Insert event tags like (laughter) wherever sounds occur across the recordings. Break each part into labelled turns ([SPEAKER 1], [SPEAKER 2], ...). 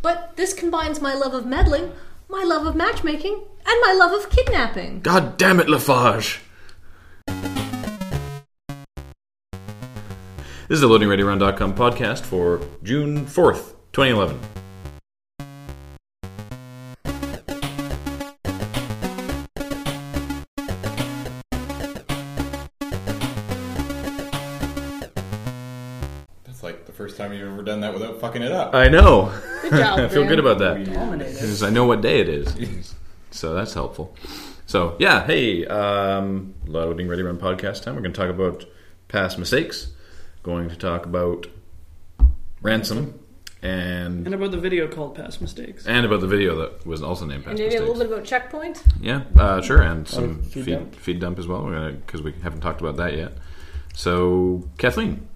[SPEAKER 1] But this combines my love of meddling, my love of matchmaking, and my love of kidnapping.
[SPEAKER 2] God damn it, Lafarge! This is the LoadingReadyRun.com podcast for June 4th, 2011.
[SPEAKER 3] That's like the first time you've ever done that without fucking it up.
[SPEAKER 2] I know.
[SPEAKER 1] Good job.
[SPEAKER 2] (laughs) I feel
[SPEAKER 1] Graham.
[SPEAKER 2] good about that.
[SPEAKER 4] Dominated.
[SPEAKER 2] Because I know what day it is. so that's helpful. So, yeah, hey, um, Loading Ready Run podcast time. We're going to talk about past mistakes, going to talk about ransom,
[SPEAKER 4] And
[SPEAKER 2] and
[SPEAKER 4] about the video called Past Mistakes.
[SPEAKER 2] and about the video that was also named
[SPEAKER 1] And
[SPEAKER 2] Past
[SPEAKER 1] maybe a little
[SPEAKER 2] Mistakes.
[SPEAKER 1] bit about checkpoint.
[SPEAKER 2] Yeah, uh, sure, and some
[SPEAKER 3] Oh,
[SPEAKER 2] feed,
[SPEAKER 3] feed
[SPEAKER 2] feed, dump.
[SPEAKER 3] dump.
[SPEAKER 2] as well, because we haven't talked about that yet. So, Kathleen,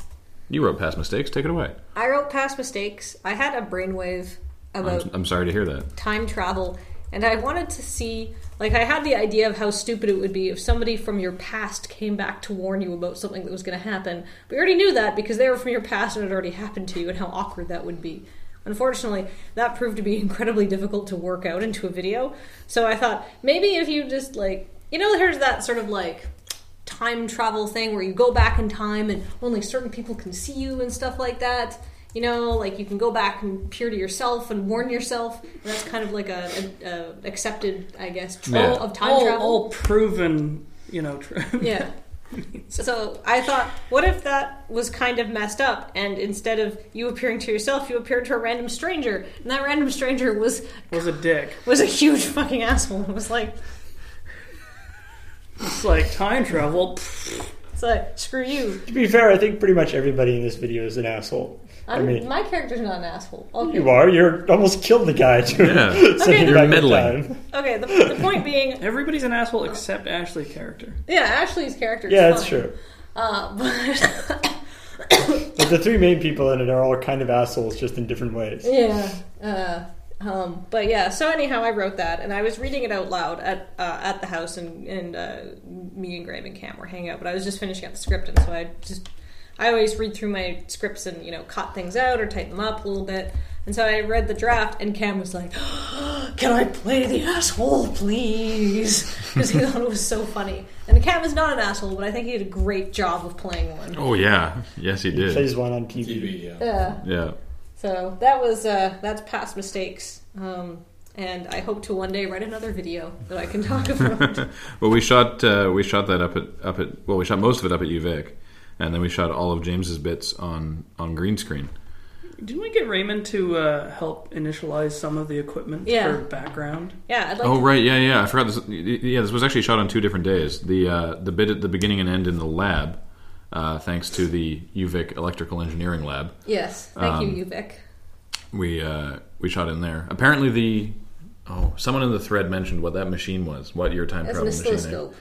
[SPEAKER 2] you wrote Past Mistakes. Take it away.
[SPEAKER 1] I wrote past mistakes. I had a brainwave about
[SPEAKER 2] I'm, I'm sorry to hear that.
[SPEAKER 1] time travel and I wanted to see like I had the idea of how stupid it would be if somebody from your past came back to warn you about something that was going to happen. But you already knew that because they were from your past and it already happened to you and how awkward that would be. Unfortunately, that proved to be (laughs) incredibly difficult to work out into a video. So I thought maybe if you just like you know there's that sort of like time travel thing where you go back in time and only certain people can see you and stuff like that. You know, like you can go back and peer to yourself and warn yourself. And that's kind of like a, a, a accepted, I guess, trope
[SPEAKER 2] Yeah.
[SPEAKER 1] of time
[SPEAKER 4] all,
[SPEAKER 1] travel.
[SPEAKER 4] all proven, you know. (laughs) Tra-
[SPEAKER 1] Yeah. (laughs) so I thought, what if that was kind of messed up? And instead of you appearing to yourself, you appeared to a random stranger, and that random stranger was
[SPEAKER 4] was a dick.
[SPEAKER 1] was a huge fucking asshole. It was like,
[SPEAKER 4] It's like time travel.
[SPEAKER 1] it's like, screw you.
[SPEAKER 5] To be fair, I think pretty much everybody in this video is an asshole.
[SPEAKER 1] I'm,
[SPEAKER 5] mean-
[SPEAKER 1] Um, my character's not an asshole. Okay.
[SPEAKER 5] You are. You're almost killed the guy. Too.
[SPEAKER 2] Yeah.
[SPEAKER 1] Okay,
[SPEAKER 5] Sending
[SPEAKER 1] you're
[SPEAKER 5] back in
[SPEAKER 2] meddling.
[SPEAKER 5] time.
[SPEAKER 1] Okay. The, the point being,
[SPEAKER 4] Everybody's an asshole except Ashley's character.
[SPEAKER 1] yeah, Ashley's character. is
[SPEAKER 5] Yeah, that's
[SPEAKER 1] fine.
[SPEAKER 5] true.
[SPEAKER 1] Uh, (laughs) but
[SPEAKER 5] But the three main people in it are all kind of assholes, just in different ways.
[SPEAKER 1] yeah. Uh, um, but yeah. So anyhow, I wrote that, and I was reading it out loud at uh, at the house, and and uh, me and Graham and Cam were hanging out. But I was just finishing up the script, and so I just I always read through my scripts and you know cut things out or tighten them up a little bit. And so I read the draft, and Cam was like, (gasps) "Can I play the asshole, please?" (laughs) Because he thought it was so funny. And Cam is not an asshole, but I think he did a great job of playing one.
[SPEAKER 2] (laughs) Oh, yeah. Yes, he did.
[SPEAKER 5] Plays one on TV.
[SPEAKER 3] TV, yeah.
[SPEAKER 1] Yeah.
[SPEAKER 2] Yeah. (laughs)
[SPEAKER 1] So that was uh, that's past mistakes, um, and I hope to one day write another video that I can talk
[SPEAKER 2] (laughs)
[SPEAKER 1] about.
[SPEAKER 2] Well, we shot uh, we shot that up at up at well, we shot most of it up at UVic, and then we shot all of James's bits on on green screen.
[SPEAKER 4] Didn't we get Raymond to uh, help initialize some of the equipment
[SPEAKER 1] Yeah.
[SPEAKER 4] for background?
[SPEAKER 1] yeah, I'd like.
[SPEAKER 2] Oh
[SPEAKER 1] to,
[SPEAKER 2] right, yeah, yeah. I forgot this. Yeah, this was actually shot on two different days. The uh, the bit at the beginning and end in the lab, uh, thanks to the UVic Electrical Engineering Lab.
[SPEAKER 1] Yes, thank you, Yuvik.
[SPEAKER 2] We uh, we shot in there. Apparently the oh someone in the thread mentioned what that machine was. What your time
[SPEAKER 1] That's an
[SPEAKER 2] travel machine?
[SPEAKER 1] oscilloscope.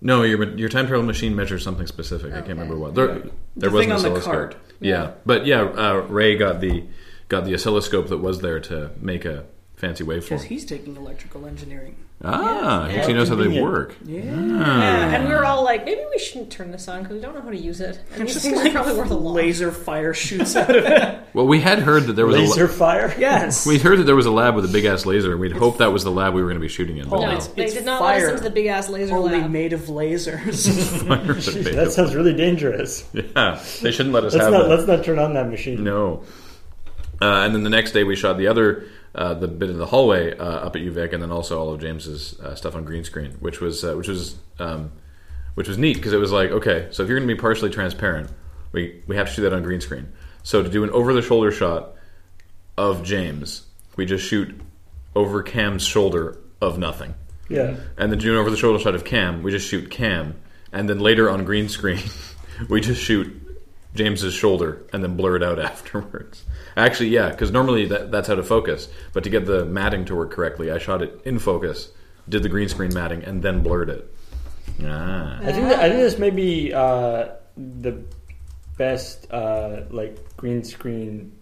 [SPEAKER 2] No, your your time travel machine measures something specific. I
[SPEAKER 1] Okay.
[SPEAKER 2] can't remember what. There, there
[SPEAKER 4] The
[SPEAKER 2] was
[SPEAKER 4] thing
[SPEAKER 2] an
[SPEAKER 4] on the
[SPEAKER 2] oscilloscope.
[SPEAKER 4] cart.
[SPEAKER 2] Yeah. but yeah, uh, Ray got the got the oscilloscope that was there to make a fancy
[SPEAKER 4] Because
[SPEAKER 2] waveform.
[SPEAKER 4] he's taking electrical engineering.
[SPEAKER 2] Ah,
[SPEAKER 1] Yeah.
[SPEAKER 2] he actually knows how they
[SPEAKER 5] Convenient.
[SPEAKER 2] work. Hmm.
[SPEAKER 4] Yeah.
[SPEAKER 1] Yeah, and we were all like, maybe we shouldn't turn this on because we don't know how to use it. And these things are probably worth a lot.
[SPEAKER 4] laser fire
[SPEAKER 2] (laughs)
[SPEAKER 4] shoots out of it.
[SPEAKER 2] Well, we had heard that there was a
[SPEAKER 5] Laser
[SPEAKER 2] la-
[SPEAKER 5] fire.
[SPEAKER 4] Yes.
[SPEAKER 2] we heard that there was a lab with a big ass laser, and we'd hoped that was the lab we were going to be shooting in. But
[SPEAKER 4] Oh,
[SPEAKER 1] No,
[SPEAKER 2] (laughs) now,
[SPEAKER 4] it's-
[SPEAKER 1] they did not
[SPEAKER 4] fire.
[SPEAKER 1] listen to the big ass laser
[SPEAKER 4] only
[SPEAKER 1] lab.
[SPEAKER 4] made of
[SPEAKER 2] (laughs)
[SPEAKER 4] lasers.
[SPEAKER 2] Fires are big.
[SPEAKER 5] (laughs) That sounds really dangerous.
[SPEAKER 2] (laughs) yeah, they shouldn't let us
[SPEAKER 5] Let's
[SPEAKER 2] have
[SPEAKER 5] not
[SPEAKER 2] that.
[SPEAKER 5] let's not turn on that machine.
[SPEAKER 2] No. Uh, and then the next day we shot the other uh, the bit in the hallway uh, up at UVic, and then also all of James's uh, stuff on green screen, which was uh, which was um, which was neat because it was like okay, so if you're going to be partially transparent, we we have to shoot that on green screen. So to do an over the shoulder shot of James, we just shoot over Cam's shoulder of nothing,
[SPEAKER 5] Yeah.
[SPEAKER 2] and then do an over the shoulder shot of Cam, we just shoot Cam, and then later on green screen, (laughs) we just shoot James's shoulder and then blur it out (laughs) afterwards. Actually, yeah, because normally that, that's how to focus. But to get the matting to work correctly, I shot it in focus, did the green screen matting, and then blurred it. Ah.
[SPEAKER 5] I think that, I think this may be uh, the best uh, like green screen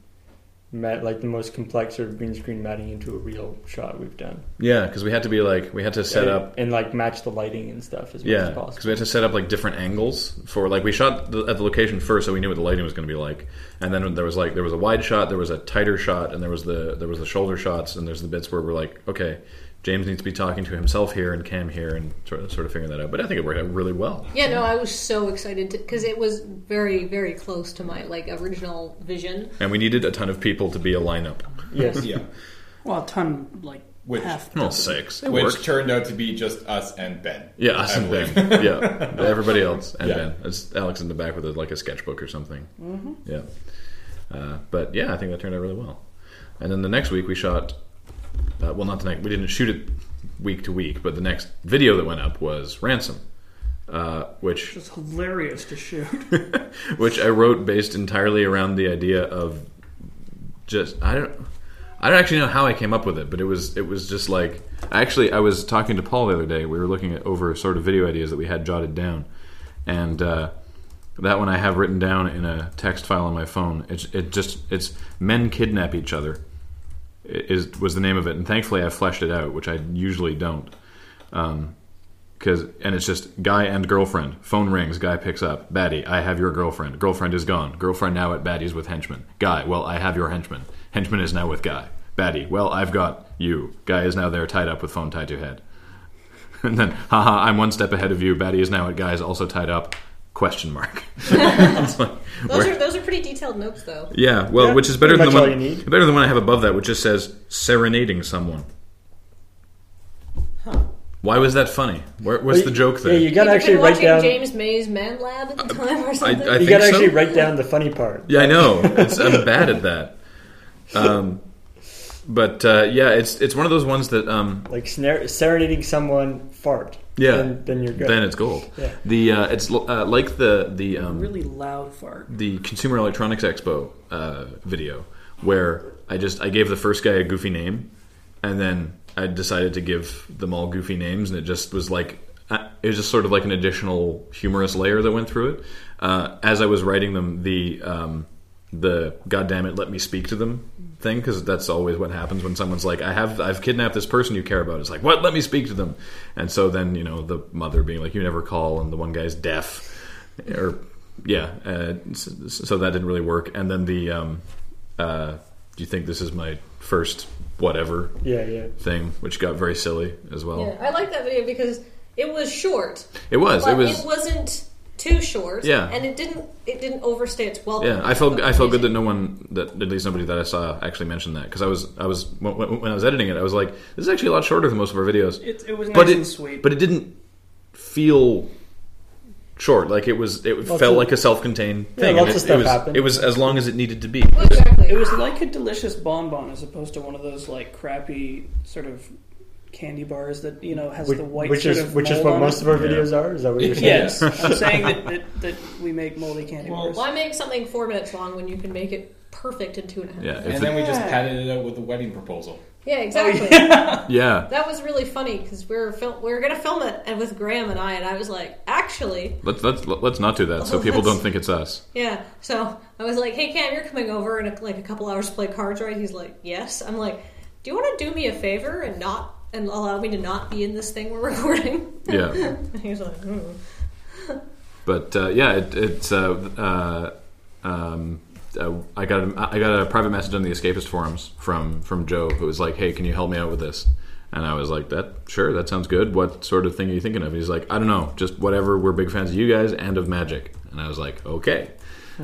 [SPEAKER 5] mat, like the most complex sort of green screen matting into a real shot we've done.
[SPEAKER 2] Yeah, because we had to be like we had to set
[SPEAKER 5] and,
[SPEAKER 2] up
[SPEAKER 5] and like match the lighting and stuff as much
[SPEAKER 2] Yeah,
[SPEAKER 5] as
[SPEAKER 2] because
[SPEAKER 5] possible.
[SPEAKER 2] we had to set up like different angles for like we shot the, at the location first, so we knew what the lighting was going to be like. And then there was like there was a wide shot, there was a tighter shot, and there was the there was the shoulder shots, and there's the bits where we're like, okay, James needs to be talking to himself here and Cam here, and sort of, sort of figuring that out. But I think it worked out really well.
[SPEAKER 1] Yeah, no, I was so excited because it was very, very close to my like original vision.
[SPEAKER 2] And we needed a ton of people to be a lineup.
[SPEAKER 5] yes.
[SPEAKER 3] Yeah.
[SPEAKER 4] Well, a ton like
[SPEAKER 3] Which-
[SPEAKER 4] half.
[SPEAKER 2] Well, six. It
[SPEAKER 3] Which
[SPEAKER 2] worked.
[SPEAKER 3] turned out to be just us and Ben.
[SPEAKER 2] yeah, us
[SPEAKER 3] I
[SPEAKER 2] and
[SPEAKER 3] believe.
[SPEAKER 2] Ben.
[SPEAKER 3] (laughs)
[SPEAKER 2] Yeah, everybody else and
[SPEAKER 3] Yeah.
[SPEAKER 2] Ben. It's Alex in the back with a, like a sketchbook or something. Mm-hmm. Yeah, uh, but yeah, I think that turned out really well. And then the next week we shot. Uh, well, not the next. We didn't shoot it week to week, but the next video that went up was Ransom, uh, which
[SPEAKER 4] Just hilarious to shoot.
[SPEAKER 2] which I wrote based entirely around the idea of just I don't I don't actually know how I came up with it, but it was it was just like actually I was talking to Paul the other day. We were looking at over sort of video ideas that we had jotted down, and uh, that one I have written down in a text file on my phone. It's it just it's men kidnap each other is was the name of it, and thankfully I fleshed it out, which I usually don't. Um, Cause, and it's just guy and girlfriend. Phone rings. Guy picks up. Baddie, I have your girlfriend. Girlfriend is gone. Girlfriend now at Baddie's with henchman. Guy, well, I have your henchman. Henchman is now with guy. Baddie, well, I've got you. Guy is now there tied up with phone tied to head. (laughs) And then, haha, I'm one step ahead of you. Baddie is now at guy's also tied up. Question mark. (laughs) It's like,
[SPEAKER 1] Those
[SPEAKER 2] where-
[SPEAKER 1] are those are pretty detailed notes though.
[SPEAKER 2] yeah, well,
[SPEAKER 5] Yeah,
[SPEAKER 2] which is better
[SPEAKER 5] pretty
[SPEAKER 2] than the
[SPEAKER 5] much all
[SPEAKER 2] one
[SPEAKER 5] you need.
[SPEAKER 2] better than the one I have above that, which just says serenading someone. Why was that funny? Where, what's the joke there?
[SPEAKER 5] Yeah, you gotta
[SPEAKER 1] Had
[SPEAKER 5] actually
[SPEAKER 1] you been
[SPEAKER 5] write
[SPEAKER 1] watching
[SPEAKER 5] down.
[SPEAKER 1] James May's Man Lab at the time or
[SPEAKER 2] I, I
[SPEAKER 1] something.
[SPEAKER 5] you
[SPEAKER 2] think
[SPEAKER 5] gotta
[SPEAKER 2] so.
[SPEAKER 5] actually write down the funny part.
[SPEAKER 2] Yeah, I know. It's, I'm
[SPEAKER 5] (laughs)
[SPEAKER 2] bad at that. Um, but uh, yeah, it's it's one of those ones that um,
[SPEAKER 5] Like snare, serenading someone fart.
[SPEAKER 2] Yeah.
[SPEAKER 5] Then, then you're good.
[SPEAKER 2] then it's gold.
[SPEAKER 5] Yeah.
[SPEAKER 2] The uh, it's uh, like the the um,
[SPEAKER 4] Really loud fart.
[SPEAKER 2] the Consumer Electronics Expo uh, video where I just I gave the first guy a goofy name, and then I decided to give them all goofy names, and it just was like uh, it was just sort of like an additional humorous layer that went through it. Uh, as I was writing them, the um, the goddamn it, let me speak to them thing because that's always what happens when someone's like I have I've kidnapped this person you care about. It's like what? Let me speak to them, and so then you know the mother being like you never call, and the one guy's deaf or yeah, uh, so, so that didn't really work. And then the um, uh, do you think this is my first whatever
[SPEAKER 5] Yeah, yeah.
[SPEAKER 2] thing, which got very silly as well.
[SPEAKER 1] yeah, I like that video because it was short,
[SPEAKER 2] Oh. It was,
[SPEAKER 1] but
[SPEAKER 2] it was,
[SPEAKER 1] not too short.
[SPEAKER 2] Yeah.
[SPEAKER 1] and it didn't it didn't overstay its welcome.
[SPEAKER 2] yeah. I felt I felt good that no one that at least nobody that I saw actually mentioned that because I was I was when, when when I was editing it I was like this is actually a lot shorter than most of our videos.
[SPEAKER 4] It, it was nice
[SPEAKER 2] but it,
[SPEAKER 4] and sweet.
[SPEAKER 2] But it didn't feel short. Like it was. It felt
[SPEAKER 5] of-
[SPEAKER 2] like a self-contained
[SPEAKER 5] Yeah,
[SPEAKER 2] thing.
[SPEAKER 5] lots
[SPEAKER 2] and
[SPEAKER 5] of
[SPEAKER 2] it,
[SPEAKER 5] stuff
[SPEAKER 2] it was,
[SPEAKER 5] happened.
[SPEAKER 2] It was as long as it needed to be.
[SPEAKER 1] Well, exactly.
[SPEAKER 4] it was like a delicious bonbon as opposed to one of those like crappy sort of candy bars that you know has
[SPEAKER 5] Which,
[SPEAKER 4] the white
[SPEAKER 5] which
[SPEAKER 4] sort
[SPEAKER 5] is
[SPEAKER 4] of
[SPEAKER 5] which is
[SPEAKER 4] mold
[SPEAKER 5] what
[SPEAKER 4] on
[SPEAKER 5] most
[SPEAKER 4] it.
[SPEAKER 5] of our videos are. Is that what you're saying? (laughs)
[SPEAKER 4] Yes, I'm saying that, that that we make moldy candy
[SPEAKER 3] Well,
[SPEAKER 4] bars.
[SPEAKER 1] Why make something four minutes long when you can make it perfect in two and a half?
[SPEAKER 2] Yeah, if
[SPEAKER 3] And
[SPEAKER 2] it-
[SPEAKER 3] then we just padded it out with the wedding proposal.
[SPEAKER 1] Yeah, exactly.
[SPEAKER 2] yeah.
[SPEAKER 1] That was really funny because we were fil- we were gonna film it and with Graham and I, and I was like, actually,
[SPEAKER 2] Let's let's let's not do that so
[SPEAKER 1] Oh,
[SPEAKER 2] people
[SPEAKER 1] that's-
[SPEAKER 2] don't think
[SPEAKER 1] (laughs)
[SPEAKER 2] it's us.
[SPEAKER 1] yeah. So I was like, hey Cam, you're coming over in a, like a couple hours to play cards, right? He's like, yes. I'm like, do you want to do me a favor and not and allow me to not be in this thing we're (laughs) recording?
[SPEAKER 2] Yeah,
[SPEAKER 1] And (laughs) he was like, hmm.
[SPEAKER 2] but uh, yeah, it, it's uh, uh, um, uh, I got a, I got a private message on the Escapist forums from from Joe who was like, "Hey, can you help me out with this?" And I was like, "That sure, that sounds good. What sort of thing are you thinking of?" He's like, "I don't know, just whatever. We're big fans of you guys and of Magic." And I was like, "Okay,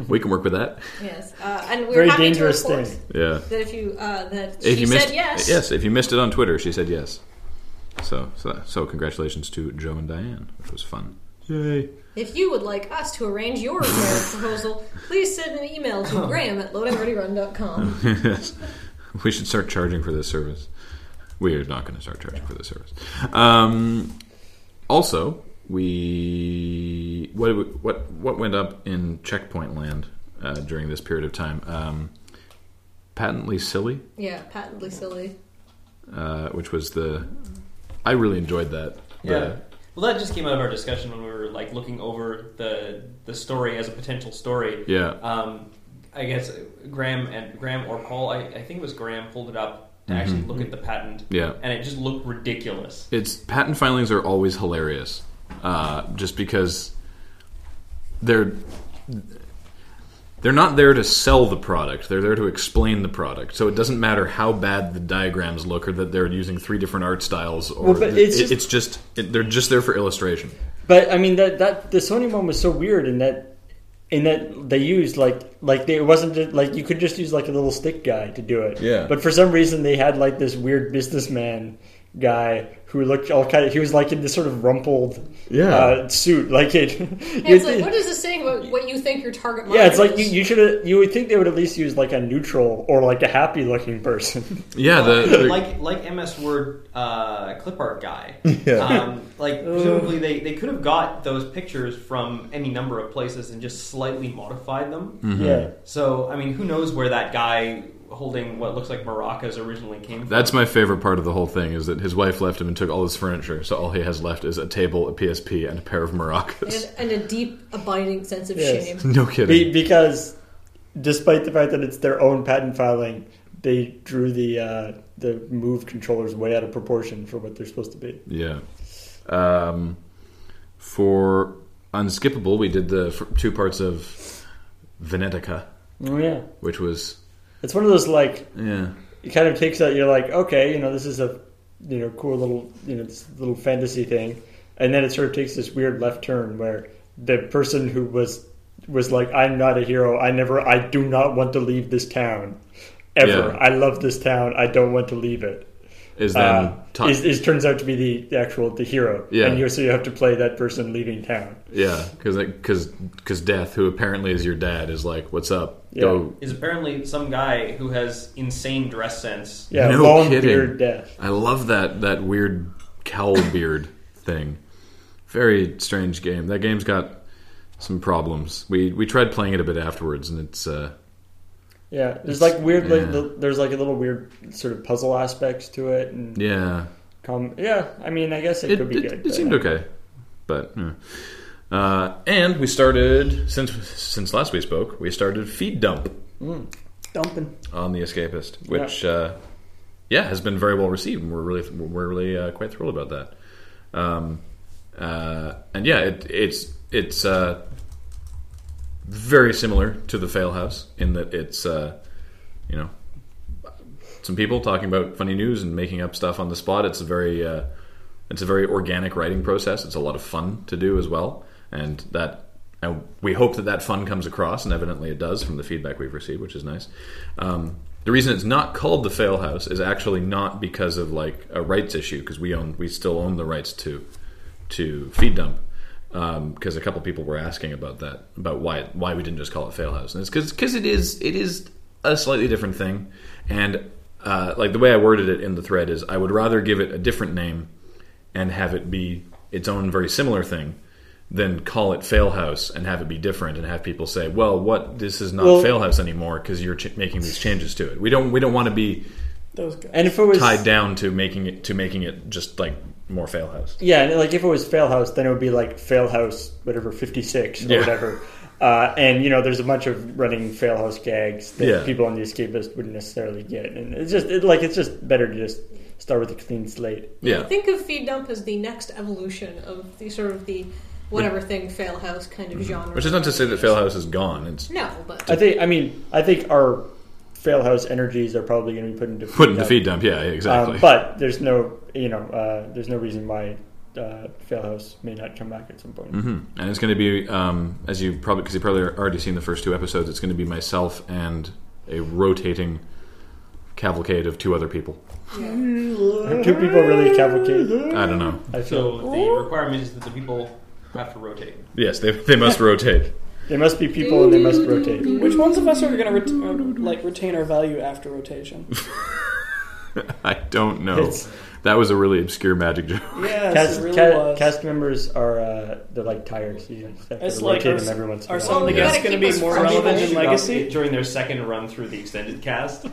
[SPEAKER 2] we can work
[SPEAKER 1] (laughs)
[SPEAKER 2] with that."
[SPEAKER 1] yes. Uh, and we
[SPEAKER 5] Very
[SPEAKER 1] were happy
[SPEAKER 5] dangerous
[SPEAKER 1] to report
[SPEAKER 5] thing.
[SPEAKER 2] Yeah.
[SPEAKER 1] that if you uh, that
[SPEAKER 2] if
[SPEAKER 1] she
[SPEAKER 2] you
[SPEAKER 1] said
[SPEAKER 2] missed,
[SPEAKER 1] yes.
[SPEAKER 2] if you missed it on Twitter, she said yes. So so so congratulations to Joe and Diane, which was fun. Yay.
[SPEAKER 1] If you would like us to arrange your marriage
[SPEAKER 2] (laughs)
[SPEAKER 1] proposal, please send an email to graham at loadingreadyrun.com.
[SPEAKER 2] yes. We should start charging for this service. We are not going to start charging for this service. Um, also, we what did we- what what went up in checkpoint land uh, during this period of time? Um, patently silly,
[SPEAKER 1] Yeah, patently silly.
[SPEAKER 2] uh, which was the I really enjoyed that. The-
[SPEAKER 6] Yeah. Well, that just came out of our discussion when we were like looking over the the story as a potential story.
[SPEAKER 2] yeah.
[SPEAKER 6] Um, I guess Graham and Graham or Paul, I, I think it was Graham, pulled it up to actually look at the patent.
[SPEAKER 2] Mm-hmm. Yeah.
[SPEAKER 6] and it just looked ridiculous.
[SPEAKER 2] It's patent filings are always hilarious, uh, just because they're they're not there to sell the product. They're there to explain the product. So it doesn't matter how bad the diagrams look, or that they're using three different art styles, or
[SPEAKER 5] Well, but
[SPEAKER 2] th-
[SPEAKER 5] it's
[SPEAKER 2] it-
[SPEAKER 5] just-
[SPEAKER 2] it's just, it, they're just there for illustration.
[SPEAKER 5] But I mean that that the Sony one was so weird in that in that they used like like they, it wasn't just, like you could just use like a little stick guy to do it.
[SPEAKER 2] Yeah.
[SPEAKER 5] But for some reason they had like this weird businessman guy who looked all kind of he was like in this sort of rumpled
[SPEAKER 2] Yeah.
[SPEAKER 5] uh, suit like it.
[SPEAKER 1] Yeah, it's like, what is this saying about what you think your target market
[SPEAKER 5] yeah, it's like you,
[SPEAKER 1] is?
[SPEAKER 5] you should you would think they would at least use like a neutral or like a happy looking person. (laughs)
[SPEAKER 2] Yeah, the, the-
[SPEAKER 6] like like MS Word uh, clip art guy.
[SPEAKER 2] Yeah.
[SPEAKER 6] Um, like presumably they, they could have got those pictures from any number of places and just slightly modified them.
[SPEAKER 2] Mm-hmm.
[SPEAKER 5] Yeah.
[SPEAKER 6] So I mean, who knows where that guy holding what looks like maracas originally came from?
[SPEAKER 2] that's my favorite part of the whole thing is that his wife left him and took all his furniture, so all he has left is a table, a PSP, and a pair of maracas.
[SPEAKER 1] and, and a deep, abiding sense of
[SPEAKER 5] Yes.
[SPEAKER 1] shame.
[SPEAKER 2] (laughs) no kidding.
[SPEAKER 5] Be, because despite the fact that it's their own patent filing, they drew the uh, the move controllers way out of proportion for what they're supposed to be.
[SPEAKER 2] Yeah. Um, for unskippable, we did the f- two parts of Venetica,
[SPEAKER 5] Oh yeah,
[SPEAKER 2] which was
[SPEAKER 5] it's one of those like
[SPEAKER 2] yeah,
[SPEAKER 5] it kind of takes out. You're like, okay, you know, this is a you know cool little you know this little fantasy thing, and then it sort of takes this weird left turn where the person who was was like, I'm not a hero. I never. I do not want to leave this town. Ever.
[SPEAKER 2] Yeah.
[SPEAKER 5] I love this town. I don't want to leave it.
[SPEAKER 2] is then
[SPEAKER 5] uh,
[SPEAKER 2] ta-
[SPEAKER 5] is, is turns out to be the, the actual the hero.
[SPEAKER 2] Yeah.
[SPEAKER 5] And you so you have to play that person leaving town.
[SPEAKER 2] yeah, because because because death, who apparently is your dad, is like, what's up? Go.
[SPEAKER 6] is apparently some guy who has insane dress sense.
[SPEAKER 5] Yeah,
[SPEAKER 2] No
[SPEAKER 5] long
[SPEAKER 2] kidding.
[SPEAKER 5] beard death.
[SPEAKER 2] I love that that weird cowl (coughs) beard thing. Very strange game. That game's got some problems. We we tried playing it a bit afterwards, and it's uh,
[SPEAKER 5] Yeah. There's like weird like
[SPEAKER 2] yeah.
[SPEAKER 5] the, there's like a little weird sort of puzzle aspects to it and
[SPEAKER 2] yeah,
[SPEAKER 5] com- yeah, I mean I guess it, could be good.
[SPEAKER 2] It,
[SPEAKER 5] but- uh,
[SPEAKER 2] seemed okay, but yeah. uh, and we started since since last we spoke, we started feed dump
[SPEAKER 4] Dumping.
[SPEAKER 2] on the Escapist, which uh, yeah has been very well received, and we're really we're really uh, quite thrilled about that. Um, uh, and yeah, it, it's it's uh, very similar to the Fail House in that it's uh, you know some people talking about funny news and making up stuff on the spot. It's a very uh, it's a very organic writing process. It's a lot of fun to do as well, and that and we hope that that fun comes across, and evidently it does from the feedback we've received, which is nice. Um, the reason it's not called the Fail House is actually not because of like a rights issue, because we own we still own the rights to to feed dump. Because a couple people were asking about that, about why why we didn't just call it Fail House, and it's because it is it is a slightly different thing, and uh, like the way I worded it in the thread is I would rather give it a different name and have it be its own very similar thing than call it Fail House and have it be different and have people say, "Well, what this is not
[SPEAKER 5] Well-
[SPEAKER 2] Fail House anymore because you're ch- making these changes to it." We don't we don't want to be
[SPEAKER 4] Those guys.
[SPEAKER 5] And if it was
[SPEAKER 2] tied down to making it to making it just like more Fail House.
[SPEAKER 5] Yeah, and like if it was Fail House, then it would be like Fail House, whatever fifty six or
[SPEAKER 2] Yeah.
[SPEAKER 5] whatever. Uh, and you know, there's a bunch of running Fail House gags that
[SPEAKER 2] Yeah.
[SPEAKER 5] people on the Escapist wouldn't necessarily get, and it's just it, like it's just better to just start with a clean slate.
[SPEAKER 2] Yeah,
[SPEAKER 1] Think of feed dump as the next evolution of the sort of the whatever thing fail house kind of genre.
[SPEAKER 2] Mm-hmm. which is not to say that Fail House is gone. It's
[SPEAKER 1] No, but
[SPEAKER 5] I think. I mean, I think our fail house energies are probably going to be put into
[SPEAKER 2] put in the
[SPEAKER 5] up.
[SPEAKER 2] feed dump. Yeah, exactly.
[SPEAKER 5] Um, but there's no, you know, uh, there's no reason why uh, fail house may not come back at some point.
[SPEAKER 2] Mhm. And it's going to be, um, as you probably, because you probably already seen the first two episodes, it's going to be myself and a rotating cavalcade of two other people.
[SPEAKER 1] yeah.
[SPEAKER 5] Are Two people really cavalcade.
[SPEAKER 2] I don't know.
[SPEAKER 5] I
[SPEAKER 6] So
[SPEAKER 5] feel
[SPEAKER 6] the requirement is that the people have to rotate.
[SPEAKER 2] Yes, they, they must rotate.
[SPEAKER 5] they must be people and they must rotate.
[SPEAKER 4] Which ones of us are going to
[SPEAKER 5] (laughs)
[SPEAKER 4] ret- uh, like retain our value after rotation?
[SPEAKER 2] (laughs) I don't know.
[SPEAKER 5] It's-
[SPEAKER 2] That was a really obscure magic joke.
[SPEAKER 4] Yeah,
[SPEAKER 5] Cast,
[SPEAKER 4] it really
[SPEAKER 5] ca-
[SPEAKER 4] was.
[SPEAKER 5] cast members are uh, they're like tires. You just have to
[SPEAKER 4] It's like
[SPEAKER 5] rotate
[SPEAKER 4] our-
[SPEAKER 5] them every once in a
[SPEAKER 4] Are
[SPEAKER 5] while.
[SPEAKER 4] some of the
[SPEAKER 1] we gotta
[SPEAKER 4] guests
[SPEAKER 1] keep
[SPEAKER 4] going to be
[SPEAKER 1] us
[SPEAKER 4] more
[SPEAKER 1] fresh.
[SPEAKER 4] relevant
[SPEAKER 1] They
[SPEAKER 4] in
[SPEAKER 1] should
[SPEAKER 4] Legacy? (laughs)
[SPEAKER 6] during their second run through the extended cast.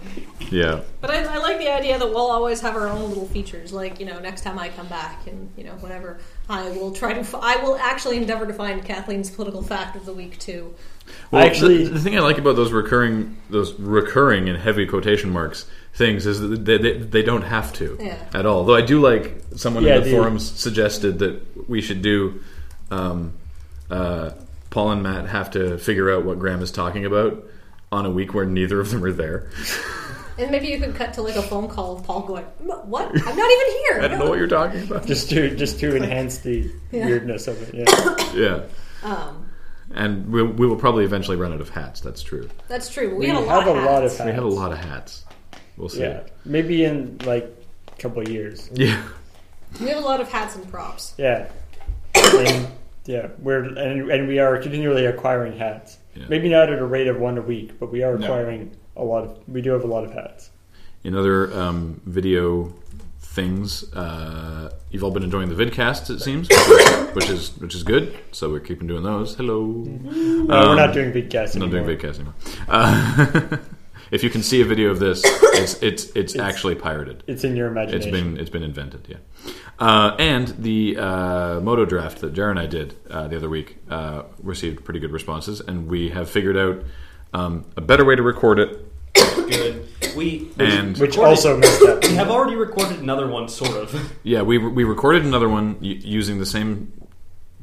[SPEAKER 2] Yeah.
[SPEAKER 1] But I, I like the idea that we'll always have our own little features. Like you know, next time I come back, and you know, whenever I will try to, f- I will actually endeavor to find Kathleen's political fact of the week too.
[SPEAKER 2] Well,
[SPEAKER 5] Actually-
[SPEAKER 2] the, the thing I like about those recurring, those recurring in heavy quotation marks things is that they, they, they don't have to
[SPEAKER 1] Yeah.
[SPEAKER 2] at all. Though I do like someone
[SPEAKER 5] Yeah,
[SPEAKER 2] in the
[SPEAKER 5] the-
[SPEAKER 2] forums suggested that we should do. Um, uh, Paul and Matt have to figure out what Graham is talking about on a week where neither of them are there.
[SPEAKER 1] And maybe you could cut to like a phone call of Paul going, "M- "What? I'm not even here."
[SPEAKER 2] I don't know what you're talking about.
[SPEAKER 5] just to just to enhance the
[SPEAKER 1] Yeah.
[SPEAKER 5] weirdness of it. Yeah.
[SPEAKER 2] Yeah,
[SPEAKER 1] Um,
[SPEAKER 2] and we, we will probably eventually run out of hats. That's true.
[SPEAKER 1] that's true. We,
[SPEAKER 5] we
[SPEAKER 1] had a lot
[SPEAKER 5] have a
[SPEAKER 1] of
[SPEAKER 5] lot
[SPEAKER 1] hats.
[SPEAKER 5] of hats.
[SPEAKER 2] We have a lot of hats. We'll see.
[SPEAKER 5] Yeah, maybe in like a couple of years.
[SPEAKER 2] yeah.
[SPEAKER 1] We have a lot of hats and props.
[SPEAKER 5] Yeah, and, yeah. We're and, and we are continually acquiring hats.
[SPEAKER 2] Yeah.
[SPEAKER 5] Maybe not at a rate of one a week, but we are
[SPEAKER 3] No.
[SPEAKER 5] acquiring a lot. Of, we do have a lot of hats.
[SPEAKER 2] in other um, video things, uh, you've all been enjoying the vidcasts, it seems, which is which is good. So we're keeping doing those. Hello, Mm-hmm.
[SPEAKER 5] No, we're not doing big casts
[SPEAKER 2] I'm not
[SPEAKER 5] anymore.
[SPEAKER 2] doing vidcasts anymore. Uh, (laughs) if you can see a video of this, it's it's it's, actually pirated.
[SPEAKER 5] It's in your
[SPEAKER 2] It's
[SPEAKER 5] imagination.
[SPEAKER 2] been it's been invented, yeah. Uh, and the uh, moto draft that Jared and I did uh, the other week uh, received pretty good responses, and we have figured out um, a better way to record it.
[SPEAKER 6] Good. We
[SPEAKER 2] And
[SPEAKER 5] which
[SPEAKER 6] recorded-
[SPEAKER 5] also messed up.
[SPEAKER 6] we have already recorded another one, sort of. (laughs)
[SPEAKER 2] Yeah, we we recorded another one y- using the same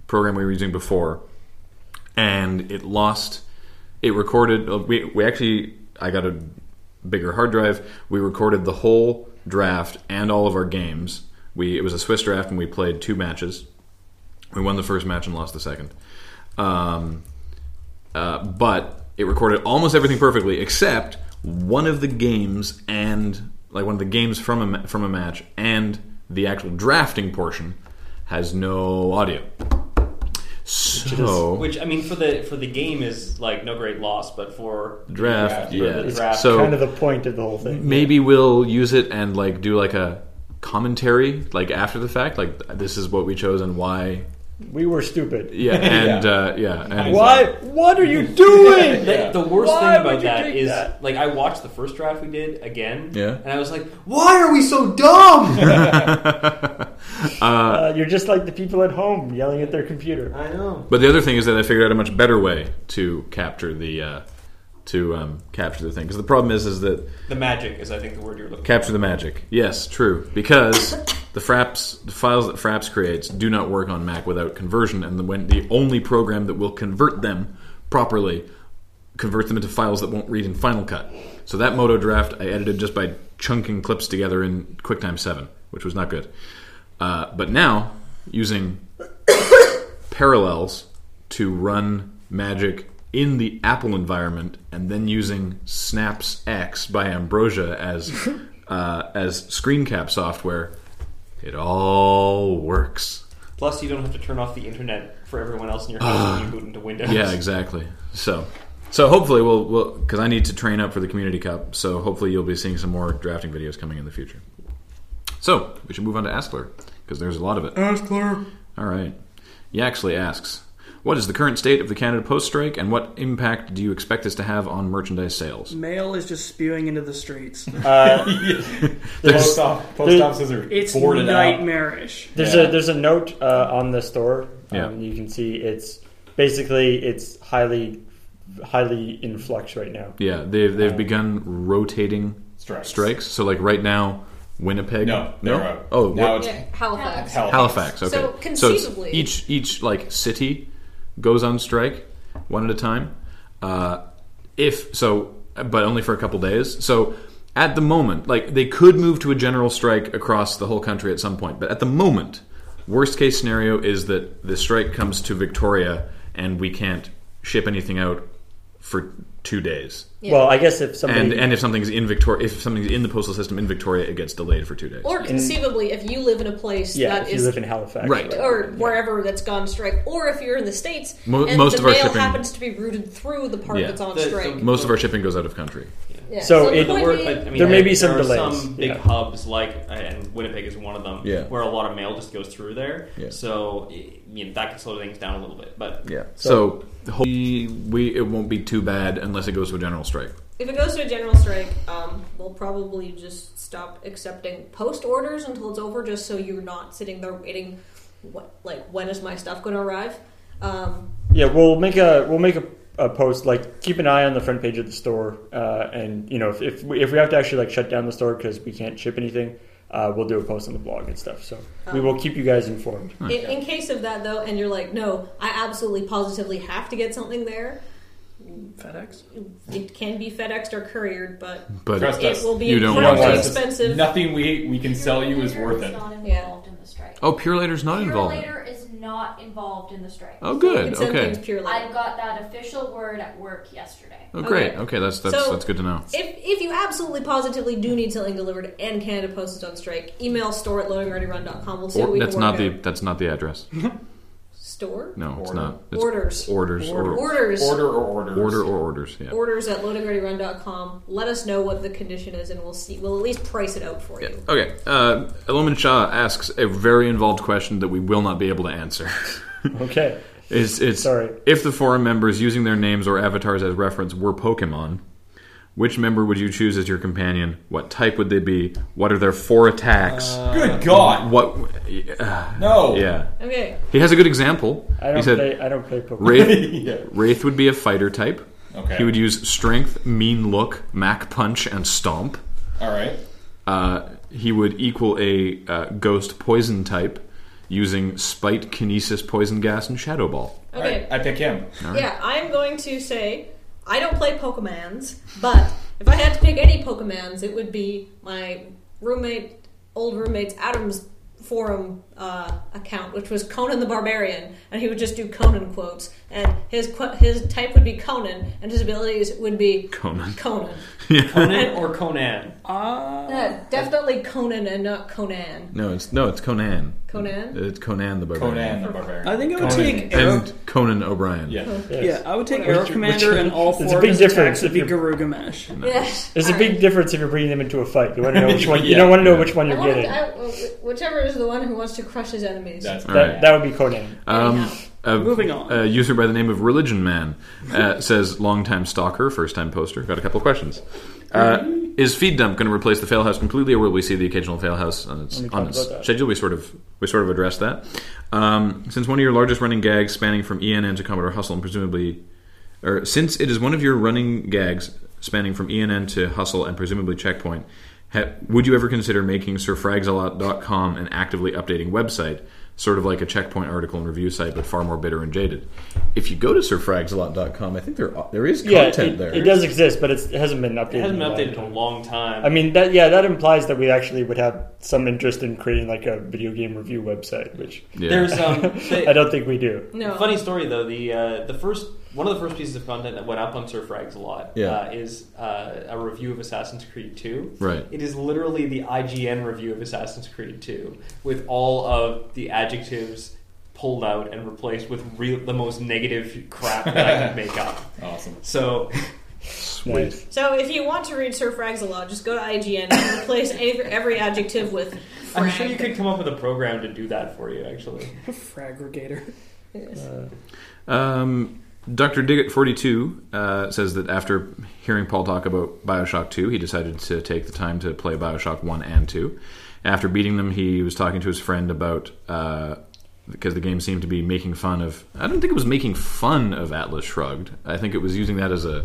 [SPEAKER 2] program we were using before, and it lost. It recorded. uh, We we actually I got a bigger hard drive. We recorded the whole draft and all of our games. We it was a Swiss draft, and we played two matches. We won the first match and lost the second. Um, uh, but it recorded almost everything perfectly except one of the games and like one of the games from a ma- from a match and the actual drafting portion has no audio. So
[SPEAKER 6] Which I mean, for the for the game is like no great loss, but for
[SPEAKER 2] draft,
[SPEAKER 3] draft,
[SPEAKER 2] yeah.
[SPEAKER 6] the draft.
[SPEAKER 2] (coughs) So
[SPEAKER 5] kind of the point of the whole thing.
[SPEAKER 2] maybe we'll use it and like do like a commentary like after the fact like this is what we chose and why
[SPEAKER 5] We were stupid.
[SPEAKER 2] yeah and uh yeah and
[SPEAKER 5] Why? What are you (laughs) doing?
[SPEAKER 6] The, the worst
[SPEAKER 5] Why
[SPEAKER 6] thing
[SPEAKER 5] would
[SPEAKER 6] about
[SPEAKER 5] you
[SPEAKER 6] that
[SPEAKER 5] take
[SPEAKER 6] is,
[SPEAKER 5] that?
[SPEAKER 6] like, I watched the first draft we did again,
[SPEAKER 2] Yeah.
[SPEAKER 6] and I was like, "Why are we so dumb?"
[SPEAKER 5] Uh, you're just like the people at home yelling at their computer.
[SPEAKER 6] I know.
[SPEAKER 2] But the other thing is that I figured out a much better way to capture the uh, to um, capture the thing because the problem is is that
[SPEAKER 6] The magic is, I think, the word you're looking. for.
[SPEAKER 2] capture the magic. Yes, true. Because the Fraps the files that Fraps creates do not work on Mac without conversion, and the, when the only program that will convert them properly converts them into files that won't read in Final Cut. So that Moto draft I edited just by chunking clips together in QuickTime Seven, which was not good. Uh, but now using parallels to run magic in the Apple environment, and then using Snaps X by Ambrosia as uh, as screen cap software, it all works.
[SPEAKER 6] Plus, you don't have to turn off the internet for everyone else in
[SPEAKER 2] (sighs)
[SPEAKER 6] your house when you boot into Windows. (laughs)
[SPEAKER 2] Yeah, exactly. So. So hopefully we'll we'll because I need to train up for the community cup. So hopefully you'll be seeing some more drafting videos coming in the future. So we should move on to Askler because there's a lot of it. All right. Yaxley asks, "What is the current state of the Canada Post strike, and what impact do you expect this to have on merchandise sales?"
[SPEAKER 4] Mail is just spewing into the streets.
[SPEAKER 5] Uh,
[SPEAKER 3] Post op- post
[SPEAKER 5] there's-
[SPEAKER 3] offices are
[SPEAKER 4] It's
[SPEAKER 3] boarded up.
[SPEAKER 4] nightmarish.
[SPEAKER 5] there's
[SPEAKER 3] Yeah.
[SPEAKER 5] a there's a note uh, on the store.
[SPEAKER 2] Yeah.
[SPEAKER 5] Um, You can see it's basically it's highly highly in flux right now.
[SPEAKER 2] Yeah, they've they've begun rotating
[SPEAKER 3] Strikes.
[SPEAKER 2] strikes. So like right now, Winnipeg.
[SPEAKER 3] No, they're out.
[SPEAKER 2] Oh,
[SPEAKER 3] Now
[SPEAKER 2] what-
[SPEAKER 3] it's-
[SPEAKER 1] Yeah, Halifax.
[SPEAKER 3] Halifax.
[SPEAKER 2] Halifax. Okay.
[SPEAKER 1] So,
[SPEAKER 2] it's
[SPEAKER 1] conceivably-
[SPEAKER 2] each each like city goes on strike one at a time. Uh, if so, but only for a couple days. So at the moment, like they could move to a general strike across the whole country at some point. But at the moment, worst case scenario is that the strike comes to Victoria and we can't ship anything out for two days.
[SPEAKER 1] Yeah.
[SPEAKER 5] Well, I guess if somebody
[SPEAKER 2] And and if something's in Victoria, if something's in the postal system in Victoria, it gets delayed for two days.
[SPEAKER 1] Or conceivably, if you live in a place
[SPEAKER 5] yeah,
[SPEAKER 1] that
[SPEAKER 5] if you
[SPEAKER 1] is
[SPEAKER 5] live in Halifax,
[SPEAKER 2] Right.
[SPEAKER 1] or wherever that's gone strike, or if you're in the states
[SPEAKER 2] Mo-
[SPEAKER 1] and
[SPEAKER 2] most
[SPEAKER 1] the
[SPEAKER 2] of our
[SPEAKER 1] mail
[SPEAKER 2] shipping-
[SPEAKER 1] happens to be routed through the part
[SPEAKER 2] Yeah.
[SPEAKER 1] that's on
[SPEAKER 6] The- the-
[SPEAKER 1] strike.
[SPEAKER 2] Most of our shipping goes out of country.
[SPEAKER 6] Yeah.
[SPEAKER 1] Yeah.
[SPEAKER 5] So
[SPEAKER 1] the
[SPEAKER 5] it-
[SPEAKER 1] point
[SPEAKER 6] Or,
[SPEAKER 1] being-
[SPEAKER 6] but, I mean,
[SPEAKER 5] There may be some
[SPEAKER 6] there Are
[SPEAKER 5] delays,
[SPEAKER 6] some big
[SPEAKER 5] yeah.
[SPEAKER 6] hubs like uh, and Winnipeg is one of them.
[SPEAKER 2] Yeah.
[SPEAKER 6] where a lot of mail just goes through there.
[SPEAKER 2] Yeah.
[SPEAKER 6] So I mean that can slow things down a little bit. But
[SPEAKER 2] Yeah. So, hopefully we it won't be too bad unless it goes to a general strike.
[SPEAKER 1] If it goes to a general strike, um, we'll probably just stop accepting post orders until it's over, just so you're not sitting there waiting. What, like, when is my stuff going to arrive? Um,
[SPEAKER 5] Yeah, we'll make a we'll make a, a post like keep an eye on the front page of the store, uh, and you know if if we, if we have to actually like shut down the store because we can't ship anything, uh, we'll do a post on the blog and stuff. So
[SPEAKER 1] Oh.
[SPEAKER 5] we will keep you guys informed.
[SPEAKER 1] in, in case of that, though, and you're like, no, I absolutely positively have to get something there.
[SPEAKER 4] FedEx.
[SPEAKER 1] It can be FedExed or couriered, but
[SPEAKER 2] But
[SPEAKER 3] Trust
[SPEAKER 1] it will be
[SPEAKER 2] You don't
[SPEAKER 1] incredibly
[SPEAKER 2] want
[SPEAKER 3] to.
[SPEAKER 1] expensive.
[SPEAKER 3] Nothing we we can sell you is worth
[SPEAKER 7] Purelator
[SPEAKER 3] it.
[SPEAKER 7] Not
[SPEAKER 1] Yeah.
[SPEAKER 7] involved in the strike.
[SPEAKER 2] oh, Pure Later's not involved. in it.
[SPEAKER 7] Purelator is not involved in the strike.
[SPEAKER 2] Oh,
[SPEAKER 1] You
[SPEAKER 2] good.
[SPEAKER 1] can send
[SPEAKER 2] Okay.
[SPEAKER 1] things purely.
[SPEAKER 7] I got that official word at work yesterday.
[SPEAKER 2] Oh, great.
[SPEAKER 1] Okay.
[SPEAKER 2] Okay, that's that's
[SPEAKER 1] So-
[SPEAKER 2] that's good to know.
[SPEAKER 1] If, if you absolutely positively do need something delivered and Canada Post is on strike, email store at loadingreadyrun.com. We'll see what
[SPEAKER 2] Or,
[SPEAKER 1] we
[SPEAKER 2] that's
[SPEAKER 1] can
[SPEAKER 2] not
[SPEAKER 1] work
[SPEAKER 2] the
[SPEAKER 1] out.
[SPEAKER 2] that's not the address.
[SPEAKER 1] store
[SPEAKER 2] No, it's
[SPEAKER 3] Order.
[SPEAKER 2] not. It's
[SPEAKER 1] Orders.
[SPEAKER 2] Orders. Order. Order,
[SPEAKER 1] orders
[SPEAKER 3] Order or orders.
[SPEAKER 2] or orders. Yeah.
[SPEAKER 1] orders at loadingreadyrun.com. Let us know what the condition is, and we'll see. We'll at least price it out for you.
[SPEAKER 2] Okay. Uh, Eloman Shah asks a very involved question that we will not be able to
[SPEAKER 3] (laughs)
[SPEAKER 2] answer.
[SPEAKER 5] Okay.
[SPEAKER 2] It's, it's
[SPEAKER 5] Sorry.
[SPEAKER 2] if the forum members using their names or avatars as reference were Pokemon, which member would you choose as your companion? What type would they be? What are their four attacks?
[SPEAKER 3] Good God,
[SPEAKER 2] what?
[SPEAKER 3] no.
[SPEAKER 2] Yeah,
[SPEAKER 1] Okay,
[SPEAKER 2] he has a good example.
[SPEAKER 5] I
[SPEAKER 2] he
[SPEAKER 5] don't
[SPEAKER 2] said
[SPEAKER 5] play. (laughs) I don't play Pokemon.
[SPEAKER 2] Wraith,
[SPEAKER 3] Yeah.
[SPEAKER 2] Wraith would be a fighter type.
[SPEAKER 3] Okay.
[SPEAKER 2] He would use strength, mean look, mac punch, and stomp.
[SPEAKER 3] All right.
[SPEAKER 2] Uh, he would equal a uh, ghost poison type using spite, kinesis, poison gas, and shadow ball.
[SPEAKER 3] All
[SPEAKER 1] okay,
[SPEAKER 3] right. I pick him.
[SPEAKER 1] yeah. I'm going to say I don't play Pokemans, but if I had to pick any Pokemans, it would be my roommate, old roommate's Adam's forum uh, account, which was Conan the Barbarian, and he would just do Conan quotes, and his qu- his type would be Conan, and his abilities would be
[SPEAKER 2] Conan.
[SPEAKER 1] Conan.
[SPEAKER 6] Conan or Conan.
[SPEAKER 4] Ah,
[SPEAKER 1] Yeah, definitely Conan and not Conan.
[SPEAKER 2] No, it's no, it's Conan.
[SPEAKER 1] Conan?
[SPEAKER 2] It's Conan the Barbarian.
[SPEAKER 3] Conan the Barbarian.
[SPEAKER 4] I think I would
[SPEAKER 3] Conan.
[SPEAKER 4] take Arrow.
[SPEAKER 2] and Conan O'Brien.
[SPEAKER 3] Yeah.
[SPEAKER 5] Yes.
[SPEAKER 4] Yeah, I would take
[SPEAKER 5] Which-
[SPEAKER 4] Arrow
[SPEAKER 5] which-
[SPEAKER 4] Commander and all
[SPEAKER 5] it's a
[SPEAKER 4] four of
[SPEAKER 5] big
[SPEAKER 4] his
[SPEAKER 5] difference
[SPEAKER 4] attacks would
[SPEAKER 5] if
[SPEAKER 4] be
[SPEAKER 5] you're-
[SPEAKER 4] Garugamesh.
[SPEAKER 1] Yes.
[SPEAKER 5] There's a big difference if you're bringing them into a fight. You want to
[SPEAKER 2] (laughs)
[SPEAKER 5] know which one. You
[SPEAKER 3] Yeah.
[SPEAKER 5] don't want to know which one
[SPEAKER 1] I
[SPEAKER 5] you're
[SPEAKER 1] wanted
[SPEAKER 5] getting.
[SPEAKER 1] to, I, wh- whichever is the one who wants to crush his enemies.
[SPEAKER 3] That's
[SPEAKER 2] All
[SPEAKER 5] that,
[SPEAKER 2] right.
[SPEAKER 5] that would be Conan.
[SPEAKER 2] Um, a,
[SPEAKER 4] Moving on.
[SPEAKER 2] A user by the name of Religion Man uh, (laughs) says, "Longtime stalker, first-time poster." Got a couple of questions. Uh, is feed dump going to replace the fail house completely, or will we see the occasional fail house on its,
[SPEAKER 5] Let me talk
[SPEAKER 2] on its
[SPEAKER 5] about that.
[SPEAKER 2] schedule? We sort of we sort of addressed that. Um, since one of your largest running gags, spanning from ENN to Commodore Hustle, and presumably, or since it is one of your running gags spanning from ENN to Hustle and presumably Checkpoint, ha- would you ever consider making SirFragsALot.com an actively updating website, sort of like a Checkpoint article and review site, but far more bitter and jaded? If you go to SirFragsALot.com, I think there there is
[SPEAKER 5] Yeah,
[SPEAKER 2] content
[SPEAKER 5] it,
[SPEAKER 2] there.
[SPEAKER 5] it does exist, but it's, it hasn't been updated.
[SPEAKER 6] It hasn't been
[SPEAKER 5] in a
[SPEAKER 6] updated in
[SPEAKER 5] while.
[SPEAKER 6] a long time.
[SPEAKER 5] I mean that yeah, that implies that we actually would have some interest in creating like a video game review website, which
[SPEAKER 2] Yeah.
[SPEAKER 6] There's um.
[SPEAKER 5] (laughs) I
[SPEAKER 6] The,
[SPEAKER 5] don't think we do.
[SPEAKER 1] no.
[SPEAKER 6] Funny story though. The uh, the first one of the first pieces of content that went up on Surf Rags a lot
[SPEAKER 2] Yeah.
[SPEAKER 6] uh, is uh, a review of Assassin's Creed Two.
[SPEAKER 2] Right.
[SPEAKER 6] It is literally the IGN review of Assassin's Creed 2 with all of the adjectives pulled out and replaced with real, the most negative crap that I could
[SPEAKER 2] (laughs)
[SPEAKER 6] make up.
[SPEAKER 3] Awesome. (laughs)
[SPEAKER 6] So,
[SPEAKER 5] Nice.
[SPEAKER 1] So if you want to read Sir Frags a lot, just go to IGN and replace every, every adjective with frag.
[SPEAKER 6] I'm sure you could come up with a program to do that for you,
[SPEAKER 2] (laughs)
[SPEAKER 6] actually.
[SPEAKER 4] Fragregator. (laughs)
[SPEAKER 2] Um, Dr. Diggett42 uh, says that after hearing Paul talk about Bioshock 2, he decided to take the time to play Bioshock 1 and 2. After beating them, he was talking to his friend about. Uh, because the game seemed to be making fun of. I don't think it was making fun of Atlas Shrugged. I think it was using that as a.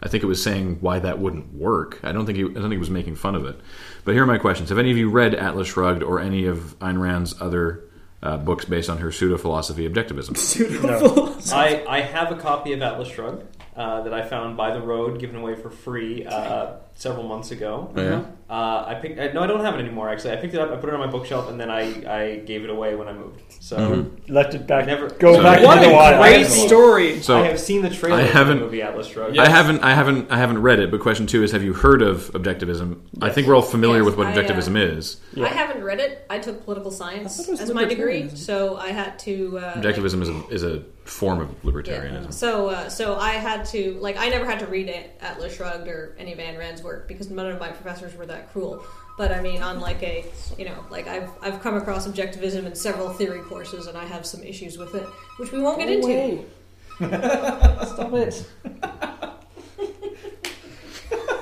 [SPEAKER 2] I think it was saying why that wouldn't work. I don't think he, I don't think he was making fun of it. But here are my questions: Have any of you read Atlas Shrugged or any of Ayn Rand's other uh, books based on her pseudo philosophy objectivism?
[SPEAKER 6] I, I have a copy of Atlas Shrugged uh, that I found by the road, given away for free uh, several months ago.
[SPEAKER 2] Oh, yeah.
[SPEAKER 6] Uh, I picked. I, no, I don't have it anymore. Actually, I picked it up. I put it on my bookshelf, and then I, I gave it away when I moved. So
[SPEAKER 2] Mm-hmm.
[SPEAKER 5] Left it back.
[SPEAKER 6] Never-
[SPEAKER 5] Go
[SPEAKER 2] So-
[SPEAKER 5] back
[SPEAKER 2] What
[SPEAKER 5] into
[SPEAKER 6] a
[SPEAKER 5] the wild.
[SPEAKER 6] great
[SPEAKER 3] Absolutely.
[SPEAKER 4] Story.
[SPEAKER 2] So
[SPEAKER 6] I have seen the trailer.
[SPEAKER 2] I
[SPEAKER 6] for the
[SPEAKER 2] haven't-
[SPEAKER 6] movie Atlas Shrugged.
[SPEAKER 3] Yeah.
[SPEAKER 2] I haven't, I haven't, I haven't read it. But question two is: Have you heard of objectivism? I think we're all familiar
[SPEAKER 1] Yes,
[SPEAKER 2] with what
[SPEAKER 1] I, uh,
[SPEAKER 2] objectivism is.
[SPEAKER 5] Yeah.
[SPEAKER 1] I haven't read it. I took political science
[SPEAKER 4] thought it was
[SPEAKER 1] as my degree,
[SPEAKER 4] libertarianism.
[SPEAKER 1] so I had to. Uh,
[SPEAKER 2] Objectivism is a, is a form of
[SPEAKER 1] like- yeah.
[SPEAKER 2] libertarianism.
[SPEAKER 1] So, uh, so I had to like I never had to read it Atlas Shrugged or any Van Rand's work because none of my professors were that cruel. But I mean, on like a you know, like I've I've come across objectivism in several theory courses, and I have some issues with it, which we won't get into.
[SPEAKER 4] Away.
[SPEAKER 5] (laughs)
[SPEAKER 4] Stop it.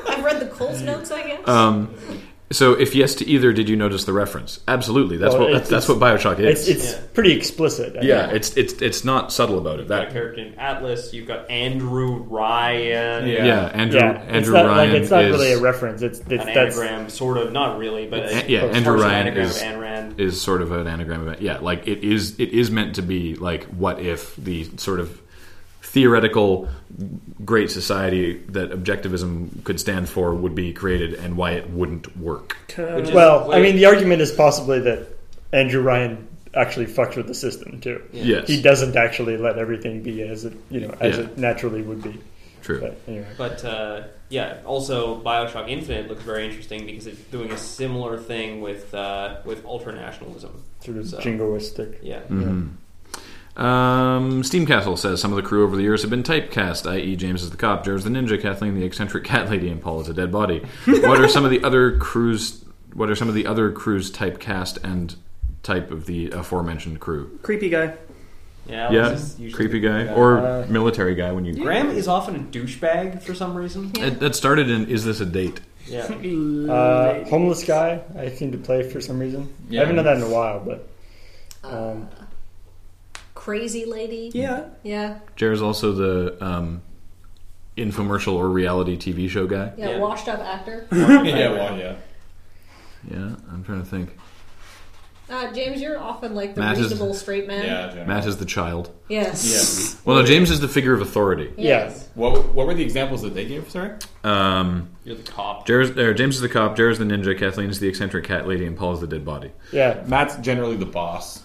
[SPEAKER 1] I've read the Coles notes, I guess.
[SPEAKER 2] Um, so if yes to either, did you notice the reference? Absolutely. That's
[SPEAKER 5] Well,
[SPEAKER 2] what
[SPEAKER 5] it's-
[SPEAKER 2] that's, that's what Bioshock is.
[SPEAKER 5] It's it's
[SPEAKER 6] Yeah.
[SPEAKER 5] pretty explicit. I
[SPEAKER 2] yeah,
[SPEAKER 5] think.
[SPEAKER 2] it's it's it's not subtle about it.
[SPEAKER 6] You've got a
[SPEAKER 2] That
[SPEAKER 6] character named Atlas. You've got Andrew Ryan.
[SPEAKER 3] Yeah.
[SPEAKER 2] yeah, Andrew
[SPEAKER 5] yeah. it's
[SPEAKER 2] Andrew
[SPEAKER 5] not
[SPEAKER 2] Ryan
[SPEAKER 5] like it's not
[SPEAKER 2] is
[SPEAKER 5] really a reference. It's, it's
[SPEAKER 6] An
[SPEAKER 5] that's
[SPEAKER 6] anagram, sort of, not really, but
[SPEAKER 2] It's-
[SPEAKER 6] a-
[SPEAKER 2] yeah,
[SPEAKER 6] it's
[SPEAKER 2] Andrew
[SPEAKER 6] sort of an
[SPEAKER 2] Ryan
[SPEAKER 6] anagram
[SPEAKER 2] is-
[SPEAKER 6] of Ayn Rand.
[SPEAKER 2] is sort of an anagram of it. Yeah, like it is. It is meant to be like what if the sort of theoretical great society that objectivism could stand for would be created and why it wouldn't work.
[SPEAKER 6] Which is-
[SPEAKER 5] well. I
[SPEAKER 6] wait.
[SPEAKER 5] mean, the argument is possibly that Andrew Ryan actually fucked with the system too.
[SPEAKER 2] Yes,
[SPEAKER 5] He doesn't actually let everything be as it you know as
[SPEAKER 2] Yeah.
[SPEAKER 5] it naturally would be.
[SPEAKER 2] true.
[SPEAKER 5] But anyway,
[SPEAKER 6] But uh, yeah, also Bioshock Infinite looks very interesting because it's doing a similar thing with uh, with ultranationalism.
[SPEAKER 5] sort of
[SPEAKER 6] So.
[SPEAKER 5] jingoistic.
[SPEAKER 6] Yeah,
[SPEAKER 2] Mhm. Um, Steamcastle says some of the crew over the years have been typecast, i.e., James is the cop, Joe's the ninja, Kathleen the eccentric cat lady, and Paul is a dead body. what are some of the other crews? What are some of the other crews typecast and type of the aforementioned crew?
[SPEAKER 4] Creepy guy.
[SPEAKER 6] yeah,
[SPEAKER 2] yeah,
[SPEAKER 6] this is usually-
[SPEAKER 2] creepy guy
[SPEAKER 6] Yeah.
[SPEAKER 2] or
[SPEAKER 5] Uh,
[SPEAKER 2] military guy. When you
[SPEAKER 6] Graham is often a douchebag for some reason.
[SPEAKER 1] Yeah.
[SPEAKER 2] It- that started in is this a date?
[SPEAKER 4] (laughs)
[SPEAKER 6] Yeah,
[SPEAKER 5] Uh, homeless guy, I seem to play for some reason.
[SPEAKER 3] Yeah.
[SPEAKER 5] I haven't done that in a while, but um,
[SPEAKER 1] Crazy lady.
[SPEAKER 4] yeah.
[SPEAKER 1] Yeah.
[SPEAKER 2] Jared's also the um, infomercial or reality TV show guy.
[SPEAKER 1] Yeah,
[SPEAKER 6] Yeah.
[SPEAKER 1] washed up actor.
[SPEAKER 3] yeah, well, yeah.
[SPEAKER 2] Yeah, I'm trying to think.
[SPEAKER 1] Uh, James, you're often like the
[SPEAKER 2] Matt is-
[SPEAKER 1] reasonable straight man.
[SPEAKER 3] Yeah, generally.
[SPEAKER 2] Matt is the child.
[SPEAKER 1] Yes.
[SPEAKER 3] Yeah.
[SPEAKER 2] Well, no, James is the figure of authority.
[SPEAKER 1] Yes.
[SPEAKER 3] What, what were the examples that they gave? Sorry?
[SPEAKER 2] Um,
[SPEAKER 6] you're the cop.
[SPEAKER 2] Jared's, er, James is the cop, Jared's the ninja, Kathleen is the eccentric cat lady, and Paul is the dead body.
[SPEAKER 5] yeah.
[SPEAKER 3] Matt's generally the boss.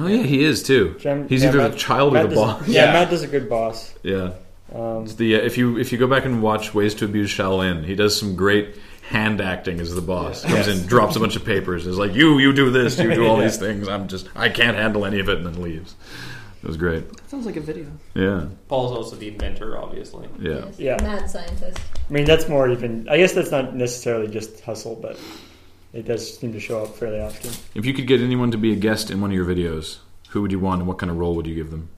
[SPEAKER 2] Oh yeah, he is too.
[SPEAKER 5] Jam-
[SPEAKER 2] He's
[SPEAKER 5] yeah,
[SPEAKER 2] either
[SPEAKER 5] Matt-
[SPEAKER 2] the child or
[SPEAKER 5] Matt
[SPEAKER 2] the
[SPEAKER 5] does-
[SPEAKER 2] boss.
[SPEAKER 5] Yeah,
[SPEAKER 3] Yeah.
[SPEAKER 5] Matt does a good boss.
[SPEAKER 2] Yeah,
[SPEAKER 5] Um,
[SPEAKER 2] it's the uh, if you if you go back and watch Ways to Abuse Shaolin, he does some great hand acting as the boss. Comes in, drops a bunch of papers, is like, "You, you do this, you do all these things. I'm just, I can't handle any of it," and then leaves. It was great.
[SPEAKER 4] Sounds like a video.
[SPEAKER 2] Yeah,
[SPEAKER 6] Paul's also the inventor, obviously.
[SPEAKER 2] yeah.
[SPEAKER 5] Yeah.
[SPEAKER 1] Mad scientist.
[SPEAKER 5] I mean, that's more even. I guess that's not necessarily just hustle, but it does seem to show up fairly often.
[SPEAKER 2] If you could get anyone to be a guest in one of your videos, who would you want, and what kind of role would you give them?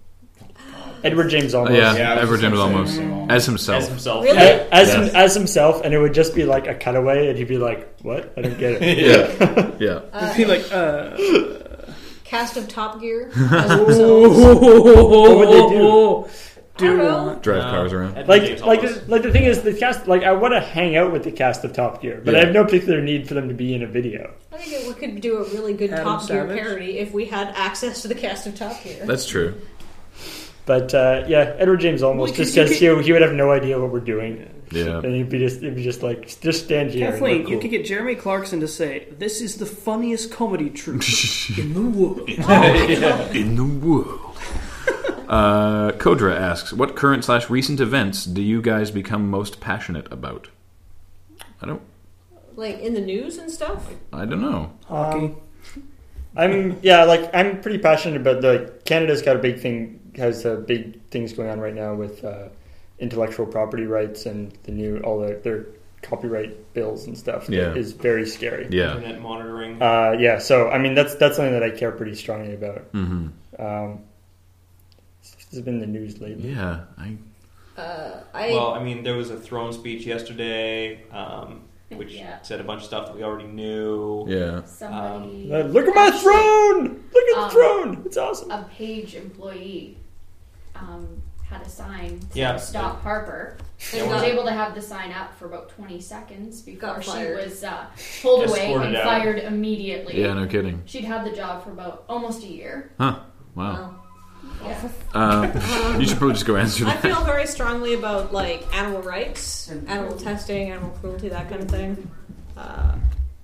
[SPEAKER 5] Edward James almost.
[SPEAKER 2] yeah,
[SPEAKER 3] Yeah, I was
[SPEAKER 2] Edward
[SPEAKER 3] just
[SPEAKER 2] James
[SPEAKER 3] gonna say
[SPEAKER 2] almost
[SPEAKER 3] James Olmos.
[SPEAKER 2] as himself.
[SPEAKER 6] As himself.
[SPEAKER 1] Really?
[SPEAKER 5] A- As,
[SPEAKER 2] Yeah.
[SPEAKER 5] him- as himself, and it would just be like a cutaway, and he'd be like, "What? I don't get it."
[SPEAKER 2] Yeah, yeah.
[SPEAKER 1] Uh,
[SPEAKER 4] Be like, uh,
[SPEAKER 1] cast of Top
[SPEAKER 2] (laughs)
[SPEAKER 1] Gear. as themselves.
[SPEAKER 4] what
[SPEAKER 5] would they do?
[SPEAKER 1] I don't
[SPEAKER 4] Do
[SPEAKER 1] know.
[SPEAKER 4] want-
[SPEAKER 2] Drive
[SPEAKER 6] Uh,
[SPEAKER 2] cars around.
[SPEAKER 6] Edward
[SPEAKER 5] Like,
[SPEAKER 6] James
[SPEAKER 5] like,
[SPEAKER 6] Olmos.
[SPEAKER 5] the, like the thing is, the cast. Like, I want to hang out with the cast of Top Gear, but I
[SPEAKER 2] Yeah.
[SPEAKER 5] have no particular need for them to be in a video.
[SPEAKER 1] I think we could do a really good
[SPEAKER 4] Adam
[SPEAKER 1] Top Gear
[SPEAKER 4] Savage.
[SPEAKER 1] parody if we had access to the cast of Top Gear.
[SPEAKER 2] That's true.
[SPEAKER 5] But uh, yeah, Edward James almost
[SPEAKER 4] Well, 'cause
[SPEAKER 5] just
[SPEAKER 4] you
[SPEAKER 5] because he, he would have no idea what we're doing,
[SPEAKER 2] Yeah.
[SPEAKER 5] and he'd be just he'd be just like, "Just stand here." and we're
[SPEAKER 4] Kathleen, you
[SPEAKER 5] cool."
[SPEAKER 4] could get Jeremy Clarkson to say, "This is the funniest comedy
[SPEAKER 5] (laughs)
[SPEAKER 4] troupe in the world."
[SPEAKER 2] in the world. Uh, Kodra asks, "What current slash recent events do you guys become most passionate about?" I don't.
[SPEAKER 1] Like in the news and stuff.
[SPEAKER 2] I don't know.
[SPEAKER 5] Um,
[SPEAKER 4] Hockey.
[SPEAKER 5] I'm yeah, like I'm pretty passionate about like Canada's got a big thing has uh, big things going on right now with uh, intellectual property rights and the new all their, their copyright bills and stuff. that
[SPEAKER 2] Yeah.
[SPEAKER 5] is very scary.
[SPEAKER 2] Yeah.
[SPEAKER 6] Internet monitoring.
[SPEAKER 5] Uh, yeah, so I mean that's that's something that I care pretty strongly about.
[SPEAKER 2] hmm
[SPEAKER 5] Um, this has been in the news lately.
[SPEAKER 2] Yeah. I.
[SPEAKER 1] Uh, I
[SPEAKER 6] well, I mean, there was a throne speech yesterday, um, which
[SPEAKER 7] Yeah.
[SPEAKER 6] said a bunch of stuff that we already knew.
[SPEAKER 2] Yeah.
[SPEAKER 7] Somebody,
[SPEAKER 5] Uh, Look at my
[SPEAKER 7] actually,
[SPEAKER 5] throne! Look at the
[SPEAKER 7] um,
[SPEAKER 5] throne! It's awesome.
[SPEAKER 7] A page employee um, had a sign saying
[SPEAKER 6] Yeah.
[SPEAKER 7] "Stop Harper."
[SPEAKER 1] Yeah,
[SPEAKER 7] And was
[SPEAKER 1] well-
[SPEAKER 7] (laughs) able to have the sign up for about 20 seconds before
[SPEAKER 1] Got
[SPEAKER 7] she
[SPEAKER 1] fired.
[SPEAKER 7] was uh, pulled away
[SPEAKER 6] Escorted
[SPEAKER 7] and
[SPEAKER 6] out.
[SPEAKER 7] fired immediately.
[SPEAKER 2] Yeah. No kidding.
[SPEAKER 7] She'd had the job for about almost a year.
[SPEAKER 2] Huh. Wow.
[SPEAKER 1] well,
[SPEAKER 7] Yes.
[SPEAKER 2] Uh, (laughs) you should probably just go answer
[SPEAKER 1] I
[SPEAKER 2] that.
[SPEAKER 1] feel very strongly about like animal rights, animal testing, animal cruelty, that kind of thing. Uh,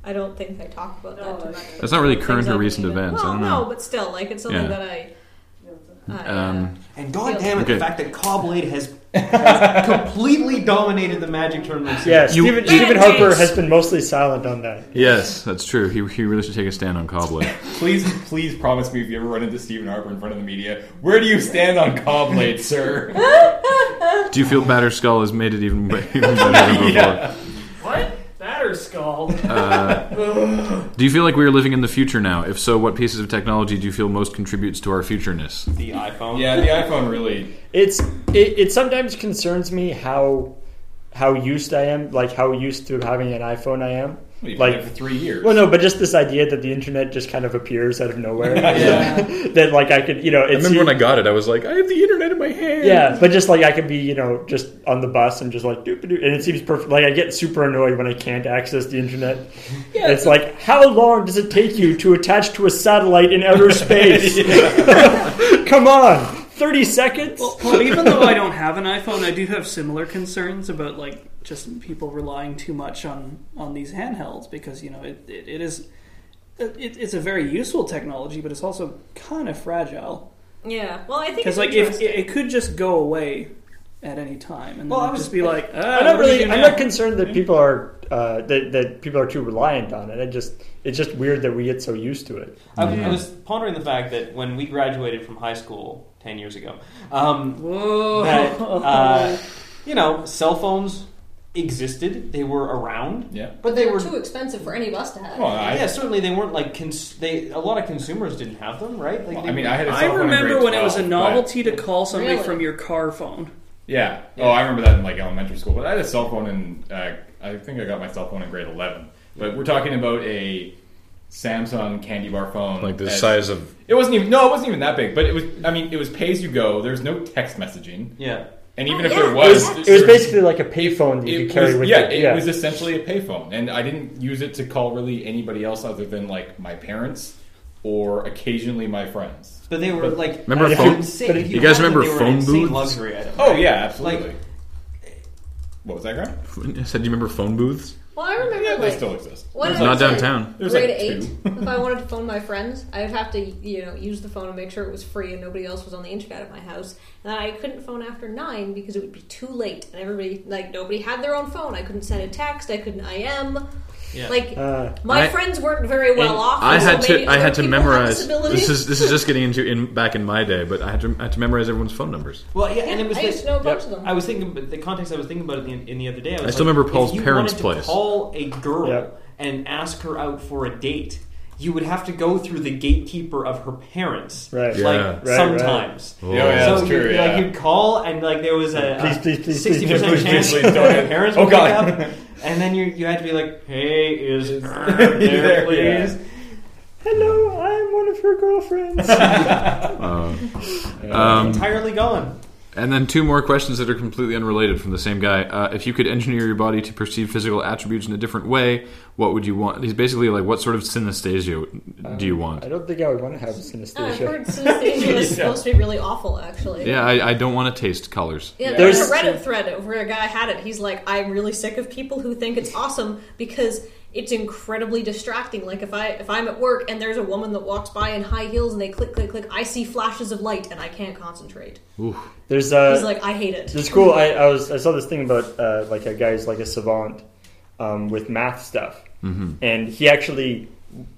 [SPEAKER 1] I don't think they talk about that too much.
[SPEAKER 2] That's not really current
[SPEAKER 1] Things
[SPEAKER 2] or
[SPEAKER 1] I've
[SPEAKER 2] recent
[SPEAKER 1] seen.
[SPEAKER 2] events.
[SPEAKER 1] Well,
[SPEAKER 2] I don't
[SPEAKER 1] no,
[SPEAKER 2] know.
[SPEAKER 1] but still, like it's something
[SPEAKER 2] Yeah.
[SPEAKER 1] that I. I, uh,
[SPEAKER 2] Um,
[SPEAKER 6] And goddamn it,
[SPEAKER 2] Okay.
[SPEAKER 6] the fact that Cobblade has has completely dominated the Magic tournament. scene.
[SPEAKER 5] Yeah,
[SPEAKER 2] You-
[SPEAKER 5] Stephen,
[SPEAKER 2] you-
[SPEAKER 5] Stephen Harper
[SPEAKER 1] Mandates.
[SPEAKER 5] has been mostly silent on that.
[SPEAKER 2] yes, that's true. He, he really should take a stand on Cobblade.
[SPEAKER 3] Please, please promise me if you ever run into Stephen Harper in front of the media, where do you stand on Cobblade, (laughs) sir?
[SPEAKER 2] Do you feel Batterskull has made it even, be- (laughs) even better than before?
[SPEAKER 4] What? Batter skull.
[SPEAKER 2] Do you feel like we are living in the future now? If so, what pieces of technology do you feel most contributes to our futureness?
[SPEAKER 6] The iPhone.
[SPEAKER 3] yeah, the iPhone really.
[SPEAKER 5] It's it, it sometimes concerns me how how used I am, like how used to having an iPhone I am.
[SPEAKER 3] We've
[SPEAKER 5] Like-
[SPEAKER 3] like for three years.
[SPEAKER 5] Well, no, but just this idea that the internet just kind of appears out of nowhere.
[SPEAKER 3] Yeah.
[SPEAKER 5] that like I could, you know,
[SPEAKER 2] I
[SPEAKER 5] it's
[SPEAKER 2] remember when I got it, I was like, I have the internet in my hand.
[SPEAKER 5] (laughs) yeah, but just like I could be, you know, just on the bus and just like doop doop, and it seems perfect. Like I get super annoyed when I can't access the internet. Yeah, it's like how long does it take you to attach to a satellite in outer space? (laughs) Come on, thirty seconds.
[SPEAKER 4] Well, well, even though I don't have an iPhone, I do have similar concerns about like just people relying too much on on these handhelds because you know it it, it is it, it's a very useful technology, but it's also kind of fragile
[SPEAKER 1] yeah. Well, I think
[SPEAKER 4] because
[SPEAKER 1] it's
[SPEAKER 4] like if
[SPEAKER 1] interesting.
[SPEAKER 4] it, it could just go away at any time and
[SPEAKER 3] Well,
[SPEAKER 4] then
[SPEAKER 3] I
[SPEAKER 4] it'd
[SPEAKER 3] was-
[SPEAKER 4] just be like ah,
[SPEAKER 5] I'm not
[SPEAKER 4] what do we
[SPEAKER 5] really.
[SPEAKER 4] do
[SPEAKER 5] I'm
[SPEAKER 4] now?
[SPEAKER 5] not concerned that people are uh, that that people are too reliant on it. I just it's just weird that we get so used to it.
[SPEAKER 6] I, was- I was pondering the fact that when we graduated from high school ten years ago, um,
[SPEAKER 1] Oh. (laughs)
[SPEAKER 4] Whoa. (laughs)
[SPEAKER 6] that uh, you know, cell phones existed; they were around,
[SPEAKER 3] Yeah.
[SPEAKER 6] but they were.
[SPEAKER 1] too expensive for any of us to have.
[SPEAKER 3] Well, I,
[SPEAKER 6] Yeah, certainly they weren't like cons- they. A lot of consumers didn't have them, right? Like,
[SPEAKER 3] well, I
[SPEAKER 6] they
[SPEAKER 3] mean, I had. A
[SPEAKER 4] I
[SPEAKER 3] cell phone in
[SPEAKER 4] remember
[SPEAKER 3] grade
[SPEAKER 4] when it was a
[SPEAKER 3] 12,
[SPEAKER 4] novelty to call somebody
[SPEAKER 1] Really?
[SPEAKER 4] from your car phone.
[SPEAKER 3] but- yeah. Oh, I remember that in like elementary school. But I had a cell phone in. Uh, I think I got my cell phone in grade eleven. But we're talking about a Samsung candy bar phone,
[SPEAKER 2] Like the
[SPEAKER 3] as-
[SPEAKER 2] size of.
[SPEAKER 3] It wasn't even. No, it wasn't even that big. But it was. I mean, it was pay as you go. There's no text messaging.
[SPEAKER 6] yeah.
[SPEAKER 3] And even
[SPEAKER 1] Oh,
[SPEAKER 3] if
[SPEAKER 1] yeah.
[SPEAKER 3] there
[SPEAKER 5] It was,
[SPEAKER 3] was,
[SPEAKER 5] it was basically like a payphone that you could
[SPEAKER 3] It
[SPEAKER 5] carry
[SPEAKER 3] was,
[SPEAKER 5] with
[SPEAKER 3] yeah,
[SPEAKER 5] you.
[SPEAKER 3] it was essentially a payphone, and I didn't use it to call really anybody else other than like my parents or occasionally my friends.
[SPEAKER 6] But they were like
[SPEAKER 2] Remember
[SPEAKER 6] an
[SPEAKER 5] phone-
[SPEAKER 6] insane-
[SPEAKER 5] but
[SPEAKER 6] if
[SPEAKER 2] you guys
[SPEAKER 6] had them,
[SPEAKER 2] remember
[SPEAKER 6] they were an
[SPEAKER 2] phone
[SPEAKER 6] insane
[SPEAKER 2] booths?
[SPEAKER 6] Luxury item.
[SPEAKER 3] Oh yeah, absolutely.
[SPEAKER 6] Like-
[SPEAKER 3] what was that, Graham?
[SPEAKER 2] I said, do you remember phone booths?
[SPEAKER 1] Well, I remember
[SPEAKER 3] Yeah, they
[SPEAKER 1] like,
[SPEAKER 3] still exist.
[SPEAKER 1] when
[SPEAKER 2] Not
[SPEAKER 1] I was in
[SPEAKER 2] downtown.
[SPEAKER 3] There's
[SPEAKER 1] grade
[SPEAKER 3] like
[SPEAKER 1] eight,
[SPEAKER 3] two.
[SPEAKER 1] if I wanted to phone my friends, I'd have to you know use the phone and make sure it was free and nobody else was on the internet at my house. And I couldn't phone after nine because it would be too late, and everybody like nobody had their own phone. I couldn't send a text. I couldn't IM.
[SPEAKER 6] Yeah.
[SPEAKER 1] Like
[SPEAKER 5] Uh,
[SPEAKER 1] my
[SPEAKER 2] I-
[SPEAKER 1] friends weren't very well
[SPEAKER 6] and
[SPEAKER 1] off.
[SPEAKER 2] I
[SPEAKER 1] and so
[SPEAKER 2] had to.
[SPEAKER 1] maybe
[SPEAKER 2] I
[SPEAKER 1] other
[SPEAKER 2] had to
[SPEAKER 1] people had
[SPEAKER 2] memorize.
[SPEAKER 1] disabilities.
[SPEAKER 2] This is this is just getting into in back in my day, but I had to I had to memorize everyone's phone numbers.
[SPEAKER 6] Well, yeah,
[SPEAKER 1] Yeah,
[SPEAKER 6] and it was
[SPEAKER 1] I
[SPEAKER 6] like,
[SPEAKER 1] used to know a bunch of them.
[SPEAKER 6] I was thinking, but the context I was thinking about it in, in the other day. I, was
[SPEAKER 2] I still
[SPEAKER 6] like,
[SPEAKER 2] remember Paul's
[SPEAKER 6] if you
[SPEAKER 2] parents'
[SPEAKER 6] wanted
[SPEAKER 2] place.
[SPEAKER 6] To call a girl
[SPEAKER 5] Yep.
[SPEAKER 6] and ask her out for a date. You would have to go through the gatekeeper of her parents,
[SPEAKER 5] Right.
[SPEAKER 2] Yeah.
[SPEAKER 6] Like
[SPEAKER 5] Right,
[SPEAKER 6] sometimes.
[SPEAKER 2] Oh,
[SPEAKER 3] yeah,
[SPEAKER 6] so
[SPEAKER 3] that's true,
[SPEAKER 6] you'd,
[SPEAKER 3] yeah.
[SPEAKER 6] like you'd call and like there was a
[SPEAKER 5] Please,
[SPEAKER 6] a
[SPEAKER 5] please, please,
[SPEAKER 6] 60%
[SPEAKER 5] please, please,
[SPEAKER 6] chance
[SPEAKER 3] please, please, don't.
[SPEAKER 6] your parents
[SPEAKER 3] Oh,
[SPEAKER 6] would pick
[SPEAKER 3] God.
[SPEAKER 6] up, and then you you had to be like, hey,
[SPEAKER 5] (laughs)
[SPEAKER 6] is there,
[SPEAKER 3] There,
[SPEAKER 6] please?
[SPEAKER 5] Hello, I'm one of her
[SPEAKER 3] (laughs)
[SPEAKER 5] girlfriends.
[SPEAKER 2] Um,
[SPEAKER 6] Entirely gone.
[SPEAKER 2] And then two more questions that are completely unrelated from the same guy. Uh, if you could engineer your body to perceive physical attributes in a different way, what would you want? He's basically like, what sort of synesthesia do you want?
[SPEAKER 5] I don't think I would want to have
[SPEAKER 1] Oh, I've
[SPEAKER 5] synesthesia.
[SPEAKER 1] heard synesthesia is supposed to be really awful, actually.
[SPEAKER 2] yeah, I, I don't want to taste colors.
[SPEAKER 1] Yeah,
[SPEAKER 3] Yeah.
[SPEAKER 1] there's a
[SPEAKER 5] There's-
[SPEAKER 1] Reddit thread where a guy had it. He's like, I'm really sick of people who think it's awesome because it's incredibly distracting. Like if I if I'm at work and there's a woman that walks by in high heels and they click click click, I see flashes of light and I can't concentrate.
[SPEAKER 5] There's uh,
[SPEAKER 1] He's like, I hate it.
[SPEAKER 5] It's cool. I, I was I saw this thing about uh, like a guy who's like a savant um, with math stuff, and he actually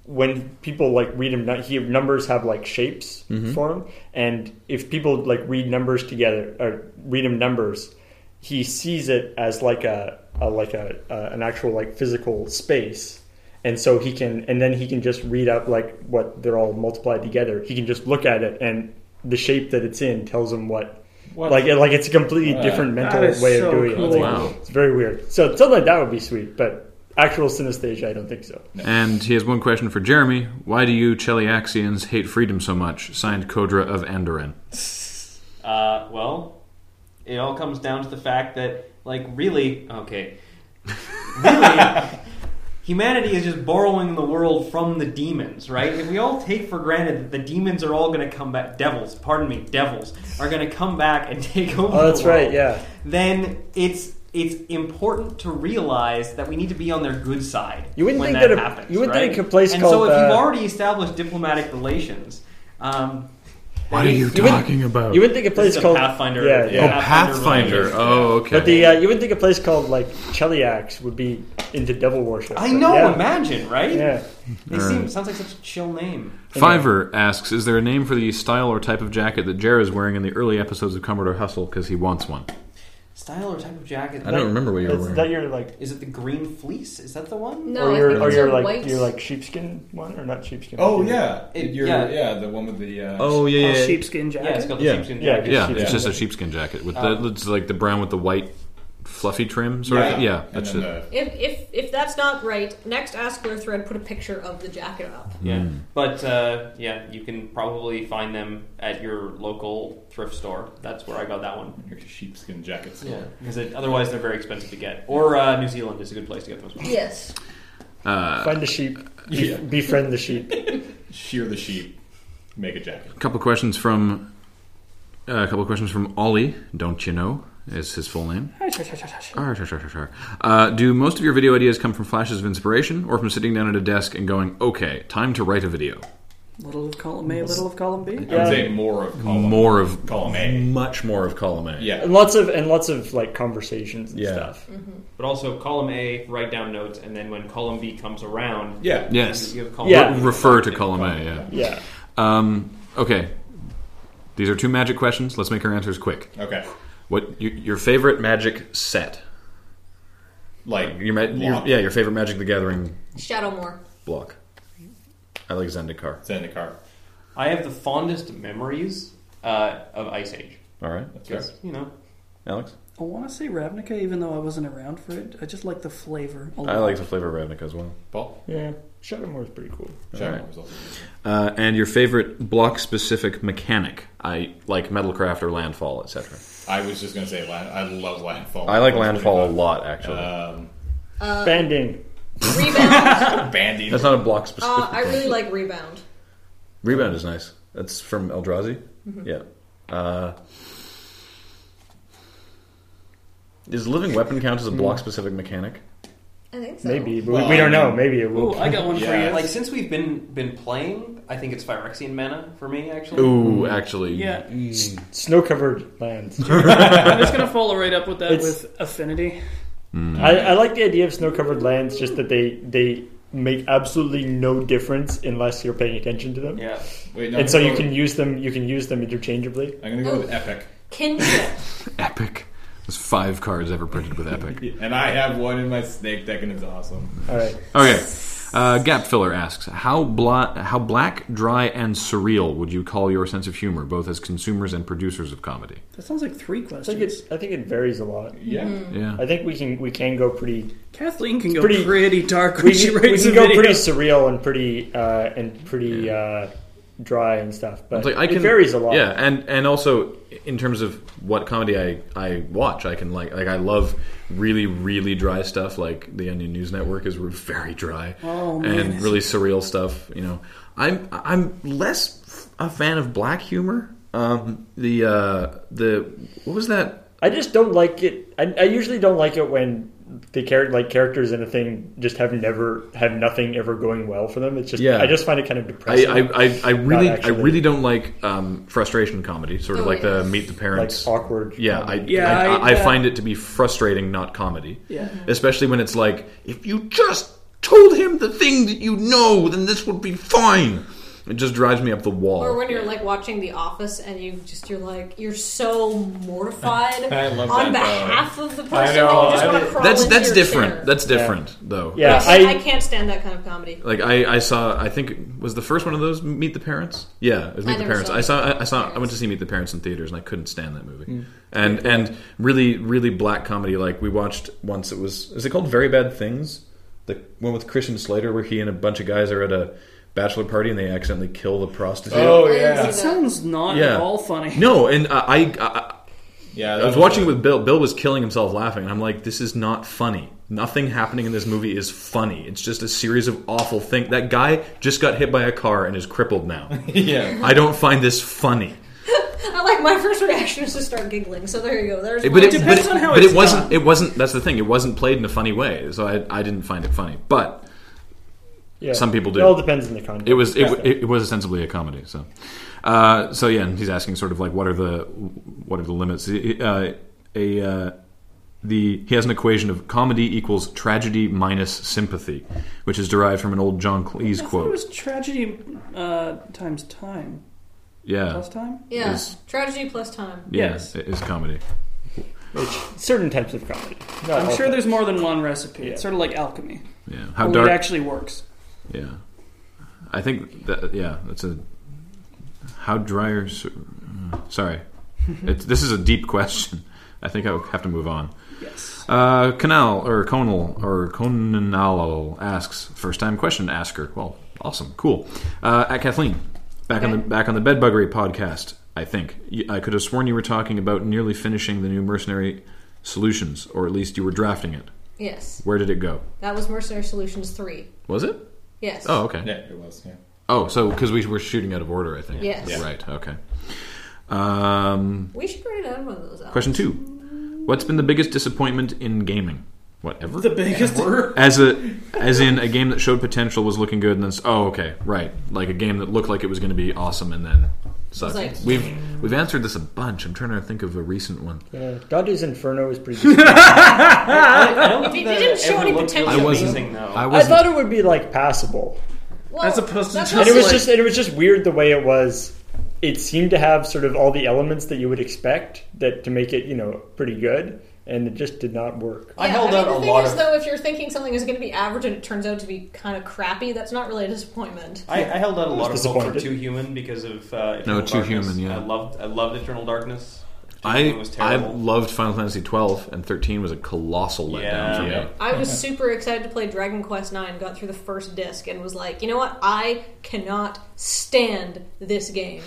[SPEAKER 5] when people like read him, nu- he numbers have like shapes for him, and if people like read numbers together or read him numbers, he sees it as like a, a like a uh, an actual like physical space. And so he can, and then he can just read out like what they're all multiplied together. He can just look at it, and the shape that it's in tells him what
[SPEAKER 3] What?
[SPEAKER 5] like like it's a completely
[SPEAKER 3] Uh,
[SPEAKER 5] different mental
[SPEAKER 4] that is
[SPEAKER 5] way
[SPEAKER 4] so
[SPEAKER 5] of doing
[SPEAKER 4] cool.
[SPEAKER 5] it. It's, like-
[SPEAKER 2] Wow.
[SPEAKER 5] it's very weird. So something like that would be sweet, but actual synesthesia, I don't think so.
[SPEAKER 2] And he has one question for Jeremy. Why do you Cheliaxians hate freedom so much? Signed Kodra of Andoran.
[SPEAKER 6] Uh, well, it all
[SPEAKER 5] (laughs)
[SPEAKER 6] comes down to the fact that, like, really, okay, really, humanity is just borrowing the world from the demons, right? If we all take for granted that the demons are all going to come back, devils, pardon me, devils are going to come back and (laughs) take over.
[SPEAKER 5] Oh, that's
[SPEAKER 6] the world,
[SPEAKER 5] right. Yeah.
[SPEAKER 6] Then it's it's important to realize that we need to be on their good side.
[SPEAKER 5] You wouldn't
[SPEAKER 6] when
[SPEAKER 5] think that
[SPEAKER 6] that
[SPEAKER 5] a-
[SPEAKER 6] happens,
[SPEAKER 5] you wouldn't
[SPEAKER 6] right?
[SPEAKER 5] think a place
[SPEAKER 6] and so
[SPEAKER 5] called,
[SPEAKER 6] if
[SPEAKER 5] uh,
[SPEAKER 6] you've already established diplomatic relations. Um,
[SPEAKER 2] What are you
[SPEAKER 5] You wouldn't-
[SPEAKER 2] talking about?
[SPEAKER 5] You wouldn't think a
[SPEAKER 6] this
[SPEAKER 5] place
[SPEAKER 6] is a
[SPEAKER 5] called
[SPEAKER 6] Pathfinder.
[SPEAKER 5] Yeah,
[SPEAKER 6] a
[SPEAKER 5] yeah.
[SPEAKER 2] oh, Pathfinder.
[SPEAKER 6] relationship.
[SPEAKER 2] Oh, okay.
[SPEAKER 5] But the uh, you wouldn't think a place called like Cheliax would be into devil worship.
[SPEAKER 6] I
[SPEAKER 5] but
[SPEAKER 6] know.
[SPEAKER 5] Yeah.
[SPEAKER 6] Imagine, right?
[SPEAKER 5] Yeah.
[SPEAKER 6] They
[SPEAKER 2] Alright.
[SPEAKER 6] seem sounds like such a chill name.
[SPEAKER 2] Fiverr asks, "Is there a name for the style or type of jacket that Jer is wearing in the early episodes of Commodore Hustle? Because he wants one.
[SPEAKER 6] Style or type of jacket?
[SPEAKER 2] I don't remember what you were
[SPEAKER 5] That's,
[SPEAKER 2] wearing.
[SPEAKER 5] that your like
[SPEAKER 6] Is it the green fleece? Is that the one?
[SPEAKER 7] No,
[SPEAKER 5] or
[SPEAKER 7] I
[SPEAKER 5] your
[SPEAKER 7] think
[SPEAKER 5] or
[SPEAKER 7] it's
[SPEAKER 5] your
[SPEAKER 7] a
[SPEAKER 5] like
[SPEAKER 7] white-
[SPEAKER 5] your like sheepskin one or not sheepskin?
[SPEAKER 3] Oh
[SPEAKER 5] but your-
[SPEAKER 3] yeah,
[SPEAKER 6] It-
[SPEAKER 3] You're-
[SPEAKER 6] yeah.
[SPEAKER 3] yeah, the one with the uh,
[SPEAKER 2] oh yeah,
[SPEAKER 4] A
[SPEAKER 2] yeah, yeah.
[SPEAKER 4] sheepskin
[SPEAKER 6] Yeah, it's
[SPEAKER 4] jacket.
[SPEAKER 6] got the
[SPEAKER 2] Yeah.
[SPEAKER 6] sheepskin
[SPEAKER 5] Yeah,
[SPEAKER 6] jacket.
[SPEAKER 5] good.
[SPEAKER 2] Yeah, It's
[SPEAKER 3] Yeah.
[SPEAKER 2] just a sheepskin jacket with
[SPEAKER 6] Um,
[SPEAKER 2] the it's like the brown with the white fluffy trim sort of. Thing. Yeah,
[SPEAKER 3] and
[SPEAKER 2] that's
[SPEAKER 3] then
[SPEAKER 2] it.
[SPEAKER 1] If, if if that's not right, next Ask Where Thread put a picture of the jacket up.
[SPEAKER 6] Yeah,
[SPEAKER 2] Mm.
[SPEAKER 6] but uh, yeah, you can probably find them at your local thrift store. That's where I got that one.
[SPEAKER 3] the- your sheepskin jackets.
[SPEAKER 6] Yeah, because it, otherwise they're very expensive to get. Or uh, New Zealand is a good place to get those. Ones.
[SPEAKER 1] Yes.
[SPEAKER 2] Uh,
[SPEAKER 5] Find the sheep. Be-
[SPEAKER 3] Yeah.
[SPEAKER 5] Befriend the sheep.
[SPEAKER 3] shear the sheep, make a jacket.
[SPEAKER 2] a couple questions from uh, a couple questions from Ollie. Don't you know? Is his full name? Arr, tar, tar, tar, tar. Uh, do most of your video ideas come from flashes of inspiration, or from sitting down at a desk and going, "Okay, time to write a video"?
[SPEAKER 4] Little of column A, little of column
[SPEAKER 3] I
[SPEAKER 4] B.
[SPEAKER 3] would
[SPEAKER 5] Yeah.
[SPEAKER 3] say more of column
[SPEAKER 2] More of
[SPEAKER 3] column A.
[SPEAKER 2] much more of column A.
[SPEAKER 3] Yeah,
[SPEAKER 5] And lots of and lots of like conversations and
[SPEAKER 2] Yeah.
[SPEAKER 5] stuff.
[SPEAKER 7] Mm-hmm.
[SPEAKER 6] But also column A, write down notes, and then when column B comes around,
[SPEAKER 3] yeah.
[SPEAKER 2] Yes.
[SPEAKER 6] you have column
[SPEAKER 5] Yeah.
[SPEAKER 6] B.
[SPEAKER 2] Refer to column A. Yeah.
[SPEAKER 5] Yeah.
[SPEAKER 2] Um, okay. These are two magic questions. Let's make our answers quick.
[SPEAKER 3] Okay,
[SPEAKER 2] What your, your favorite magic set?
[SPEAKER 3] like
[SPEAKER 2] Your, ma- your
[SPEAKER 3] Block.
[SPEAKER 2] yeah, your favorite Magic the Gathering
[SPEAKER 1] Shadowmoor.
[SPEAKER 2] block. I like Zendikar.
[SPEAKER 3] send the car.
[SPEAKER 6] I have the fondest memories uh, of Ice Age.
[SPEAKER 2] All right,
[SPEAKER 3] That's
[SPEAKER 6] Because,
[SPEAKER 3] right.
[SPEAKER 6] you know,
[SPEAKER 2] Alex.
[SPEAKER 4] I want to say Ravnica, even though I wasn't around for it. I just like the flavor. a
[SPEAKER 2] I
[SPEAKER 4] lot.
[SPEAKER 2] like the flavor of Ravnica as well.
[SPEAKER 3] Paul.
[SPEAKER 5] Yeah. Shadowmoor is pretty cool.
[SPEAKER 3] Shadowmoor was also good.
[SPEAKER 2] Uh, and your favorite block-specific mechanic? I like Metalcraft or Landfall, etc.
[SPEAKER 3] I was just gonna say land. I love landfall.
[SPEAKER 2] I like Landfall a lot, actually.
[SPEAKER 3] Um,
[SPEAKER 7] Uh,
[SPEAKER 5] Banding.
[SPEAKER 1] Rebound.
[SPEAKER 3] banding.
[SPEAKER 2] That's not a block-specific.
[SPEAKER 1] uh, I
[SPEAKER 2] thing.
[SPEAKER 1] really like Rebound.
[SPEAKER 2] Rebound is nice. That's from Eldrazi.
[SPEAKER 1] Mm-hmm.
[SPEAKER 2] Yeah. Uh, is living weapon count as a block specific mechanic?
[SPEAKER 1] I think so.
[SPEAKER 5] Maybe. But
[SPEAKER 3] Well,
[SPEAKER 5] we, we don't
[SPEAKER 3] I
[SPEAKER 5] know.
[SPEAKER 3] mean-
[SPEAKER 5] Maybe it
[SPEAKER 4] Ooh,
[SPEAKER 5] will. (laughs)
[SPEAKER 4] I got one
[SPEAKER 3] Yeah.
[SPEAKER 4] for you.
[SPEAKER 6] like since we've been been playing, I think it's Phyrexian mana for me actually.
[SPEAKER 2] Ooh, actually,
[SPEAKER 4] Yeah.
[SPEAKER 5] Snow covered lands.
[SPEAKER 4] I'm just gonna follow right up with that
[SPEAKER 5] It's-
[SPEAKER 4] with affinity.
[SPEAKER 5] I, I like the idea of snow covered lands, just that they they make absolutely no difference unless you're paying attention to them.
[SPEAKER 6] Yeah.
[SPEAKER 3] Wait, no,
[SPEAKER 5] And so
[SPEAKER 3] I'm
[SPEAKER 5] you
[SPEAKER 3] gonna
[SPEAKER 5] can use them you can use them interchangeably.
[SPEAKER 3] go- I'm gonna go with epic,
[SPEAKER 1] Kinship.
[SPEAKER 2] epic. There's five cards ever printed with epic.
[SPEAKER 3] and I have one in my snake deck, and it's awesome.
[SPEAKER 5] Alright.
[SPEAKER 2] Okay. Uh, Gap filler asks how bla- how black, dry, and surreal would you call your sense of humor, both as consumers and producers of comedy?
[SPEAKER 4] That sounds like three
[SPEAKER 5] I think
[SPEAKER 4] questions.
[SPEAKER 5] it's I think it varies a lot.
[SPEAKER 3] Yeah,
[SPEAKER 2] Yeah. Mm-hmm.
[SPEAKER 5] I think we can we can
[SPEAKER 2] (laughs)
[SPEAKER 5] go pretty
[SPEAKER 4] Kathleen can go
[SPEAKER 5] pretty-
[SPEAKER 4] pretty, dark when
[SPEAKER 5] we,
[SPEAKER 4] she
[SPEAKER 5] can- we
[SPEAKER 4] writes
[SPEAKER 5] can
[SPEAKER 4] a
[SPEAKER 5] go
[SPEAKER 4] video. (laughs)
[SPEAKER 5] pretty surreal and pretty uh, and pretty uh, dry and stuff. But
[SPEAKER 2] Like, I can,
[SPEAKER 5] it varies a lot.
[SPEAKER 2] Yeah, and and also in terms of what comedy I I watch, I can like like I love really really dry stuff. Like the Onion News Network is very dry,
[SPEAKER 4] Oh, man.
[SPEAKER 2] and really surreal stuff. You know, I'm I'm less a fan of black humor. Um, the uh, the what was that?
[SPEAKER 5] I just don't like it. I, I usually don't like it when the character like characters in a thing just have never have nothing ever going well for them. It's just
[SPEAKER 2] Yeah.
[SPEAKER 5] I just find it kind of
[SPEAKER 2] I,
[SPEAKER 5] depressing.
[SPEAKER 2] I, I, I really I
[SPEAKER 5] actually.
[SPEAKER 2] really don't like um, frustration comedy, sort of
[SPEAKER 1] Oh,
[SPEAKER 2] like the
[SPEAKER 1] yes.
[SPEAKER 2] meet the
[SPEAKER 5] like
[SPEAKER 2] parents.
[SPEAKER 5] awkward.
[SPEAKER 2] yeah, I,
[SPEAKER 4] Yeah,
[SPEAKER 2] I, I,
[SPEAKER 4] I- yeah.
[SPEAKER 2] find it to be frustrating, not comedy.
[SPEAKER 4] Yeah.
[SPEAKER 2] especially when it's like if you just told him the thing that you know then this would be fine it just drives me up the wall
[SPEAKER 1] Or when you're like watching The Office and you just you're like you're so mortified
[SPEAKER 3] I love
[SPEAKER 1] on
[SPEAKER 3] that, though.
[SPEAKER 1] behalf of the person that you
[SPEAKER 3] know,
[SPEAKER 1] just
[SPEAKER 3] I
[SPEAKER 1] want to
[SPEAKER 3] did-
[SPEAKER 1] crawl
[SPEAKER 2] that's
[SPEAKER 1] into
[SPEAKER 2] that's
[SPEAKER 1] your
[SPEAKER 2] different
[SPEAKER 1] chair.
[SPEAKER 2] that's different though
[SPEAKER 5] Yeah,
[SPEAKER 1] I,
[SPEAKER 5] I,
[SPEAKER 1] I can't stand that kind of
[SPEAKER 2] (laughs)
[SPEAKER 1] comedy.
[SPEAKER 2] like I, I saw I think it was the first one of those Meet the Parents. Yeah, it was Meet
[SPEAKER 1] I
[SPEAKER 2] the
[SPEAKER 1] never
[SPEAKER 2] Parents.
[SPEAKER 1] saw
[SPEAKER 2] I saw I, I
[SPEAKER 1] Meet
[SPEAKER 2] saw
[SPEAKER 1] the
[SPEAKER 2] I went to see Meet the Parents in theaters and I couldn't stand that movie. And and really really black comedy like we watched once it was is it called Very Bad Things? The one with Christian Slater where he and a bunch of guys are at a bachelor party and they accidentally kill the prostitute.
[SPEAKER 3] Oh
[SPEAKER 1] I didn't
[SPEAKER 3] yeah,
[SPEAKER 1] see
[SPEAKER 4] Sounds not
[SPEAKER 2] Yeah.
[SPEAKER 4] at all funny.
[SPEAKER 2] No, and uh, I, I
[SPEAKER 3] yeah.
[SPEAKER 2] I was watching with Bill. Bill was killing himself laughing, and I'm like, this is not funny. Nothing happening in this movie is funny. It's just a series of awful things. That guy just got hit by a car and is crippled
[SPEAKER 4] (laughs)
[SPEAKER 2] now.
[SPEAKER 3] (laughs) yeah.
[SPEAKER 2] I don't find this funny.
[SPEAKER 1] I like my first reaction is to start giggling. So there you go. There's
[SPEAKER 2] It-
[SPEAKER 1] my-
[SPEAKER 2] but it,
[SPEAKER 4] depends
[SPEAKER 2] but,
[SPEAKER 4] on how
[SPEAKER 2] but
[SPEAKER 4] it's
[SPEAKER 2] it wasn't.
[SPEAKER 4] done.
[SPEAKER 2] It wasn't. That's the thing. It wasn't played in a funny way, so I, I didn't find it funny. But
[SPEAKER 5] Yeah.
[SPEAKER 2] Some people do.
[SPEAKER 5] It all depends on the context.
[SPEAKER 2] it was. It,
[SPEAKER 5] Yeah.
[SPEAKER 2] it, was ostensibly a comedy. So, uh, so yeah, and he's asking sort of like what are the what are the limits? He- Uh, a uh, the he has an equation of comedy equals tragedy minus sympathy, which is derived from an old John Cleese
[SPEAKER 4] I thought
[SPEAKER 2] quote.
[SPEAKER 4] it was tragedy uh, times time
[SPEAKER 2] yeah,
[SPEAKER 4] plus time.
[SPEAKER 1] (laughs) yeah,
[SPEAKER 2] is-
[SPEAKER 1] tragedy plus time.
[SPEAKER 2] yes, it is comedy.
[SPEAKER 5] It's certain types of comedy. Not
[SPEAKER 4] I'm
[SPEAKER 5] all
[SPEAKER 4] sure
[SPEAKER 5] types.
[SPEAKER 4] there's more than one recipe.
[SPEAKER 5] Yeah.
[SPEAKER 4] It's sort of like alchemy.
[SPEAKER 2] Yeah, how
[SPEAKER 4] but
[SPEAKER 2] dark?
[SPEAKER 4] It actually works.
[SPEAKER 2] Yeah, I think that. Yeah, that's a how drier. s- uh,
[SPEAKER 4] (laughs)
[SPEAKER 2] Sorry, it's, this is a deep question. I think I would have to move on.
[SPEAKER 4] Yes.
[SPEAKER 2] Uh, Canal or Conal or Conanalo asks first time question asker. Well, awesome, cool. Uh, at Kathleen, back on the
[SPEAKER 1] Okay.
[SPEAKER 2] back on the Bedbuggery podcast. I think Y- I could have sworn you were talking about nearly finishing the new mercenary solutions, or at least you were drafting it.
[SPEAKER 1] Yes,
[SPEAKER 2] Where did it go?
[SPEAKER 1] that was Mercenary Solutions three.
[SPEAKER 2] Was it?
[SPEAKER 1] Yes.
[SPEAKER 2] Oh, okay.
[SPEAKER 3] Yeah, it was. Yeah.
[SPEAKER 2] Oh, so because we were shooting out of order, I think.
[SPEAKER 1] Yes. Yeah.
[SPEAKER 2] Right. Okay. Um,
[SPEAKER 1] We should write down one of those. Out.
[SPEAKER 2] question two: What's been the biggest disappointment in gaming? Whatever.
[SPEAKER 4] The biggest.
[SPEAKER 2] as a, as in a game that showed potential was looking good, and then s- oh, okay, right, like a game that looked like it was going to be awesome, and then sucked.
[SPEAKER 1] like-
[SPEAKER 2] we've we've answered this a bunch. I'm trying to think of a recent one.
[SPEAKER 5] Yeah, Dante's Inferno
[SPEAKER 4] (laughs)
[SPEAKER 5] is pretty. Good.
[SPEAKER 4] Ah!
[SPEAKER 6] I, I don't
[SPEAKER 1] It
[SPEAKER 6] think that
[SPEAKER 1] didn't show
[SPEAKER 6] ever
[SPEAKER 1] any
[SPEAKER 6] looked
[SPEAKER 1] potential.
[SPEAKER 2] I wasn't-
[SPEAKER 6] amazing, though.
[SPEAKER 2] I
[SPEAKER 5] I
[SPEAKER 2] wasn't.
[SPEAKER 5] thought it would be like passable,
[SPEAKER 1] Well,
[SPEAKER 4] As opposed to
[SPEAKER 1] that's
[SPEAKER 4] just-
[SPEAKER 5] and it was
[SPEAKER 1] also-
[SPEAKER 5] just and it was just weird the way it was. It seemed to have sort of all the elements that you would expect that to make it you know pretty good, and it just did not work.
[SPEAKER 6] I
[SPEAKER 1] Yeah,
[SPEAKER 6] held
[SPEAKER 1] mean,
[SPEAKER 6] out
[SPEAKER 1] the
[SPEAKER 6] a
[SPEAKER 1] thing
[SPEAKER 6] lot
[SPEAKER 1] is,
[SPEAKER 6] of.
[SPEAKER 1] though, if you're thinking something is going to be average and it turns out to be kind of crappy, that's not really a disappointment.
[SPEAKER 6] I, I held out a lot of hope for
[SPEAKER 5] disappointed.
[SPEAKER 6] Too Human because of uh, Eternal
[SPEAKER 2] Too
[SPEAKER 6] Darkness.
[SPEAKER 2] Human, yeah.
[SPEAKER 6] I loved I loved Eternal Darkness. Too
[SPEAKER 2] I,
[SPEAKER 6] Human was
[SPEAKER 2] I
[SPEAKER 6] terrible.
[SPEAKER 2] loved Final Fantasy 12 and 13 was a colossal letdown
[SPEAKER 6] Yeah.
[SPEAKER 2] for me.
[SPEAKER 3] Yeah.
[SPEAKER 1] I was super excited to play Dragon Quest IX, got through the first disc, and was like, you know what? I cannot stand this game.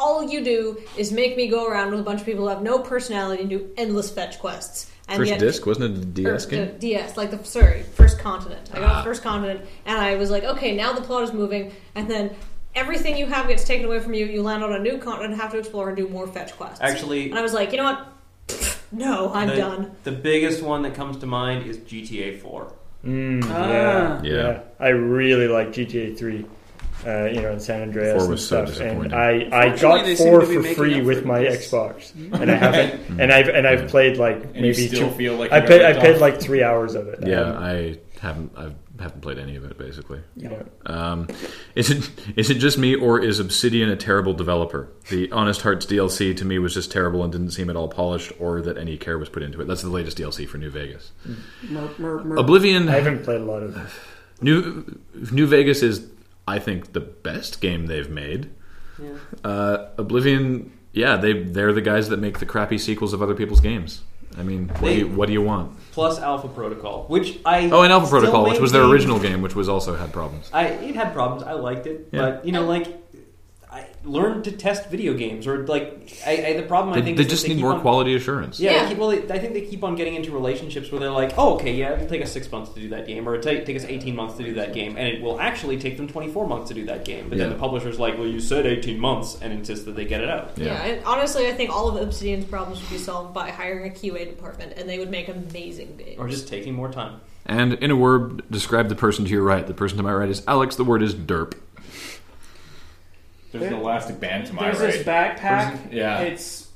[SPEAKER 1] All you do is make me go around with a bunch of people who have no personality and do endless fetch quests. And
[SPEAKER 2] First
[SPEAKER 1] yet,
[SPEAKER 2] disc wasn't it a
[SPEAKER 1] or
[SPEAKER 2] DS
[SPEAKER 1] the
[SPEAKER 2] game?
[SPEAKER 1] DS, like the sorry, First Continent. I got
[SPEAKER 2] Ah.
[SPEAKER 1] First Continent, and I was like, okay, now the plot is moving, and then everything you have gets taken away from you. You land on a new continent, have to explore, and do more fetch quests.
[SPEAKER 6] Actually,
[SPEAKER 1] and I was like, you know what? Pfft, No, I'm
[SPEAKER 6] the,
[SPEAKER 1] done.
[SPEAKER 6] The biggest one that comes to mind is GTA 4.
[SPEAKER 5] Mm,
[SPEAKER 4] Ah.
[SPEAKER 5] yeah,
[SPEAKER 2] Yeah.
[SPEAKER 5] I really like GTA Three. Uh, you know, in San Andreas
[SPEAKER 2] Four
[SPEAKER 5] and
[SPEAKER 2] was so
[SPEAKER 5] stuff, and
[SPEAKER 2] disappointing.
[SPEAKER 5] I, I
[SPEAKER 4] Fortunately,
[SPEAKER 5] got
[SPEAKER 4] they seem
[SPEAKER 5] four
[SPEAKER 4] to be
[SPEAKER 5] for
[SPEAKER 4] making
[SPEAKER 5] free
[SPEAKER 4] up
[SPEAKER 5] with
[SPEAKER 4] for
[SPEAKER 5] my
[SPEAKER 4] this. (laughs)
[SPEAKER 5] Xbox, and I haven't, and I've and I've played like
[SPEAKER 3] And you
[SPEAKER 5] maybe
[SPEAKER 3] still
[SPEAKER 5] two.
[SPEAKER 3] feel like
[SPEAKER 5] I
[SPEAKER 3] you
[SPEAKER 5] paid
[SPEAKER 3] got
[SPEAKER 5] I
[SPEAKER 3] ripped
[SPEAKER 5] paid
[SPEAKER 3] off?
[SPEAKER 5] like three hours of
[SPEAKER 1] uh,
[SPEAKER 5] it.
[SPEAKER 2] Yeah,
[SPEAKER 5] Um,
[SPEAKER 2] I haven't I haven't played any of it basically.
[SPEAKER 5] you know,
[SPEAKER 2] Um, is it is it just me or is Obsidian a terrible developer? The Honest Hearts DLC to me was just terrible and didn't seem at all polished or that any care was put into it. That's the latest DLC for New Vegas.
[SPEAKER 4] Mer, mer, mer.
[SPEAKER 2] Oblivion
[SPEAKER 5] I haven't played a lot of. it.
[SPEAKER 2] New New Vegas is I think the best game they've made.
[SPEAKER 6] Yeah.
[SPEAKER 2] Uh, Oblivion, yeah, they they're the guys that make the crappy sequels of other people's games. I mean, what, do,
[SPEAKER 6] They-
[SPEAKER 2] you, what do you want?
[SPEAKER 6] Plus Alpha Protocol, which I
[SPEAKER 2] Oh, and Alpha
[SPEAKER 6] still
[SPEAKER 2] Protocol, which was their
[SPEAKER 6] maintain-
[SPEAKER 2] original game, which was also had problems.
[SPEAKER 6] I it had problems. I liked it,
[SPEAKER 2] Yeah.
[SPEAKER 6] but you know, like I learned to test video games, or like I, I the problem
[SPEAKER 2] They,
[SPEAKER 6] I think
[SPEAKER 2] they
[SPEAKER 6] is that
[SPEAKER 2] just
[SPEAKER 6] they
[SPEAKER 2] need
[SPEAKER 6] keep
[SPEAKER 2] more
[SPEAKER 6] on-
[SPEAKER 2] quality assurance.
[SPEAKER 6] Yeah,
[SPEAKER 1] Yeah.
[SPEAKER 6] They keep, well, they, I think they keep on getting into relationships where they're like, "Oh, okay, yeah, it'll take us six months to do that game, or it'll take, take us eighteen months to do that game, and it will actually take them twenty-four months to do that game." But then
[SPEAKER 2] Yeah.
[SPEAKER 6] the publisher's like, "Well, you said eighteen months," and insists that they get it out.
[SPEAKER 1] Yeah. and honestly, I think all of Obsidian's problems would be solved by hiring a QA department, and they would make amazing games.
[SPEAKER 6] Or just taking more time.
[SPEAKER 2] And in a word, describe the person to your right. The person to my right is Alex. The word is derp.
[SPEAKER 3] There's an elastic band to my
[SPEAKER 4] There's
[SPEAKER 3] right.
[SPEAKER 4] this backpack.
[SPEAKER 3] There's- yeah.
[SPEAKER 4] It's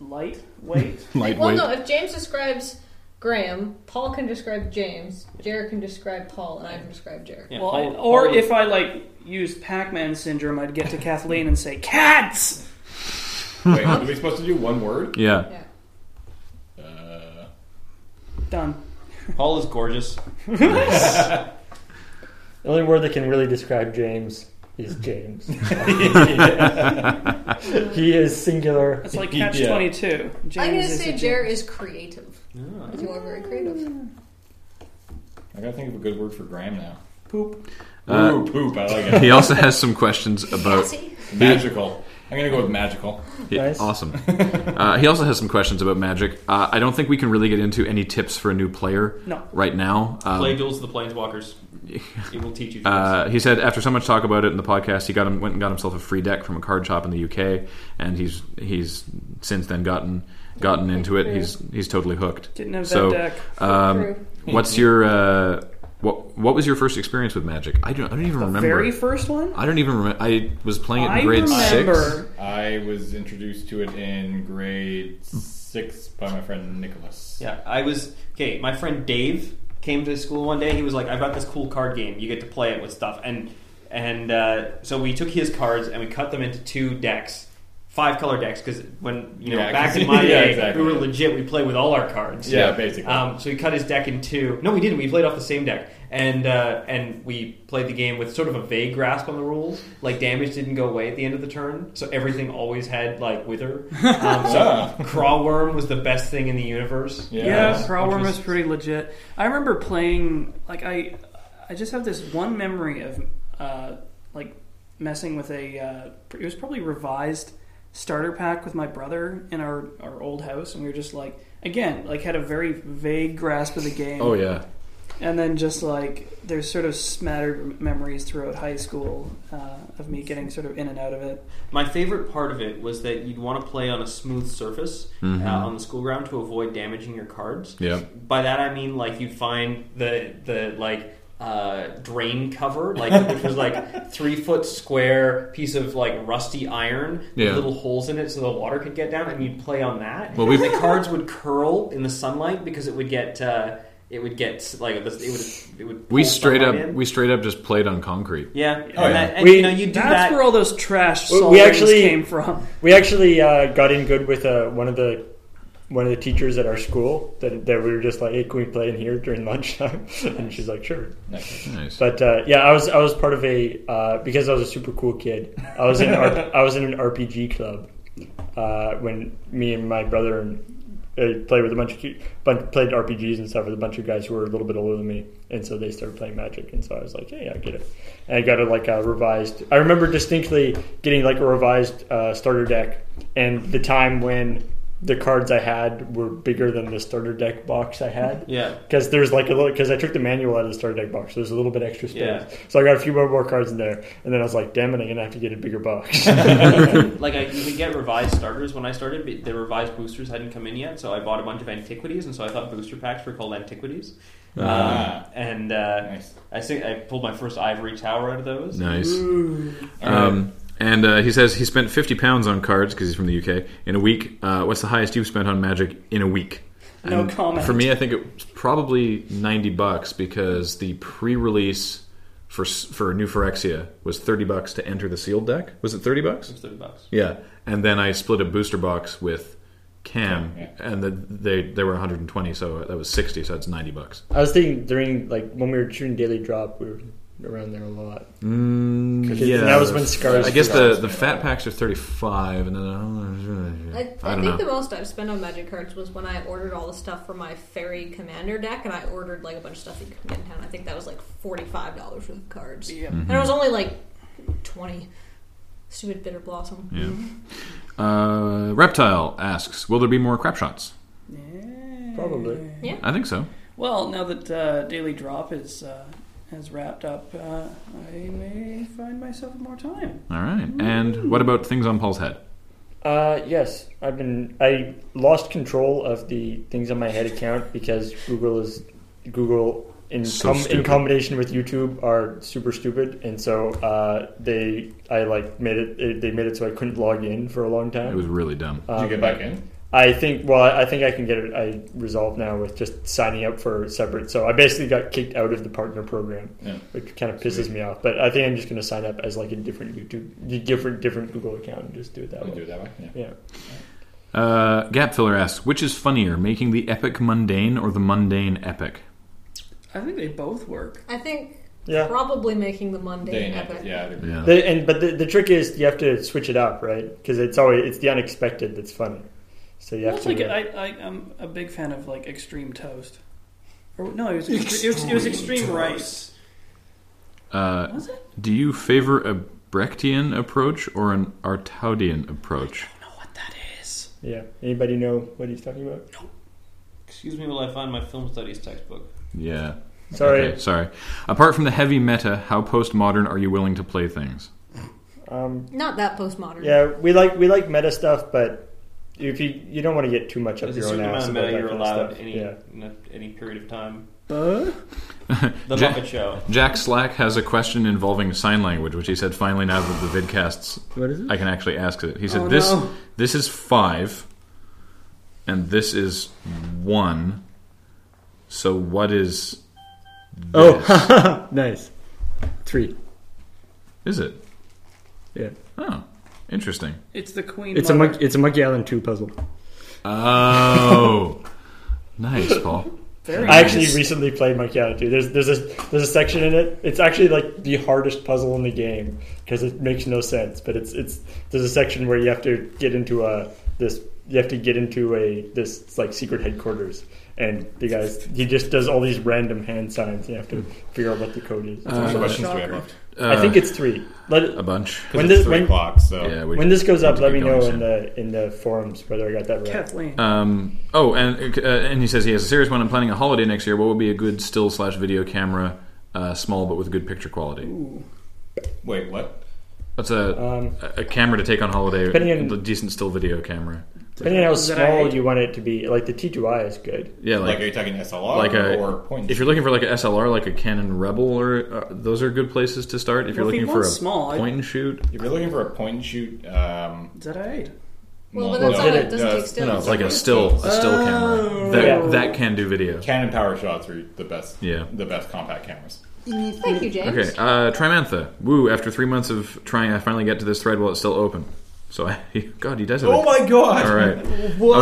[SPEAKER 4] lightweight.
[SPEAKER 1] well, no, if James describes Graham, Paul can describe James, Jared can describe Paul, and I can describe Jared.
[SPEAKER 6] Yeah,
[SPEAKER 4] well,
[SPEAKER 6] all-
[SPEAKER 4] or
[SPEAKER 6] all-
[SPEAKER 4] if I like used Pac-Man syndrome, I'd get to Kathleen and say cats.
[SPEAKER 3] Wait,
[SPEAKER 4] (laughs)
[SPEAKER 3] are we supposed to do one word?
[SPEAKER 2] Yeah.
[SPEAKER 1] Yeah.
[SPEAKER 3] Uh,
[SPEAKER 4] Done.
[SPEAKER 6] Paul is gorgeous.
[SPEAKER 5] The only word that can really describe James is (laughs) James. he is singular.
[SPEAKER 4] It's like
[SPEAKER 3] (laughs)
[SPEAKER 4] catch
[SPEAKER 3] Yeah.
[SPEAKER 4] twenty-two.
[SPEAKER 1] I'm
[SPEAKER 4] James
[SPEAKER 1] going to
[SPEAKER 4] is a
[SPEAKER 1] say
[SPEAKER 4] James. Ah.
[SPEAKER 1] Jared is creative.
[SPEAKER 6] Yeah.
[SPEAKER 1] You are very creative.
[SPEAKER 3] I gotta think of a good word for Graham now.
[SPEAKER 4] poop.
[SPEAKER 2] Uh,
[SPEAKER 3] Ooh, poop. I like
[SPEAKER 2] (laughs)
[SPEAKER 3] it.
[SPEAKER 2] He also has some questions about
[SPEAKER 1] Sassy?
[SPEAKER 3] Magical. I'm gonna go with magical.
[SPEAKER 2] Yeah,
[SPEAKER 5] Nice.
[SPEAKER 2] Awesome. uh, he also has some questions about Magic. Uh, I don't think we can really get into any tips for a new player
[SPEAKER 4] No.
[SPEAKER 2] right now. Um,
[SPEAKER 6] Play duels of the
[SPEAKER 2] (laughs)
[SPEAKER 6] planeswalkers. it will teach you things.
[SPEAKER 2] uh, he said after so much talk about it in the podcast, he got him, went and got himself a free deck from a card shop in the UK, and he's he's since then gotten gotten into it. He's he's totally hooked.
[SPEAKER 4] Didn't have
[SPEAKER 2] So,
[SPEAKER 4] that deck.
[SPEAKER 1] True.
[SPEAKER 2] Um, what's your uh, what what was your first experience with Magic? I don't I don't even
[SPEAKER 4] The
[SPEAKER 2] remember.
[SPEAKER 4] very first one.
[SPEAKER 2] I don't even remember. I was playing it in
[SPEAKER 4] I
[SPEAKER 2] grade
[SPEAKER 4] remember.
[SPEAKER 2] six.
[SPEAKER 3] I was introduced to it in grade
[SPEAKER 2] Hmm.
[SPEAKER 3] six by my friend Nicholas.
[SPEAKER 6] Yeah, I was okay. My friend Dave came to school one day. He was like, "I've got this cool card game. You get to play it with stuff." And and uh, so we took his cards and we cut them into two decks, five color decks. Because when you know
[SPEAKER 3] Yeah,
[SPEAKER 6] back
[SPEAKER 3] 'cause- (laughs)
[SPEAKER 6] in my
[SPEAKER 3] yeah,
[SPEAKER 6] day,
[SPEAKER 3] exactly.
[SPEAKER 6] we were legit. We played with all our cards.
[SPEAKER 3] Yeah, basically.
[SPEAKER 6] Um, so he cut his deck in two. No, we didn't. We played off the same deck, and uh, and we played the game with sort of a vague grasp on the rules. Like damage didn't go away at the end of the turn, so everything always had like
[SPEAKER 3] (laughs)
[SPEAKER 6] wither. Um,
[SPEAKER 3] Ah.
[SPEAKER 6] so crawworm was the best thing in the universe.
[SPEAKER 3] Yeah.
[SPEAKER 4] Yeah,
[SPEAKER 3] Yes.
[SPEAKER 4] Crawworm
[SPEAKER 6] Which
[SPEAKER 4] was pretty legit. I remember playing like I, I just have this one memory of uh, like messing with a. Uh, it was probably revised starter pack with my brother in our our old house, and we were just like again like had a very vague grasp of the game.
[SPEAKER 2] Oh yeah,
[SPEAKER 4] And then just like there's sort of smattered memories throughout high school uh, of me getting sort of in and out of it.
[SPEAKER 6] My favorite part of it was that you'd want to play on a smooth surface
[SPEAKER 2] Mm-hmm.
[SPEAKER 6] uh, on the school ground to avoid damaging your cards.
[SPEAKER 2] yeah.
[SPEAKER 6] By that I mean like you'd find the the like uh, drain cover, like which
[SPEAKER 2] (laughs)
[SPEAKER 6] was like three foot square piece of like rusty iron, with
[SPEAKER 2] Yeah.
[SPEAKER 6] little holes in it so the water could get down, and you'd play on that.
[SPEAKER 2] Well, we've-
[SPEAKER 6] the cards would curl in the sunlight because it would get. Uh, it would get like this. It would. It would
[SPEAKER 2] We
[SPEAKER 6] pull
[SPEAKER 2] straight up
[SPEAKER 6] sunlight in.
[SPEAKER 2] we straight up just played on concrete.
[SPEAKER 6] yeah. And,
[SPEAKER 3] yeah.
[SPEAKER 6] That, and
[SPEAKER 5] We-
[SPEAKER 6] you know you do
[SPEAKER 4] That's
[SPEAKER 6] that.
[SPEAKER 4] where all those trash
[SPEAKER 5] We- we
[SPEAKER 4] solvings
[SPEAKER 5] actually-
[SPEAKER 4] came from.
[SPEAKER 5] We actually uh, got in good with uh, one of the one of the teachers at our school that, that we were just like, hey, can we play in here during (laughs) lunchtime? and she's like, sure.
[SPEAKER 3] Nice.
[SPEAKER 2] Nice.
[SPEAKER 5] But uh, yeah, I was I was part of a uh, because I was a super cool kid. I was in R- I was in an RPG club uh, when me and my brother and uh, played with a bunch of cu- bunch, played RPGs and stuff with a bunch of guys who were a little bit older than me, and so they started playing Magic, and so I was like, hey, I get it. And I got a like a revised. I remember distinctly getting like a revised uh, starter deck, and the time when the cards I had were bigger than the starter deck box I had
[SPEAKER 6] Yeah.
[SPEAKER 5] because there's like a little because I took the manual out of the starter deck box. So there's a little bit extra space,
[SPEAKER 6] Yeah.
[SPEAKER 5] so I got a few more, more cards in there, and then I was like, "Damn it, I'm gonna have to get a bigger box." (laughs)
[SPEAKER 6] like I, you could get revised starters when I started. But the revised boosters hadn't come in yet, so I bought a bunch of antiquities, and so I thought booster packs were called antiquities.
[SPEAKER 3] Ah.
[SPEAKER 6] Um, and uh,
[SPEAKER 3] Nice.
[SPEAKER 6] I think I pulled my first ivory tower out of those.
[SPEAKER 2] nice.
[SPEAKER 4] Mm-hmm.
[SPEAKER 3] All right.
[SPEAKER 2] Um, and uh, he says he spent fifty pounds on cards because he's from the UK in a week. Uh, what's the highest you've spent on Magic in a week?
[SPEAKER 4] No comment.
[SPEAKER 2] For me, I think it was probably ninety bucks because the pre-release for s- for New Phyrexia was thirty bucks to enter the sealed deck. Was it thirty bucks?
[SPEAKER 6] It was thirty bucks.
[SPEAKER 2] Yeah, and then I split a booster box with Cam,
[SPEAKER 3] Yeah.
[SPEAKER 2] and the, they they were 120, so that was 60, so it's 90 bucks.
[SPEAKER 5] I was thinking during like when we were shooting Daily Drop, we were around there a lot.
[SPEAKER 2] Mm,
[SPEAKER 5] 'Cause that was when Scars
[SPEAKER 2] I guess
[SPEAKER 5] came
[SPEAKER 2] the
[SPEAKER 5] out.
[SPEAKER 2] the fat packs are 35, and then uh,
[SPEAKER 1] I,
[SPEAKER 2] I,
[SPEAKER 7] I
[SPEAKER 2] don't
[SPEAKER 7] think
[SPEAKER 2] know.
[SPEAKER 7] the most I've spent on magic cards was when I ordered all the stuff for my fairy commander deck, and I ordered like a bunch of stuff you could get in town. I think that was like forty five dollars worth of cards,
[SPEAKER 4] Yeah.
[SPEAKER 2] Mm-hmm.
[SPEAKER 7] and it was only like twenty. Stupid bitter blossom.
[SPEAKER 2] Yeah. Uh, Reptile asks, "Will there be more crap shots?"
[SPEAKER 5] Probably.
[SPEAKER 2] I think so.
[SPEAKER 4] Well, now that uh, Daily Drop is uh, has wrapped up, uh, I may find myself with more time.
[SPEAKER 2] All right. And what about things on Paul's head?
[SPEAKER 5] Uh, yes, I've been. I lost control of the things on my head account because Google is Google in
[SPEAKER 2] So
[SPEAKER 5] com- in
[SPEAKER 2] stupid.
[SPEAKER 5] combination with YouTube are super stupid, and so uh, they I like made it, it. They made it so I couldn't log in for a long time.
[SPEAKER 2] It was really dumb.
[SPEAKER 5] Uh,
[SPEAKER 3] Did you get back in?
[SPEAKER 5] I think. Well, I think I can get it. I resolved now with just signing up for separate. So I basically got kicked out of the partner program,
[SPEAKER 3] Yeah.
[SPEAKER 5] which kind of pisses me off. But I think I'm just going to sign up as like a different YouTube, different different Google account and just do it that
[SPEAKER 3] Did you do
[SPEAKER 5] way.
[SPEAKER 3] it that way? Yeah.
[SPEAKER 5] Yeah.
[SPEAKER 2] Uh, Gap filler asks, "Which is funnier, making the epic mundane or the mundane epic?"
[SPEAKER 4] I think they both work.
[SPEAKER 7] I think
[SPEAKER 5] Yeah.
[SPEAKER 7] probably making the
[SPEAKER 3] Day
[SPEAKER 7] mundane
[SPEAKER 3] and
[SPEAKER 7] epic.
[SPEAKER 3] night. Yeah. I'd agree.
[SPEAKER 2] Yeah.
[SPEAKER 5] The, and but the, the trick is you have to switch it up, right? Because it's always it's the unexpected that's funny. So you have
[SPEAKER 4] Well, it's
[SPEAKER 5] to.
[SPEAKER 4] like I, I, I'm a big fan of like extreme toast. Or no, it was extreme, it was, it was extreme rice.
[SPEAKER 2] Uh,
[SPEAKER 4] Was it?
[SPEAKER 2] Do you favor a Brechtian approach or an Artaudian approach?
[SPEAKER 4] know what that is.
[SPEAKER 5] Yeah. Anybody know what he's talking about?
[SPEAKER 6] Excuse me while I find my film studies textbook.
[SPEAKER 2] Yeah.
[SPEAKER 5] Sorry.
[SPEAKER 2] Okay, sorry. Apart from the heavy meta, how postmodern are you willing to play things?
[SPEAKER 5] Um,
[SPEAKER 7] Not that postmodern.
[SPEAKER 5] yeah, we like we like meta stuff, but if you you don't want to get too much up
[SPEAKER 6] There's a
[SPEAKER 5] your own
[SPEAKER 6] certain amount
[SPEAKER 5] ass
[SPEAKER 6] of
[SPEAKER 5] about
[SPEAKER 6] meta
[SPEAKER 5] that
[SPEAKER 6] you're
[SPEAKER 5] kind
[SPEAKER 6] allowed
[SPEAKER 5] of stuff.
[SPEAKER 6] any
[SPEAKER 5] Yeah.
[SPEAKER 6] n- any period of time.
[SPEAKER 4] But
[SPEAKER 6] (laughs) The
[SPEAKER 2] Ja-
[SPEAKER 6] Muppet Show.
[SPEAKER 2] Jack Slack has a question involving sign language, which he said finally now that the vidcasts,
[SPEAKER 5] What is it?
[SPEAKER 2] I can actually ask it. He said
[SPEAKER 4] Oh,
[SPEAKER 2] this
[SPEAKER 4] no.
[SPEAKER 2] this is five, and this is one. So what is? This?
[SPEAKER 5] Oh, nice. Three.
[SPEAKER 2] is it?
[SPEAKER 5] Yeah.
[SPEAKER 2] Oh, interesting.
[SPEAKER 4] it's the Queen.
[SPEAKER 5] It's a
[SPEAKER 4] Mother.
[SPEAKER 5] monkey. It's a Monkey Island two puzzle.
[SPEAKER 2] Oh, nice, Paul.
[SPEAKER 4] Very
[SPEAKER 5] I actually
[SPEAKER 4] nice.
[SPEAKER 5] recently played Monkey Island 2. There's there's a there's a section in it. It's actually like the hardest puzzle in the game because it makes no sense. But it's it's there's a section where you have to get into a this you have to get into a this like secret headquarters, and the guys he just does all these random hand signs. You have to figure out what the code is.
[SPEAKER 2] Uh,
[SPEAKER 3] How many questions do we have left?
[SPEAKER 5] I think it's three. Let it,
[SPEAKER 2] a bunch.
[SPEAKER 5] when
[SPEAKER 3] It's
[SPEAKER 5] this
[SPEAKER 3] three
[SPEAKER 5] when,
[SPEAKER 3] o'clock, so
[SPEAKER 2] Yeah, uh, we
[SPEAKER 5] Uh, when this goes
[SPEAKER 2] need
[SPEAKER 5] up,
[SPEAKER 2] to
[SPEAKER 5] let me
[SPEAKER 2] get going
[SPEAKER 5] know uh, in
[SPEAKER 2] soon.
[SPEAKER 5] the in the forums whether I got that right.
[SPEAKER 4] Kathleen.
[SPEAKER 2] Um, oh, and uh, and he says he has a serious one. I'm planning a holiday next year. What would be a good still slash video camera, uh, small but with good picture quality?
[SPEAKER 4] Ooh.
[SPEAKER 3] Wait, what?
[SPEAKER 2] That's a
[SPEAKER 5] Um,
[SPEAKER 2] a a camera to take on holiday.
[SPEAKER 5] Depending on-
[SPEAKER 2] a decent still video camera.
[SPEAKER 5] depending on how
[SPEAKER 4] Is that
[SPEAKER 5] small
[SPEAKER 4] right?
[SPEAKER 5] you want it to be, like the T2i is good.
[SPEAKER 2] Yeah,
[SPEAKER 3] Like,
[SPEAKER 2] like
[SPEAKER 3] are you talking SLR
[SPEAKER 2] like a-
[SPEAKER 3] or point?
[SPEAKER 2] if you're looking for like an SLR, like a Canon Rebel, or uh, those are good places to start. If you're
[SPEAKER 4] Well, if he
[SPEAKER 2] looking for a
[SPEAKER 4] wants small, I-
[SPEAKER 2] point and shoot,
[SPEAKER 3] if you're looking for a point and shoot, um,
[SPEAKER 4] Is that right?
[SPEAKER 7] Well,
[SPEAKER 3] no,
[SPEAKER 7] but that's
[SPEAKER 3] no,
[SPEAKER 7] all
[SPEAKER 5] did
[SPEAKER 7] it
[SPEAKER 5] it-
[SPEAKER 7] doesn't
[SPEAKER 3] no,
[SPEAKER 7] take still.
[SPEAKER 2] no, like a still a still
[SPEAKER 4] Oh.
[SPEAKER 2] camera that
[SPEAKER 5] Yeah.
[SPEAKER 2] that can do video.
[SPEAKER 3] Canon power shots are the best.
[SPEAKER 2] Yeah.
[SPEAKER 3] the best compact cameras.
[SPEAKER 7] Thank you, James.
[SPEAKER 2] Okay, uh, Trimantha. Woo! After three months of trying, I finally get to this thread while it's still open. So I, (laughs) God, he does have. a-
[SPEAKER 3] Oh god!
[SPEAKER 2] All
[SPEAKER 3] (laughs)
[SPEAKER 2] right.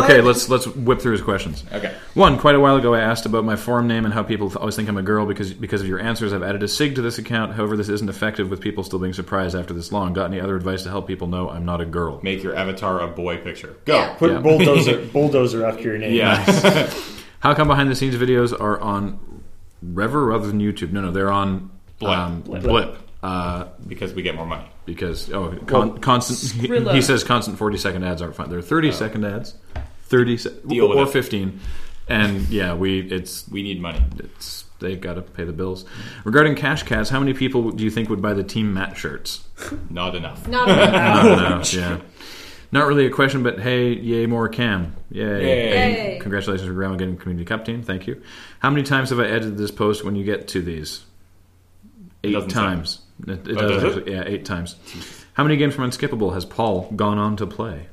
[SPEAKER 2] Okay, let's let's whip through his questions.
[SPEAKER 3] Okay.
[SPEAKER 2] One, quite a while ago, I asked about my forum name and how people th- always think I'm a girl because because of your answers. I've added a sig to this account. However, this isn't effective with people still being surprised after this long. Got any other advice to help people know I'm not a girl?
[SPEAKER 3] Make your avatar a boy picture. Go.
[SPEAKER 7] Yeah.
[SPEAKER 5] Put
[SPEAKER 2] Yeah. (laughs)
[SPEAKER 5] bulldozer bulldozer after your name.
[SPEAKER 2] Yeah. how come behind the scenes videos are on Rever rather than YouTube? No, no, they're on
[SPEAKER 3] Blip.
[SPEAKER 2] um, Blip. Uh,
[SPEAKER 3] Because we get more money.
[SPEAKER 2] because oh, con- constant. He,
[SPEAKER 4] Skrilla.
[SPEAKER 2] he says constant forty-second ads aren't fun. They're thirty-second ads, thirty se-
[SPEAKER 3] Oh. Deal with
[SPEAKER 2] or
[SPEAKER 3] it.
[SPEAKER 2] fifteen, and yeah, we it's
[SPEAKER 3] We need money.
[SPEAKER 2] it's they've got to pay the bills. Regarding cash cats, how many people do you think would buy the team mat shirts?
[SPEAKER 3] Not enough.
[SPEAKER 7] Not a
[SPEAKER 2] I don't know. (laughs) Yeah. Not really a question, but hey, yay, more cam. Yay.
[SPEAKER 7] Yay.
[SPEAKER 2] And Congratulations to Grandma getting Community Cup team. Thank you. How many times have I edited this post when you get to these? Eight
[SPEAKER 3] doesn't say.
[SPEAKER 2] times. It, it
[SPEAKER 3] Oh,
[SPEAKER 2] does
[SPEAKER 3] does it?
[SPEAKER 2] actually- Yeah, eight times. How many games from Unskippable has Paul gone on to play?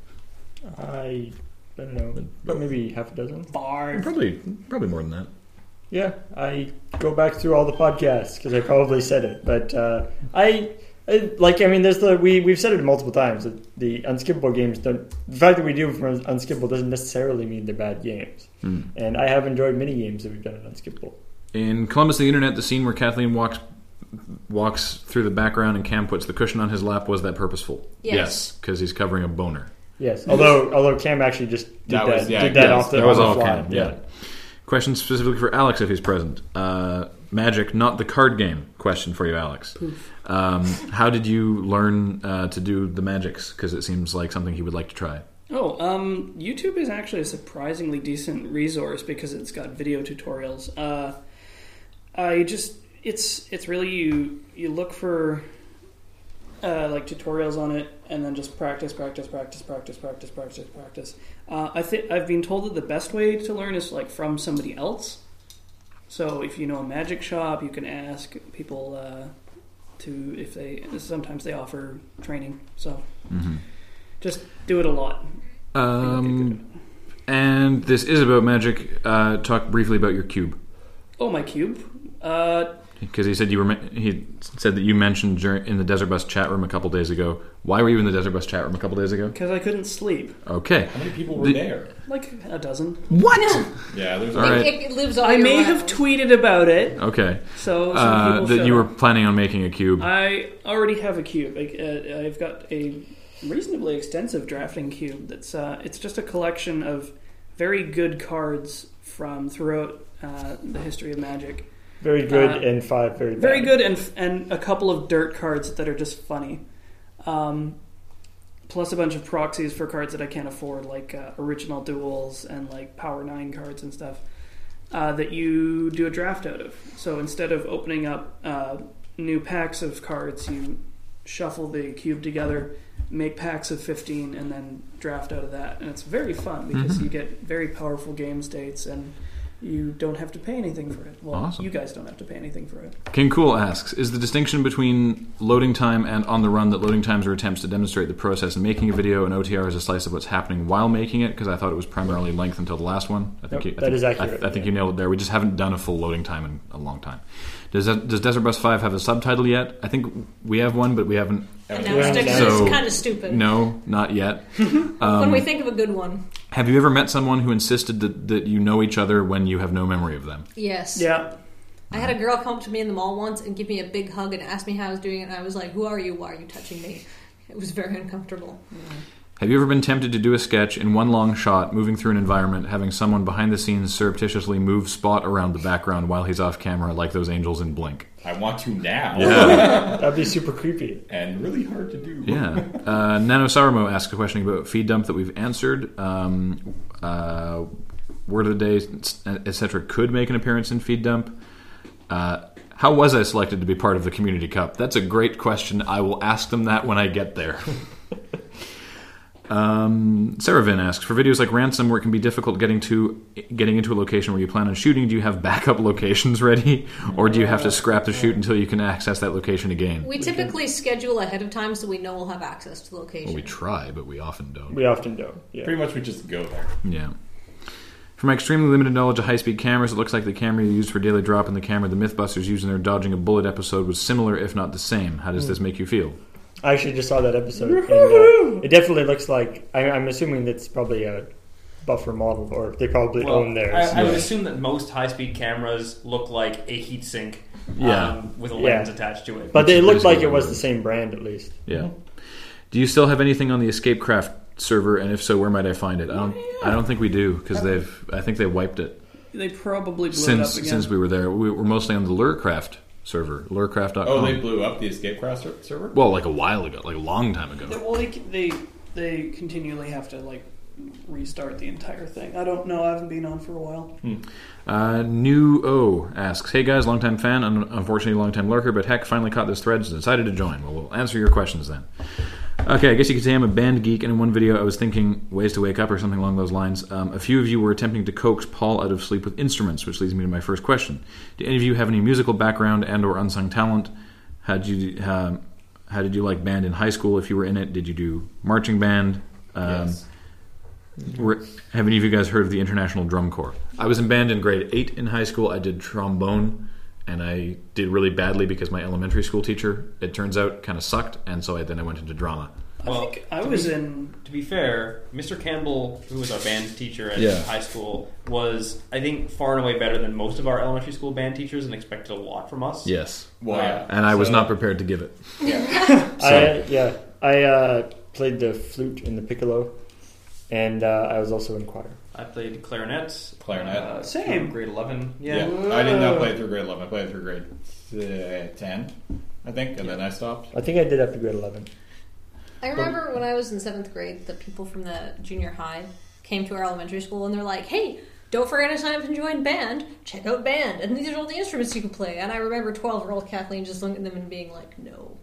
[SPEAKER 5] I, I don't know, but maybe half a dozen.
[SPEAKER 4] Barb.
[SPEAKER 2] Probably, probably more than that.
[SPEAKER 5] Yeah, I go back through all the podcasts because I probably said it, but uh, I, I like. I mean, there's the we we've said it multiple times. That the unskippable games don't. The fact that we do them from unskippable doesn't necessarily mean they're bad games.
[SPEAKER 2] Hmm.
[SPEAKER 5] And I have enjoyed many games that we've done on unskippable.
[SPEAKER 2] In Columbus, the internet, the scene where Kathleen walks walks through the background and Cam puts the cushion on his lap was that purposeful?
[SPEAKER 7] Yes.
[SPEAKER 2] because he's covering a boner.
[SPEAKER 5] Yes, although although Cam actually just did
[SPEAKER 3] That
[SPEAKER 5] that,
[SPEAKER 3] was- yeah,
[SPEAKER 5] did that
[SPEAKER 3] yes,
[SPEAKER 5] off the,
[SPEAKER 2] that was
[SPEAKER 5] on the
[SPEAKER 2] all
[SPEAKER 5] fly.
[SPEAKER 2] Cam. Yeah. Question specifically for Alex if he's present. Uh, magic, not the card game. Question for you, Alex. Um, how did you learn uh, to do the magics? Because it seems like something he would like to try.
[SPEAKER 4] Oh, um, YouTube is actually a surprisingly decent resource because it's got video tutorials. Uh, I just it's it's really you you look for uh, like tutorials on it and then just practice, practice, practice, practice, practice, practice, practice. Uh, I think I've been told that the best way to learn is like from somebody else. So if you know a magic shop, you can ask people uh, to if they sometimes they offer training. So
[SPEAKER 5] Mm-hmm.
[SPEAKER 4] just do it a lot.
[SPEAKER 2] Um, and this is about magic. Uh, talk briefly about your cube.
[SPEAKER 4] Oh, my cube. Uh,
[SPEAKER 2] Because he said you were, men- he said that you mentioned during, in the Desert Bus chat room a couple days ago. Why were you in the Desert Bus chat room a couple days ago?
[SPEAKER 4] because I couldn't sleep.
[SPEAKER 2] Okay,
[SPEAKER 3] How many people were
[SPEAKER 2] The-
[SPEAKER 3] there?
[SPEAKER 4] Like a dozen.
[SPEAKER 2] what?
[SPEAKER 3] Yeah, there's
[SPEAKER 2] All right.
[SPEAKER 7] It, it lives on
[SPEAKER 4] I
[SPEAKER 7] your
[SPEAKER 4] may
[SPEAKER 7] lap.
[SPEAKER 4] have tweeted about it,
[SPEAKER 2] Okay,
[SPEAKER 4] so some
[SPEAKER 2] uh,
[SPEAKER 4] people
[SPEAKER 2] that
[SPEAKER 4] showed
[SPEAKER 2] you were
[SPEAKER 4] up.
[SPEAKER 2] planning on making a cube.
[SPEAKER 4] I already have a cube. I, uh, I've got a reasonably extensive drafting cube. That's uh, it's just a collection of very good cards from throughout uh, the history of Magic.
[SPEAKER 5] Very good
[SPEAKER 4] Uh,
[SPEAKER 5] and five very bad.
[SPEAKER 4] Very good, and and a couple of dirt cards that are just funny. Um, plus a bunch of proxies for cards that I can't afford, like uh, original duels and like Power 9 cards and stuff uh, that you do a draft out of. So instead of opening up uh, new packs of cards, you shuffle the cube together, make packs of 15, and then draft out of that. And it's very fun because you get very powerful game states and you don't have to pay anything for it. Well,
[SPEAKER 2] Awesome.
[SPEAKER 4] you guys don't have to pay anything for it.
[SPEAKER 2] King Cool asks, is the distinction between loading time and on the run that loading times are attempts to demonstrate the process in making a video and OTR is a slice of what's happening while making it? Because I thought it was primarily length until the last one. I think
[SPEAKER 5] Nope,
[SPEAKER 2] you, I
[SPEAKER 5] that
[SPEAKER 2] think-
[SPEAKER 5] is
[SPEAKER 2] I-
[SPEAKER 5] accurate,
[SPEAKER 2] I, think
[SPEAKER 5] yeah.
[SPEAKER 2] you nailed it there. We just haven't done a full loading time in a long time. Does that, does Desert Bus Five have a subtitle yet? I think we have one, but we haven't.
[SPEAKER 1] And
[SPEAKER 3] Yeah.
[SPEAKER 1] now it's
[SPEAKER 5] Yeah.
[SPEAKER 2] So-
[SPEAKER 1] kind of stupid.
[SPEAKER 2] No, not yet.
[SPEAKER 7] when we think of a good one,
[SPEAKER 2] Have you ever met someone who insisted that, that you know each other when you have no memory of them?
[SPEAKER 7] yes.
[SPEAKER 4] Yeah.
[SPEAKER 7] I had a girl come up to me in the mall once and give me a big hug and ask me how I was doing, and I was like, "Who are you? Why are you touching me?" It was very uncomfortable.
[SPEAKER 2] Have you ever been tempted to do a sketch in one long shot, moving through an environment, having someone behind the scenes surreptitiously move spot around the background while he's off camera, like those angels in Blink?
[SPEAKER 3] I want to now.
[SPEAKER 5] That'd be super creepy.
[SPEAKER 3] and really hard to do.
[SPEAKER 2] Yeah. Uh, Nano Saramo asks a question about feed dump that we've answered. Um, uh, word of the day, etc. Could make an appearance in feed dump. Uh, how was I selected to be part of the community cup? That's a great question. I will ask them that when I get there. Um, Sarah Vin asks for videos like ransom where it can be difficult getting to getting into a location where you plan on shooting. Do you have backup locations ready, or do you have to scrap the shoot until you can access that location again?
[SPEAKER 7] We typically schedule ahead of time so we know we'll have access to the location.
[SPEAKER 2] Well, we try, but we often don't.
[SPEAKER 5] We often don't. Yeah.
[SPEAKER 3] Pretty much we just go there.
[SPEAKER 2] Yeah. From my extremely limited knowledge of high speed cameras, it looks like the camera you used for Daily Drop and the camera the Mythbusters used in their Dodging a Bullet episode was similar, if not the same. How does this make you feel?
[SPEAKER 5] I actually just saw that episode. And, uh, it definitely looks like I, I'm assuming that's probably a buffer model, or they probably
[SPEAKER 6] Well,
[SPEAKER 5] own theirs.
[SPEAKER 6] I, I would assume that most high-speed cameras look like a heat sink,
[SPEAKER 2] Yeah.
[SPEAKER 6] um, with a
[SPEAKER 5] Yeah.
[SPEAKER 6] lens attached to it.
[SPEAKER 5] but they
[SPEAKER 2] Which
[SPEAKER 5] looked
[SPEAKER 2] is
[SPEAKER 5] like it
[SPEAKER 2] really
[SPEAKER 5] was
[SPEAKER 2] weird.
[SPEAKER 5] the same brand, at least.
[SPEAKER 2] Yeah. Do you still have anything on the Escape Craft server, and if so, where might I find it? I don't. I don't think we do because they've. I think they wiped it
[SPEAKER 4] They probably blew it
[SPEAKER 2] since
[SPEAKER 4] up again.
[SPEAKER 2] since we were there. We were mostly on the Lurecraft server, lurecraft.com.
[SPEAKER 3] Oh, they blew up the escape craft ser- server?
[SPEAKER 2] well, like a while ago, like a long time ago.
[SPEAKER 4] They- Well, they, they they continually have to like restart the entire thing. I don't know. I haven't been on for a while.
[SPEAKER 2] Uh, New O asks, "Hey guys, longtime fan, un- unfortunately longtime lurker, but heck, finally caught this thread and decided to join. Well, we'll answer your questions then. Okay, I guess you could say I'm a band geek, and in one video I was thinking ways to wake up or something along those lines. Um, a few of you were attempting to coax Paul out of sleep with instruments, which leads me to my first question: Do any of you have any musical background and/or unsung talent? How did you uh, how did you like band in high school? If you were in it, did you do marching band? Um,
[SPEAKER 3] yes.
[SPEAKER 2] were, have any of you guys heard of the International Drum Corps? I was in band in grade eight in high school. I did trombone, and I did really badly because my elementary school teacher, it turns out, kind of sucked, and so I, then I went into drama.
[SPEAKER 4] I
[SPEAKER 6] Well,
[SPEAKER 4] think I was in.
[SPEAKER 6] To be fair, Mr. Campbell, who was our band teacher at
[SPEAKER 2] Yeah.
[SPEAKER 6] high school, was I think far and away better than most of our elementary school band teachers, and expected a lot from us.
[SPEAKER 2] Yes,
[SPEAKER 3] Well, yeah.
[SPEAKER 2] and I was
[SPEAKER 6] So-
[SPEAKER 2] not prepared to give it.
[SPEAKER 5] I, yeah, I uh, played the flute and the piccolo, and uh, I was also in choir.
[SPEAKER 6] I played clarinet.
[SPEAKER 3] Clarinet.
[SPEAKER 6] uh,
[SPEAKER 4] Same.
[SPEAKER 6] from Grade eleven.
[SPEAKER 3] Yeah.
[SPEAKER 6] Yeah.
[SPEAKER 3] I did not play through grade 11. I played through grade uh, 10, I think, and then I stopped.
[SPEAKER 5] I think I did after grade eleven.
[SPEAKER 7] I remember when I was in seventh grade, the people from the junior high came to our elementary school and they're like, hey, don't forget to sign up and join band. Check out band. And these are all the instruments you can play. And I remember 12 year old Kathleen just looking at them and being like, no.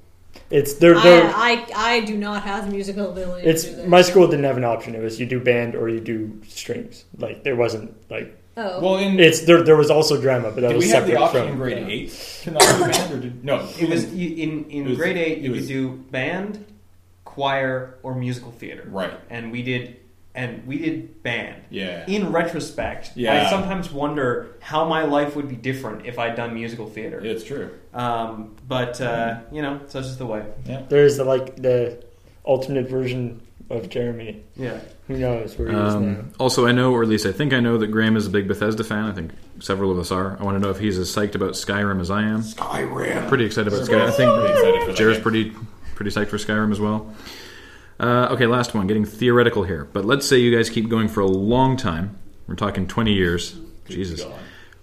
[SPEAKER 5] It's they're, they're
[SPEAKER 7] I, I, I do not have the musical ability. to
[SPEAKER 5] it's
[SPEAKER 7] do this.
[SPEAKER 5] my school didn't have an option. It was you do band or you do strings. Like there wasn't like
[SPEAKER 7] Oh.
[SPEAKER 3] Well, in
[SPEAKER 5] it's there. There was also drama, but that
[SPEAKER 3] did
[SPEAKER 5] was
[SPEAKER 3] we have
[SPEAKER 5] separate
[SPEAKER 3] the option
[SPEAKER 5] from
[SPEAKER 3] in grade
[SPEAKER 5] yeah.
[SPEAKER 3] 8 to not do band? Or did, no,
[SPEAKER 6] It was you- in in
[SPEAKER 3] It was-
[SPEAKER 6] grade eight. You
[SPEAKER 3] it was-
[SPEAKER 6] could do band, choir, or musical theater.
[SPEAKER 3] Right.
[SPEAKER 6] And we did, and we did band.
[SPEAKER 3] Yeah.
[SPEAKER 6] In retrospect, I
[SPEAKER 3] Yeah.
[SPEAKER 6] sometimes wonder how my life would be different if I'd done musical theater.
[SPEAKER 3] It's true.
[SPEAKER 6] Um, but uh, you know, such is the way.
[SPEAKER 5] There is the like the alternate version of Jeremy.
[SPEAKER 6] Yeah.
[SPEAKER 5] Who knows where he is now?
[SPEAKER 2] Um, also, I know, or at least I think I know, that Graham is a big Bethesda fan. I think several of us are. I want to know if he's as psyched about Skyrim as I am.
[SPEAKER 3] Skyrim.
[SPEAKER 2] Pretty excited about Skyrim. I
[SPEAKER 3] pretty
[SPEAKER 2] think
[SPEAKER 3] excited for that
[SPEAKER 2] Jared's
[SPEAKER 3] game.
[SPEAKER 2] pretty pretty psyched for Skyrim as well. Uh, okay, last one. Getting theoretical here, but let's say you guys keep going for a long time. We're talking twenty years. Jesus,
[SPEAKER 3] God.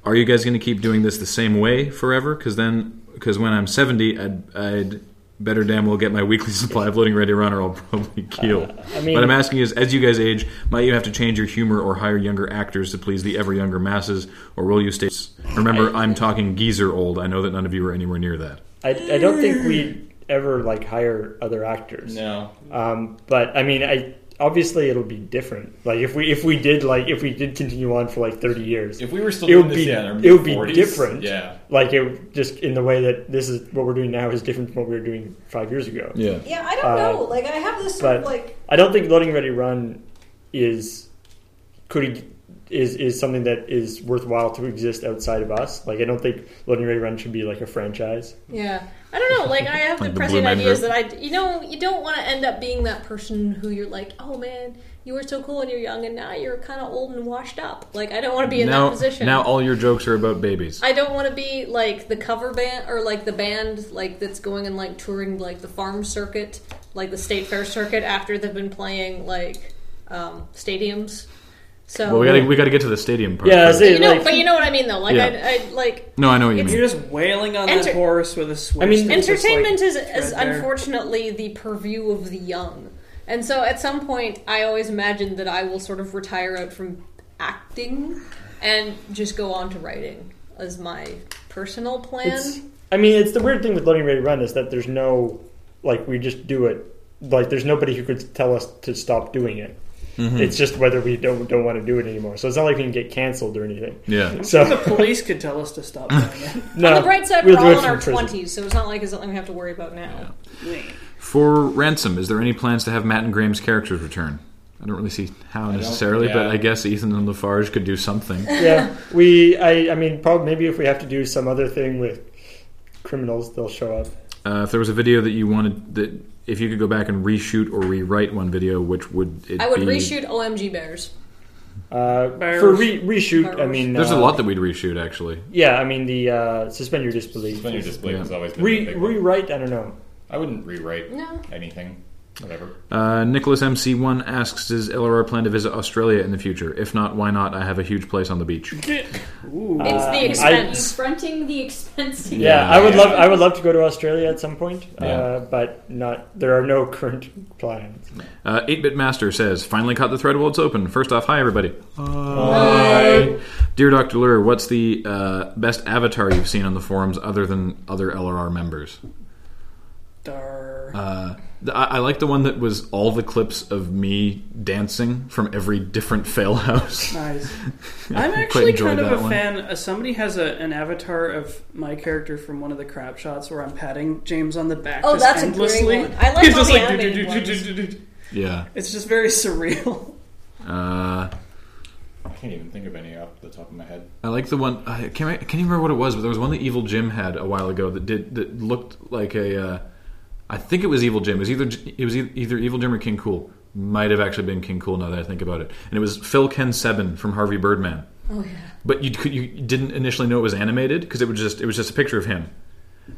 [SPEAKER 2] are you guys going to keep doing this the same way forever? Because then, because when I'm seventy, I'd I'd better damn well get my (laughs) weekly supply of floating ready run or I'll probably keel.
[SPEAKER 5] I mean-
[SPEAKER 2] what I'm asking is, as you guys age, might you have to change your humor or hire younger actors to please the ever younger masses, or will you stay? Remember, I'm talking geezer old. I know that none of you are anywhere near that.
[SPEAKER 5] I, I don't think we ever like hire other actors.
[SPEAKER 3] No.
[SPEAKER 5] Um, but I mean, I obviously it'll be different. Like if we if we did like if we did continue on for like thirty years,
[SPEAKER 3] If we were still
[SPEAKER 5] It would
[SPEAKER 3] doing this,
[SPEAKER 5] be-
[SPEAKER 3] yeah, in our
[SPEAKER 5] it would be
[SPEAKER 3] mid-forties,
[SPEAKER 5] different.
[SPEAKER 3] Yeah.
[SPEAKER 5] like it just in the way that this is what we're doing now is different from what we were doing five years ago.
[SPEAKER 2] Yeah.
[SPEAKER 7] Yeah, I don't know.
[SPEAKER 5] Uh,
[SPEAKER 7] Like, I have this sort of
[SPEAKER 5] but-
[SPEAKER 7] like.
[SPEAKER 5] I don't think loading ready run is could is is something that is worthwhile to exist outside of us. Like I don't think loading ready run should be like a franchise.
[SPEAKER 1] Yeah, I don't know. Like I have the
[SPEAKER 2] Like the
[SPEAKER 1] present
[SPEAKER 2] Blue Man
[SPEAKER 1] ideas that I, you know, you don't want to end up being that person who you're like, oh man, you were so cool when you're young, and now you're kind of old and washed up. Like I don't want to be in
[SPEAKER 2] now,
[SPEAKER 1] that position.
[SPEAKER 2] now all your jokes are about babies.
[SPEAKER 1] I don't want to be like the cover band or like the band like that's going and like touring like the farm circuit, like the state fair circuit after they've been playing like um, stadiums. So
[SPEAKER 2] well, we gotta we gotta get to the stadium part.
[SPEAKER 5] Yeah, I
[SPEAKER 2] first.
[SPEAKER 5] see.
[SPEAKER 1] you know,
[SPEAKER 5] Like-
[SPEAKER 1] but you know what I mean though. Like
[SPEAKER 2] Yeah.
[SPEAKER 1] I, I like
[SPEAKER 2] No, I know what you
[SPEAKER 1] It's-
[SPEAKER 4] You're
[SPEAKER 2] mean.
[SPEAKER 4] just wailing on
[SPEAKER 1] Enter-
[SPEAKER 4] that horse with a switch.
[SPEAKER 5] I mean-
[SPEAKER 4] that's just, like,
[SPEAKER 1] entertainment is, is
[SPEAKER 4] threadbare.
[SPEAKER 1] unfortunately the purview of the young and so at some point i always imagine that i will sort of retire out from acting and just go on to writing as my personal plan
[SPEAKER 5] It's I mean it's the weird thing with loading ready run is that there's no like we just do it. Like there's nobody who could tell us to stop doing it. It's just whether we don't don't want to do it anymore. So it's not like we can get canceled or anything.
[SPEAKER 2] Yeah.
[SPEAKER 5] So
[SPEAKER 4] The police could tell us to stop doing
[SPEAKER 5] no,
[SPEAKER 1] on the bright side
[SPEAKER 5] we'll
[SPEAKER 1] we're
[SPEAKER 5] do
[SPEAKER 1] all
[SPEAKER 5] it
[SPEAKER 1] in
[SPEAKER 5] from
[SPEAKER 1] our
[SPEAKER 5] prison.
[SPEAKER 1] 20s so it's not like it's something we have to worry about now
[SPEAKER 2] (laughs)
[SPEAKER 4] it.
[SPEAKER 2] For ransom, is there any plans to have Matt and Graham's characters return? I don't really see how necessarily, but
[SPEAKER 3] yeah.
[SPEAKER 2] I guess Ethan and Lafarge could do something.
[SPEAKER 5] yeah, we. I. I mean, probably maybe if we have to do some other thing with criminals, they'll show up.
[SPEAKER 2] Uh, if there was a video that you wanted that if you could go back and reshoot or rewrite one video, which would it
[SPEAKER 1] i would
[SPEAKER 2] be?
[SPEAKER 1] reshoot omg bears
[SPEAKER 5] Uh,
[SPEAKER 4] Bears.
[SPEAKER 5] for re- reshoot, I
[SPEAKER 1] Bears.
[SPEAKER 5] mean,
[SPEAKER 2] There's
[SPEAKER 5] uh,
[SPEAKER 2] a lot that we'd reshoot actually.
[SPEAKER 5] Yeah, I mean the uh, suspend your disbelief.
[SPEAKER 3] Suspend your disbelief
[SPEAKER 2] Yeah.
[SPEAKER 3] has always been a
[SPEAKER 5] Re-
[SPEAKER 3] big one.
[SPEAKER 5] rewrite. I don't know.
[SPEAKER 3] I wouldn't rewrite
[SPEAKER 5] Uh,
[SPEAKER 1] No.
[SPEAKER 3] anything. Whatever.
[SPEAKER 2] Uh, Nicholas MC1 asks, "Does LRR plan to visit Australia in the future? If not, why not? I have a huge place on the beach."
[SPEAKER 4] Ooh.
[SPEAKER 2] Uh,
[SPEAKER 1] it's
[SPEAKER 5] I-
[SPEAKER 1] the
[SPEAKER 8] He's
[SPEAKER 1] expense
[SPEAKER 8] fronting the expense here.
[SPEAKER 5] Yeah,
[SPEAKER 2] Yeah.
[SPEAKER 5] I would
[SPEAKER 3] Yeah.
[SPEAKER 5] love. I would love to go to Australia at some point,
[SPEAKER 2] Yeah.
[SPEAKER 5] uh, but not. There are no current plans.
[SPEAKER 2] Uh, 8-Bit Master says, "Finally caught the thread while it's open. First off, hi everybody. Dear Dr. Lur, what's the uh, best avatar you've seen on the forums other than other LRR members?
[SPEAKER 4] Dar.
[SPEAKER 2] Uh, th- I, I like the one that was all the clips of me dancing from every different (laughs) fail house. (laughs)
[SPEAKER 4] Nice.
[SPEAKER 2] I
[SPEAKER 4] I'm
[SPEAKER 2] quite
[SPEAKER 4] actually
[SPEAKER 2] enjoyed
[SPEAKER 4] kind of
[SPEAKER 2] that
[SPEAKER 4] a
[SPEAKER 2] one.
[SPEAKER 4] fan. Uh, somebody has a, an avatar of my character from one of the crap shots where I'm patting James on the back.
[SPEAKER 1] Oh,
[SPEAKER 4] just
[SPEAKER 1] that's a great
[SPEAKER 4] endlessly.
[SPEAKER 1] one. I like
[SPEAKER 4] (laughs) He's
[SPEAKER 1] all
[SPEAKER 4] just
[SPEAKER 1] the
[SPEAKER 4] like,
[SPEAKER 1] animated
[SPEAKER 4] "Do, do, do,
[SPEAKER 1] ones."
[SPEAKER 4] do, do, do."
[SPEAKER 2] yeah.
[SPEAKER 4] It's just very (laughs) surreal.
[SPEAKER 2] Uh,
[SPEAKER 3] I can't even think of any off the top of my
[SPEAKER 5] (laughs)
[SPEAKER 3] head.
[SPEAKER 2] I like the one. I can't, I can't even remember what it was, but there was one that Evil Jim had a while ago that did that looked like a. Uh, I think it was Evil Jim. It was either it was e- either Evil Jim or King Cool. Might have actually been King Cool now that I think about it. And it was Phil Ken Seven from Harvey Birdman.
[SPEAKER 1] (laughs) oh yeah
[SPEAKER 2] But you could, you didn't initially know it was animated because it was just it was just a picture of him.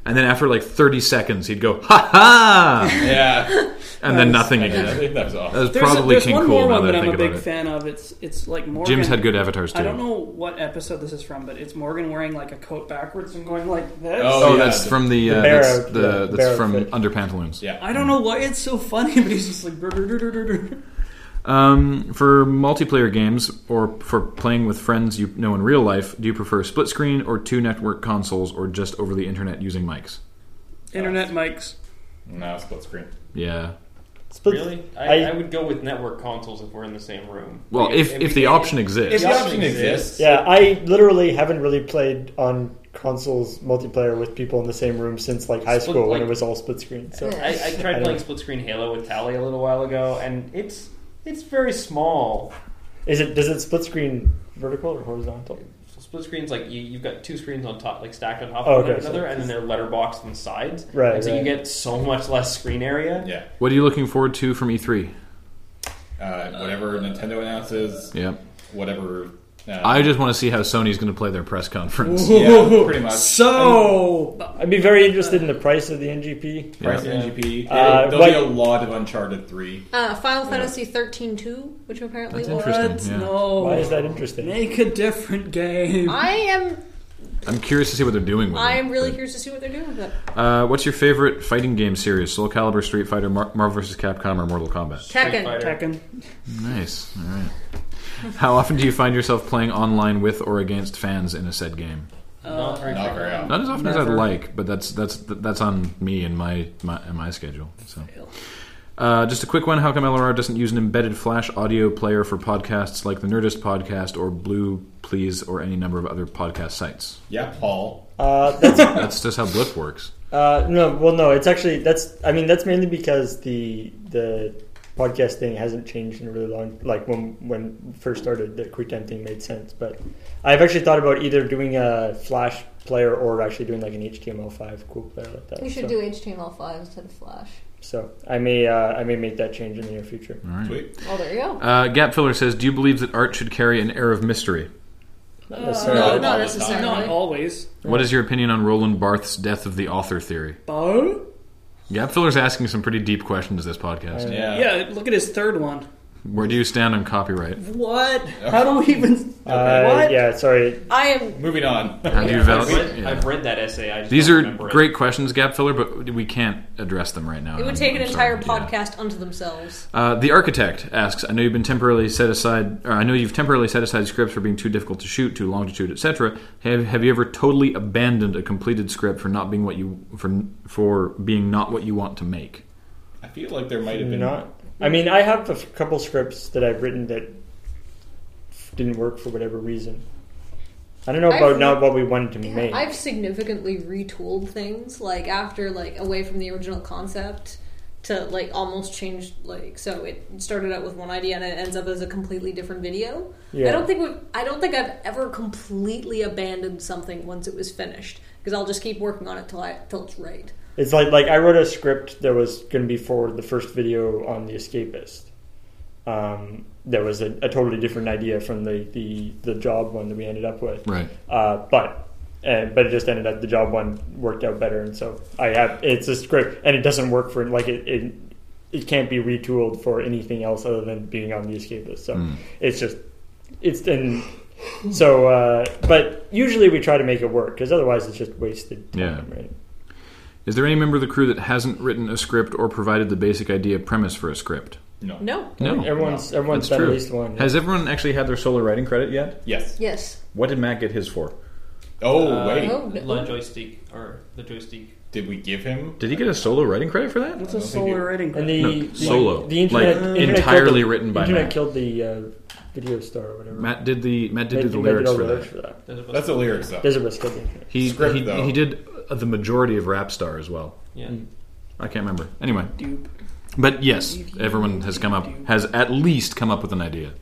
[SPEAKER 2] And then after like thirty seconds, he'd go ha ha,
[SPEAKER 3] Yeah.
[SPEAKER 2] and then nothing
[SPEAKER 3] I
[SPEAKER 2] again.
[SPEAKER 3] think that was off.
[SPEAKER 2] That was
[SPEAKER 4] There's, a,
[SPEAKER 2] probably
[SPEAKER 4] there's
[SPEAKER 2] King
[SPEAKER 4] one
[SPEAKER 2] Cool
[SPEAKER 4] more
[SPEAKER 2] now
[SPEAKER 4] one
[SPEAKER 2] that
[SPEAKER 4] that
[SPEAKER 2] I
[SPEAKER 4] I'm
[SPEAKER 2] think
[SPEAKER 4] a big
[SPEAKER 2] about it.
[SPEAKER 4] fan of. It's it's like Morgan.
[SPEAKER 2] Jim's had good avatars too.
[SPEAKER 4] I don't know what episode this is from, but it's Morgan wearing like a coat backwards and going like this.
[SPEAKER 3] Oh,
[SPEAKER 2] Oh,
[SPEAKER 3] yeah,
[SPEAKER 2] that's
[SPEAKER 3] the-
[SPEAKER 2] from the, uh,
[SPEAKER 5] the barrow-
[SPEAKER 2] that's the,
[SPEAKER 5] the
[SPEAKER 2] that's
[SPEAKER 5] barrow
[SPEAKER 2] from
[SPEAKER 5] fit.
[SPEAKER 2] Under Pantaloons.
[SPEAKER 3] Yeah.
[SPEAKER 4] I don't know why it's so funny, (laughs) but he's just like. "Dur, dur, dur, dur, dur, dur."
[SPEAKER 2] Um, for multiplayer games or for playing with friends you know in real life, do you prefer split screen or two network consoles or just over the internet using mics?
[SPEAKER 4] Internet mics.
[SPEAKER 3] No, split screen.
[SPEAKER 2] Yeah.
[SPEAKER 5] Split-
[SPEAKER 6] Really? I,
[SPEAKER 5] I-
[SPEAKER 6] I, would go with network consoles if we're in the same room.
[SPEAKER 2] Well,
[SPEAKER 6] Like,
[SPEAKER 2] if, if the
[SPEAKER 6] we-
[SPEAKER 2] option
[SPEAKER 3] If
[SPEAKER 2] exists.
[SPEAKER 3] the option exists,
[SPEAKER 5] Yeah, I literally haven't really played on consoles multiplayer with people in the same room since like high
[SPEAKER 6] Split,
[SPEAKER 5] school when
[SPEAKER 6] like-
[SPEAKER 5] it was all split screen. So
[SPEAKER 6] I, I tried
[SPEAKER 5] don't-
[SPEAKER 6] playing split screen Halo with Tally a little while ago, and it's it's very small.
[SPEAKER 5] is it does it split screen vertical or horizontal?
[SPEAKER 6] So split screens like you, you've got two screens on top, like stacked on top
[SPEAKER 5] Oh,
[SPEAKER 6] of one
[SPEAKER 5] okay, so
[SPEAKER 6] another, and then
[SPEAKER 5] it's-
[SPEAKER 6] they're letterboxed on the sides.
[SPEAKER 5] Right,
[SPEAKER 6] And so you
[SPEAKER 5] right.
[SPEAKER 6] get so much less screen area.
[SPEAKER 3] yeah.
[SPEAKER 2] What are you looking forward to from E E3?
[SPEAKER 3] Uh, whatever Nintendo announces,
[SPEAKER 2] Yeah.
[SPEAKER 3] whatever. Uh,
[SPEAKER 2] I just want to see how Sony's going to play their press conference. (laughs)
[SPEAKER 3] yeah,
[SPEAKER 5] (laughs)
[SPEAKER 3] pretty much.
[SPEAKER 4] So
[SPEAKER 5] I'd be very interested in the price of the NGP.
[SPEAKER 3] Price
[SPEAKER 2] Yeah.
[SPEAKER 3] of NGP.
[SPEAKER 5] Uh,
[SPEAKER 3] There'll be
[SPEAKER 5] what-
[SPEAKER 3] a lot of Uncharted Three.
[SPEAKER 1] uh, final fantasy 13 2 which apparently
[SPEAKER 2] That's
[SPEAKER 1] will
[SPEAKER 2] interesting.
[SPEAKER 4] what?
[SPEAKER 2] Yeah.
[SPEAKER 4] No.
[SPEAKER 5] Why is that interesting?
[SPEAKER 4] Make a different game.
[SPEAKER 1] I am
[SPEAKER 2] I'm curious to see what they're doing with it.
[SPEAKER 1] I am really curious to see what they're doing with it.
[SPEAKER 2] Uh, what's your favorite fighting game series? Soul Calibur, Street Fighter, Mar- Marvel vs. Capcom, or Mortal Kombat?
[SPEAKER 1] Tekken.
[SPEAKER 4] Tekken.
[SPEAKER 2] Nice. All right. How often do you find yourself playing online with or against fans in a said game?
[SPEAKER 6] Not very
[SPEAKER 3] Not very often.
[SPEAKER 2] Not as often as I'd
[SPEAKER 4] Never.
[SPEAKER 2] like, but that's that's that's on me and my my and my schedule. So, uh, just a quick one: How come LRR doesn't use an embedded Flash audio player for podcasts like the Nerdist podcast or Blue Please or any number of other podcast sites?
[SPEAKER 3] Yeah, Paul.
[SPEAKER 5] Uh, that's
[SPEAKER 2] That's just how Blip works.
[SPEAKER 5] uh, no, well, no. It's actually that's. I mean, that's mainly because the the podcast thing hasn't changed in a really long. Like when when we first started, the QuickTime thing made sense. But I've actually thought about either doing a Flash player or actually doing like an HTML5 cool player like that.
[SPEAKER 7] You should
[SPEAKER 5] so,
[SPEAKER 7] do HTML5 instead of Flash.
[SPEAKER 5] So I may uh, I may make that change in the near future.
[SPEAKER 2] All right.
[SPEAKER 3] Sweet.
[SPEAKER 7] Well, Oh, there you go.
[SPEAKER 2] Uh, Gap Filler says, "Do you believe that art should carry an air of mystery?
[SPEAKER 5] Not
[SPEAKER 4] Uh,
[SPEAKER 5] necessarily.
[SPEAKER 3] No,
[SPEAKER 4] not,
[SPEAKER 3] not
[SPEAKER 4] necessarily.
[SPEAKER 7] necessarily.
[SPEAKER 4] Not always.
[SPEAKER 2] What is your opinion on Roland Barthes' death of the author theory?"
[SPEAKER 4] Bo?
[SPEAKER 2] Gap Filler's asking some pretty deep questions this podcast.
[SPEAKER 3] Yeah.
[SPEAKER 4] Yeah, look at his third one.
[SPEAKER 2] Where do you stand on copyright?
[SPEAKER 4] What?
[SPEAKER 2] Oh.
[SPEAKER 4] How do we even?
[SPEAKER 5] Uh,
[SPEAKER 4] what?
[SPEAKER 5] yeah, sorry.
[SPEAKER 1] I am
[SPEAKER 3] Moving
[SPEAKER 5] (laughs)
[SPEAKER 3] on.
[SPEAKER 2] How do you
[SPEAKER 6] I've,
[SPEAKER 2] value?
[SPEAKER 6] read, I've read that essay. I just
[SPEAKER 2] These
[SPEAKER 6] don't
[SPEAKER 2] are
[SPEAKER 6] remember it.
[SPEAKER 2] great questions, Gap Filler, but we can't address them right now.
[SPEAKER 1] It would
[SPEAKER 2] I'm-
[SPEAKER 1] take an
[SPEAKER 2] I'm
[SPEAKER 1] entire
[SPEAKER 2] sorry, yeah.
[SPEAKER 1] podcast unto themselves.
[SPEAKER 2] Uh, the architect asks, "I know you've been temporarily set aside. Or I know you've temporarily set aside scripts for being too difficult to shoot, too long to shoot, etc. Have Have you ever totally abandoned a completed script for not being what you for for being not what you want to make?"
[SPEAKER 3] I feel like there might have been
[SPEAKER 5] Not. I mean, I have a f- couple scripts that I've written that f- didn't work for whatever reason. I don't know
[SPEAKER 7] I've
[SPEAKER 5] about
[SPEAKER 7] re-
[SPEAKER 5] not what we wanted to
[SPEAKER 7] Yeah,
[SPEAKER 5] make.
[SPEAKER 7] I've significantly retooled things, like after like away from the original concept to like almost changed like so it started out with one idea and it ends up as a completely different video.
[SPEAKER 5] Yeah.
[SPEAKER 7] I don't think we've, I don't think I've ever completely abandoned something once it was finished because I'll just keep working on it till I till it's right.
[SPEAKER 5] It's like like I wrote a script that was going to be for the first video on The Escapist. Um, that was a, a totally different idea from the, the, the job one that we ended up with.
[SPEAKER 2] Right.
[SPEAKER 5] Uh, but uh, but it just ended up the job one worked out better, and so I have it's a script, and it doesn't work for like it it, it can't be retooled for anything else other than being on the escapist. So
[SPEAKER 2] Mm. Hmm.
[SPEAKER 5] it's just it's and so uh, but usually we try to make it work because otherwise it's just wasted time,
[SPEAKER 2] Yeah.
[SPEAKER 5] right?
[SPEAKER 2] Is there any member of the crew that hasn't written a script or provided the basic idea premise for a script?
[SPEAKER 3] no.
[SPEAKER 1] No.
[SPEAKER 2] No,
[SPEAKER 5] everyone's everyone's
[SPEAKER 2] that's
[SPEAKER 5] done
[SPEAKER 2] true.
[SPEAKER 5] at least one.
[SPEAKER 2] Has everyone actually had their solo writing credit yet?
[SPEAKER 3] Yes.
[SPEAKER 7] Yes.
[SPEAKER 2] What did Matt get his for?
[SPEAKER 3] Oh
[SPEAKER 6] Uh,
[SPEAKER 3] wait,
[SPEAKER 7] Oh, no.
[SPEAKER 6] La joystick or the joystick.
[SPEAKER 3] did we give him?
[SPEAKER 2] Did he get a solo writing credit for that?
[SPEAKER 4] What's a
[SPEAKER 3] don't think
[SPEAKER 4] solar
[SPEAKER 3] you-
[SPEAKER 4] rating?
[SPEAKER 5] and the,
[SPEAKER 2] No,
[SPEAKER 5] the
[SPEAKER 2] solo.
[SPEAKER 5] the internet,
[SPEAKER 2] Like,
[SPEAKER 5] the internet
[SPEAKER 2] entirely
[SPEAKER 5] killed the,
[SPEAKER 2] written by
[SPEAKER 5] internet
[SPEAKER 2] Matt.
[SPEAKER 5] killed the uh, video star or whatever.
[SPEAKER 2] Matt did the Matt did
[SPEAKER 5] They-
[SPEAKER 2] do the
[SPEAKER 5] they
[SPEAKER 2] lyrics
[SPEAKER 5] all
[SPEAKER 2] for
[SPEAKER 5] the
[SPEAKER 2] that.
[SPEAKER 5] for that.
[SPEAKER 6] There's a bus-
[SPEAKER 3] That's the lyrics though.
[SPEAKER 5] There's a risk of the internet.
[SPEAKER 2] He
[SPEAKER 3] Script,
[SPEAKER 2] he,
[SPEAKER 3] though.
[SPEAKER 2] he did uh, the majority of Rap Star as well.
[SPEAKER 6] yeah.
[SPEAKER 2] I can't remember. Anyway,
[SPEAKER 4] Dupe.
[SPEAKER 2] but yes, everyone has come up has at least come up with an idea.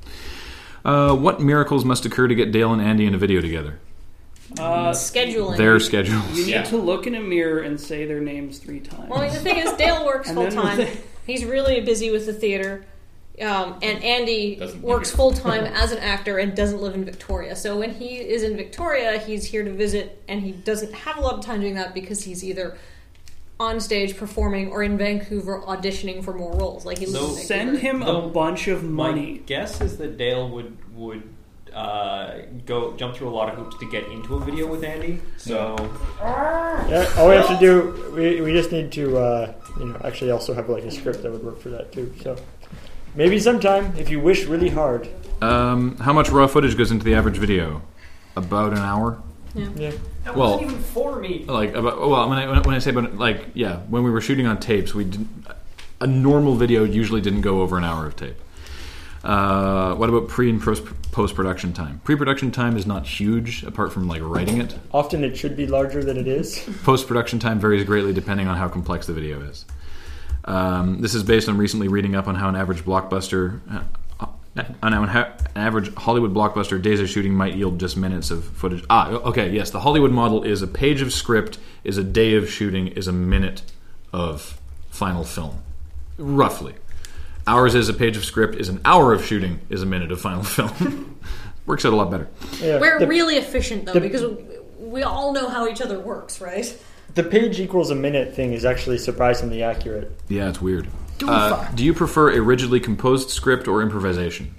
[SPEAKER 2] Uh, what miracles must occur to get Dale and Andy in a video together?
[SPEAKER 4] Uh,
[SPEAKER 7] Scheduling.
[SPEAKER 2] Their
[SPEAKER 4] you
[SPEAKER 2] schedules.
[SPEAKER 4] need
[SPEAKER 3] Yeah.
[SPEAKER 4] to look in a mirror and say their names three times.
[SPEAKER 1] Well, I mean, the thing is, Dale works
[SPEAKER 4] And
[SPEAKER 1] full
[SPEAKER 4] then
[SPEAKER 1] time.
[SPEAKER 4] with-
[SPEAKER 1] He's really busy with the theater. Um, and Andy
[SPEAKER 3] Doesn't live
[SPEAKER 1] works
[SPEAKER 3] here.
[SPEAKER 1] full time as an actor and doesn't live in Victoria. So when he is in Victoria, he's here to visit, and he doesn't have a lot of time doing that because he's either on stage performing or in Vancouver auditioning for more roles. Like he lives
[SPEAKER 6] So
[SPEAKER 1] in
[SPEAKER 4] Send
[SPEAKER 1] Vancouver.
[SPEAKER 4] him
[SPEAKER 6] No.
[SPEAKER 4] a bunch of
[SPEAKER 6] My
[SPEAKER 4] money.
[SPEAKER 6] guess is that Dale would would uh, go jump through a lot of hoops to get into a video with Andy. So
[SPEAKER 5] Yeah, all we have to do, we, we just need to, uh, you know, actually also have like a script that would work for that too. So maybe sometime, if you wish really hard.
[SPEAKER 2] Um, how much raw footage goes into the average video? About an hour.
[SPEAKER 5] Yeah.
[SPEAKER 6] that
[SPEAKER 2] Well-
[SPEAKER 6] wasn't even for me.
[SPEAKER 2] Like about well, when I when I- when I say about like yeah, when we were shooting on tapes, we didn't, a normal video usually didn't go over an hour of tape. Uh, what about pre and post production time? Pre production time is not huge, apart from like writing it.
[SPEAKER 5] Often it should be larger than it is.
[SPEAKER 2] Post production time varies greatly depending on how complex the video is. Um, this is based on recently reading up on how an average blockbuster, uh, on how an ha- an average Hollywood blockbuster days of shooting might yield just minutes of footage. Ah, okay, yes, the Hollywood model is a page of script, is a day of shooting, is a minute of final film, roughly. Ours is a page of script, is an hour of shooting, is a minute of final (laughs) film. Works out a lot better.
[SPEAKER 5] Yeah.
[SPEAKER 1] We're
[SPEAKER 5] The,
[SPEAKER 1] really efficient though
[SPEAKER 5] the-
[SPEAKER 1] because we, we all know how each other works, right?
[SPEAKER 5] the page equals a minute thing is actually surprisingly accurate.
[SPEAKER 2] Yeah, it's weird. Uh, do you prefer a rigidly composed script or improvisation?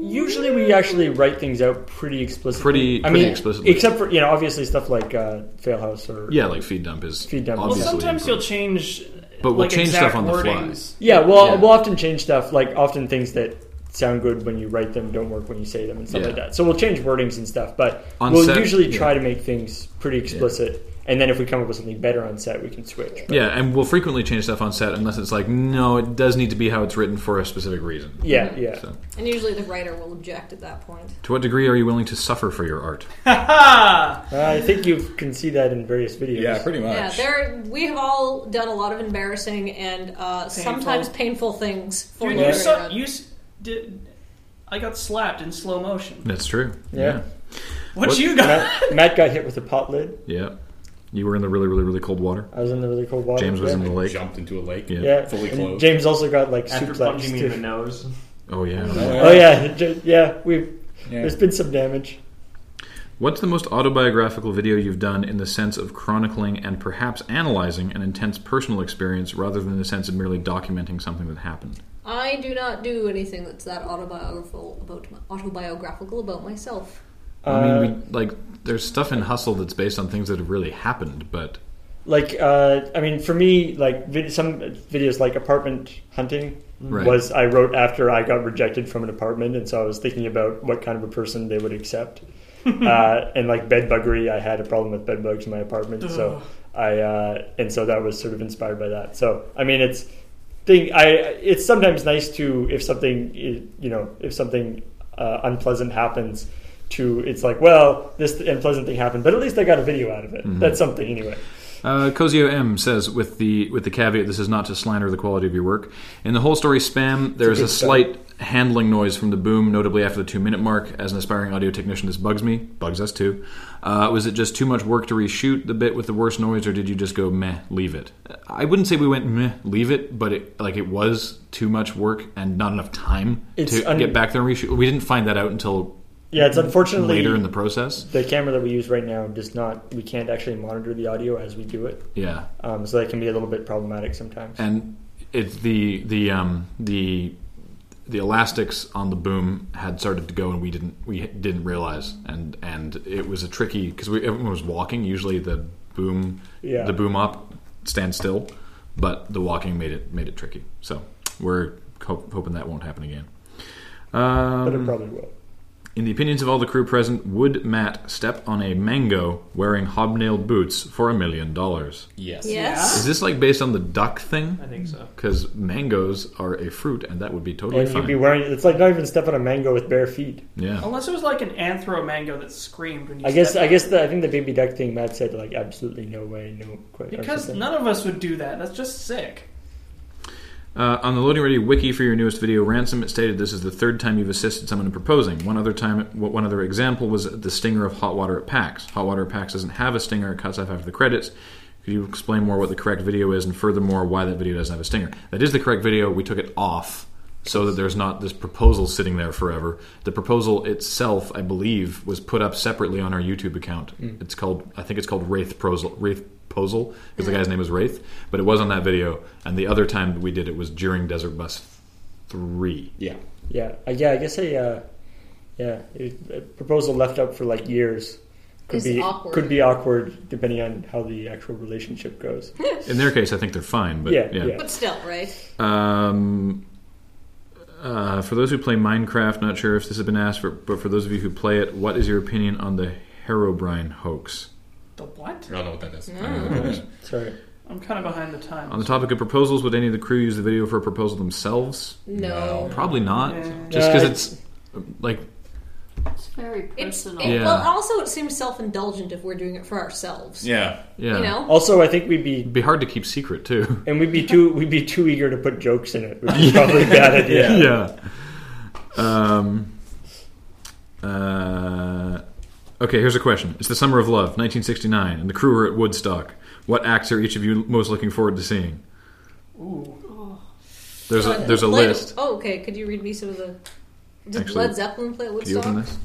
[SPEAKER 5] usually we actually write things out pretty explicitly.
[SPEAKER 2] Pretty-
[SPEAKER 5] I
[SPEAKER 2] pretty
[SPEAKER 5] mean,
[SPEAKER 2] explicitly.
[SPEAKER 5] Except for you know, obviously stuff like uh, Failhouse or
[SPEAKER 2] Yeah, like feed dump is
[SPEAKER 5] Feed dump is-
[SPEAKER 4] Well,
[SPEAKER 2] obviously.
[SPEAKER 4] sometimes you'll change.
[SPEAKER 2] But we'll
[SPEAKER 4] like,
[SPEAKER 2] change
[SPEAKER 4] exact
[SPEAKER 2] stuff on the fly.
[SPEAKER 4] wordings.
[SPEAKER 5] Yeah, well,
[SPEAKER 2] Yeah.
[SPEAKER 5] we'll often change stuff. Like often things that sound good when you write them don't work when you say them and stuff
[SPEAKER 2] Yeah.
[SPEAKER 5] like that. So we'll change wordings and stuff, but
[SPEAKER 2] On
[SPEAKER 5] we'll
[SPEAKER 2] set,
[SPEAKER 5] usually
[SPEAKER 2] yeah.
[SPEAKER 5] try to make things pretty explicit. And then if we come up with something better on set, we can switch. But-
[SPEAKER 2] yeah, and we'll frequently change stuff on set unless it's like, no, it does need to be how it's written for a specific reason.
[SPEAKER 5] yeah, yeah.
[SPEAKER 2] So,
[SPEAKER 7] And usually the writer will object at that point.
[SPEAKER 2] to what degree are you willing to suffer for your art?
[SPEAKER 5] Uh, I think you can see that in various videos.
[SPEAKER 3] Yeah, pretty much.
[SPEAKER 7] Yeah, there we have all done a lot of embarrassing and uh, sometimes painful things for
[SPEAKER 4] Dude, you,
[SPEAKER 7] the
[SPEAKER 5] Yeah.
[SPEAKER 7] writer.
[SPEAKER 4] so, you s- did. I got slapped in slow motion.
[SPEAKER 2] That's true.
[SPEAKER 5] Yeah.
[SPEAKER 4] What,
[SPEAKER 2] What-
[SPEAKER 4] you got?
[SPEAKER 5] (laughs) Matt, Matt got hit with a pot lid.
[SPEAKER 2] Yeah. Yeah. You were in the really, really, really cold water.
[SPEAKER 5] I was in the really cold water.
[SPEAKER 2] James was
[SPEAKER 5] yeah.
[SPEAKER 2] in the lake.
[SPEAKER 3] Jumped into a lake.
[SPEAKER 2] Yeah.
[SPEAKER 5] yeah.
[SPEAKER 3] fully
[SPEAKER 5] and
[SPEAKER 3] clothed.
[SPEAKER 5] James also got like
[SPEAKER 6] After
[SPEAKER 5] suplexed.
[SPEAKER 6] plunging me in the
[SPEAKER 5] too.
[SPEAKER 6] nose.
[SPEAKER 2] Oh yeah.
[SPEAKER 5] Oh yeah, J- yeah. We've
[SPEAKER 3] Yeah.
[SPEAKER 5] there's been some damage.
[SPEAKER 2] What's the most autobiographical video you've done in the sense of chronicling and perhaps analyzing an intense personal experience rather than the sense of merely documenting something that happened?
[SPEAKER 7] I do not do anything that's that autobiographical about my, autobiographical about myself.
[SPEAKER 2] I
[SPEAKER 5] Uh,
[SPEAKER 2] mean, we, like, there's stuff in Hustle that's based on things that have really happened, but
[SPEAKER 5] like uh, I mean, for me, like vid- some videos like apartment hunting
[SPEAKER 2] Right.
[SPEAKER 5] was I wrote after I got rejected from an apartment, and so I was thinking about what kind of a person they would accept. uh, and like bedbuggery, I had a problem with bedbugs in my apartment, so I uh, and so that was sort of inspired by that. So I mean, it's thing. I it's sometimes nice to if something i- you know if something uh, unpleasant happens. To it's like well this unpleasant thing happened, but at least I got a video out of it. That's something anyway.
[SPEAKER 2] Uh, Cozio M says, with the with the caveat, this is not to slander the quality of your work. In the whole story, spam. There is
[SPEAKER 5] good
[SPEAKER 2] a slight handling noise from the boom, notably after the two minute mark. As an aspiring audio technician, this bugs me. Bugs us too. Uh, was it just too much work to reshoot the bit with the worst noise, or did you just go meh, leave it? Uh, I wouldn't say we went meh, leave it, but it like it was too much work and not enough time
[SPEAKER 5] It's
[SPEAKER 2] to
[SPEAKER 5] un-
[SPEAKER 2] get back there and reshoot. We didn't find that out until
[SPEAKER 5] Yeah, it's unfortunately
[SPEAKER 2] later in the process.
[SPEAKER 5] the camera that we use right now does not. We can't actually monitor the audio as we do it,
[SPEAKER 2] Yeah.
[SPEAKER 5] um, so that can be a little bit problematic sometimes.
[SPEAKER 2] and it's the the um, the the elastics on the boom had started to go, and we didn't we didn't realize, and and it was a tricky because everyone was walking. Usually the boom
[SPEAKER 5] Yeah.
[SPEAKER 2] the boom up stands still, but the walking made it made it tricky. So we're hope, hoping that won't happen again. Um,
[SPEAKER 5] but it probably will.
[SPEAKER 2] in the opinions of all the crew present, would Matt step on a mango wearing hobnailed boots for a million dollars?
[SPEAKER 3] Yes.
[SPEAKER 7] Yes.
[SPEAKER 2] Is this like based on the duck thing?
[SPEAKER 6] I think so.
[SPEAKER 2] Because mangoes are a fruit, and that would be totally
[SPEAKER 5] And
[SPEAKER 2] fine.
[SPEAKER 5] you'd be wearing. It's like not even step on a mango with bare feet.
[SPEAKER 2] yeah.
[SPEAKER 4] Unless it was like an anthro mango that screamed when you.
[SPEAKER 5] I guess.
[SPEAKER 4] stepped
[SPEAKER 5] I
[SPEAKER 4] on
[SPEAKER 5] guess.
[SPEAKER 4] it.
[SPEAKER 5] The, I think the baby duck thing. Matt said like absolutely no way, no. Quite, or
[SPEAKER 4] because
[SPEAKER 5] something.
[SPEAKER 4] none of us would do that. That's just sick.
[SPEAKER 2] Uh, on the Loading Ready wiki for your newest video, Ransom, it stated this is the third time you've assisted someone in proposing. One other time, one other example was the stinger of Hot Water at PAX. Hot Water at PAX doesn't have a stinger; it cuts off after the credits. Could you explain more what the correct video is, and furthermore, why that video doesn't have a stinger? That is the correct video. We took it off so that there's not this proposal sitting there forever. The proposal itself, I believe, was put up separately on our YouTube account. It's called, I think it's called Wraith Proposal. Wraith Proposal, because the guy's name is Wraith, but it was on that video. And the other time that we did it was during Desert Bus Three.
[SPEAKER 3] Yeah.
[SPEAKER 5] Yeah. I, yeah. I guess a. Uh, yeah. It, a proposal left up for like years could
[SPEAKER 7] Is
[SPEAKER 5] be
[SPEAKER 7] awkward.
[SPEAKER 5] could be awkward depending on how the actual relationship goes. (laughs)
[SPEAKER 2] In their case, I think they're fine. But
[SPEAKER 5] Yeah,
[SPEAKER 2] yeah.
[SPEAKER 5] yeah.
[SPEAKER 7] But still, right?
[SPEAKER 2] Um, uh, for those who play Minecraft, not sure if this has been asked, for, but for those of you who play it, what is your opinion on the Herobrine hoax?
[SPEAKER 4] The what?
[SPEAKER 3] I don't know what that is.
[SPEAKER 2] I don't know what that is.
[SPEAKER 5] Sorry.
[SPEAKER 4] I'm kind of behind the
[SPEAKER 2] On
[SPEAKER 4] times.
[SPEAKER 2] the topic of proposals, would any of the crew use the video for a proposal themselves?
[SPEAKER 7] No.
[SPEAKER 2] Probably not.
[SPEAKER 4] Yeah.
[SPEAKER 2] Just because
[SPEAKER 5] Yeah,
[SPEAKER 2] it's like
[SPEAKER 8] It's very
[SPEAKER 7] It's it,
[SPEAKER 8] personal.
[SPEAKER 2] Yeah.
[SPEAKER 7] well. Also, it seems self-indulgent if we're doing it for ourselves.
[SPEAKER 3] Yeah.
[SPEAKER 2] yeah, Oh,
[SPEAKER 7] You know.
[SPEAKER 5] Also, I think we'd be
[SPEAKER 2] it'd be hard to keep secret
[SPEAKER 5] (laughs)
[SPEAKER 2] too.
[SPEAKER 5] And we'd be too we'd be too eager to put jokes in it, which is probably a
[SPEAKER 3] (laughs)
[SPEAKER 5] bad idea.
[SPEAKER 2] (laughs) yeah. Um. Uh. Okay, here's a question. It's the summer of love, 1969, and the crew are at Woodstock. What acts are each of you most looking forward to seeing?
[SPEAKER 4] Ooh.
[SPEAKER 2] There's a
[SPEAKER 7] Uh,
[SPEAKER 2] there's a
[SPEAKER 7] Led-
[SPEAKER 2] list.
[SPEAKER 7] Oh, okay. Could you read me some of the? Did
[SPEAKER 2] Actually,
[SPEAKER 7] Led Zeppelin play at
[SPEAKER 2] Can you
[SPEAKER 7] Woodstock?
[SPEAKER 2] open this?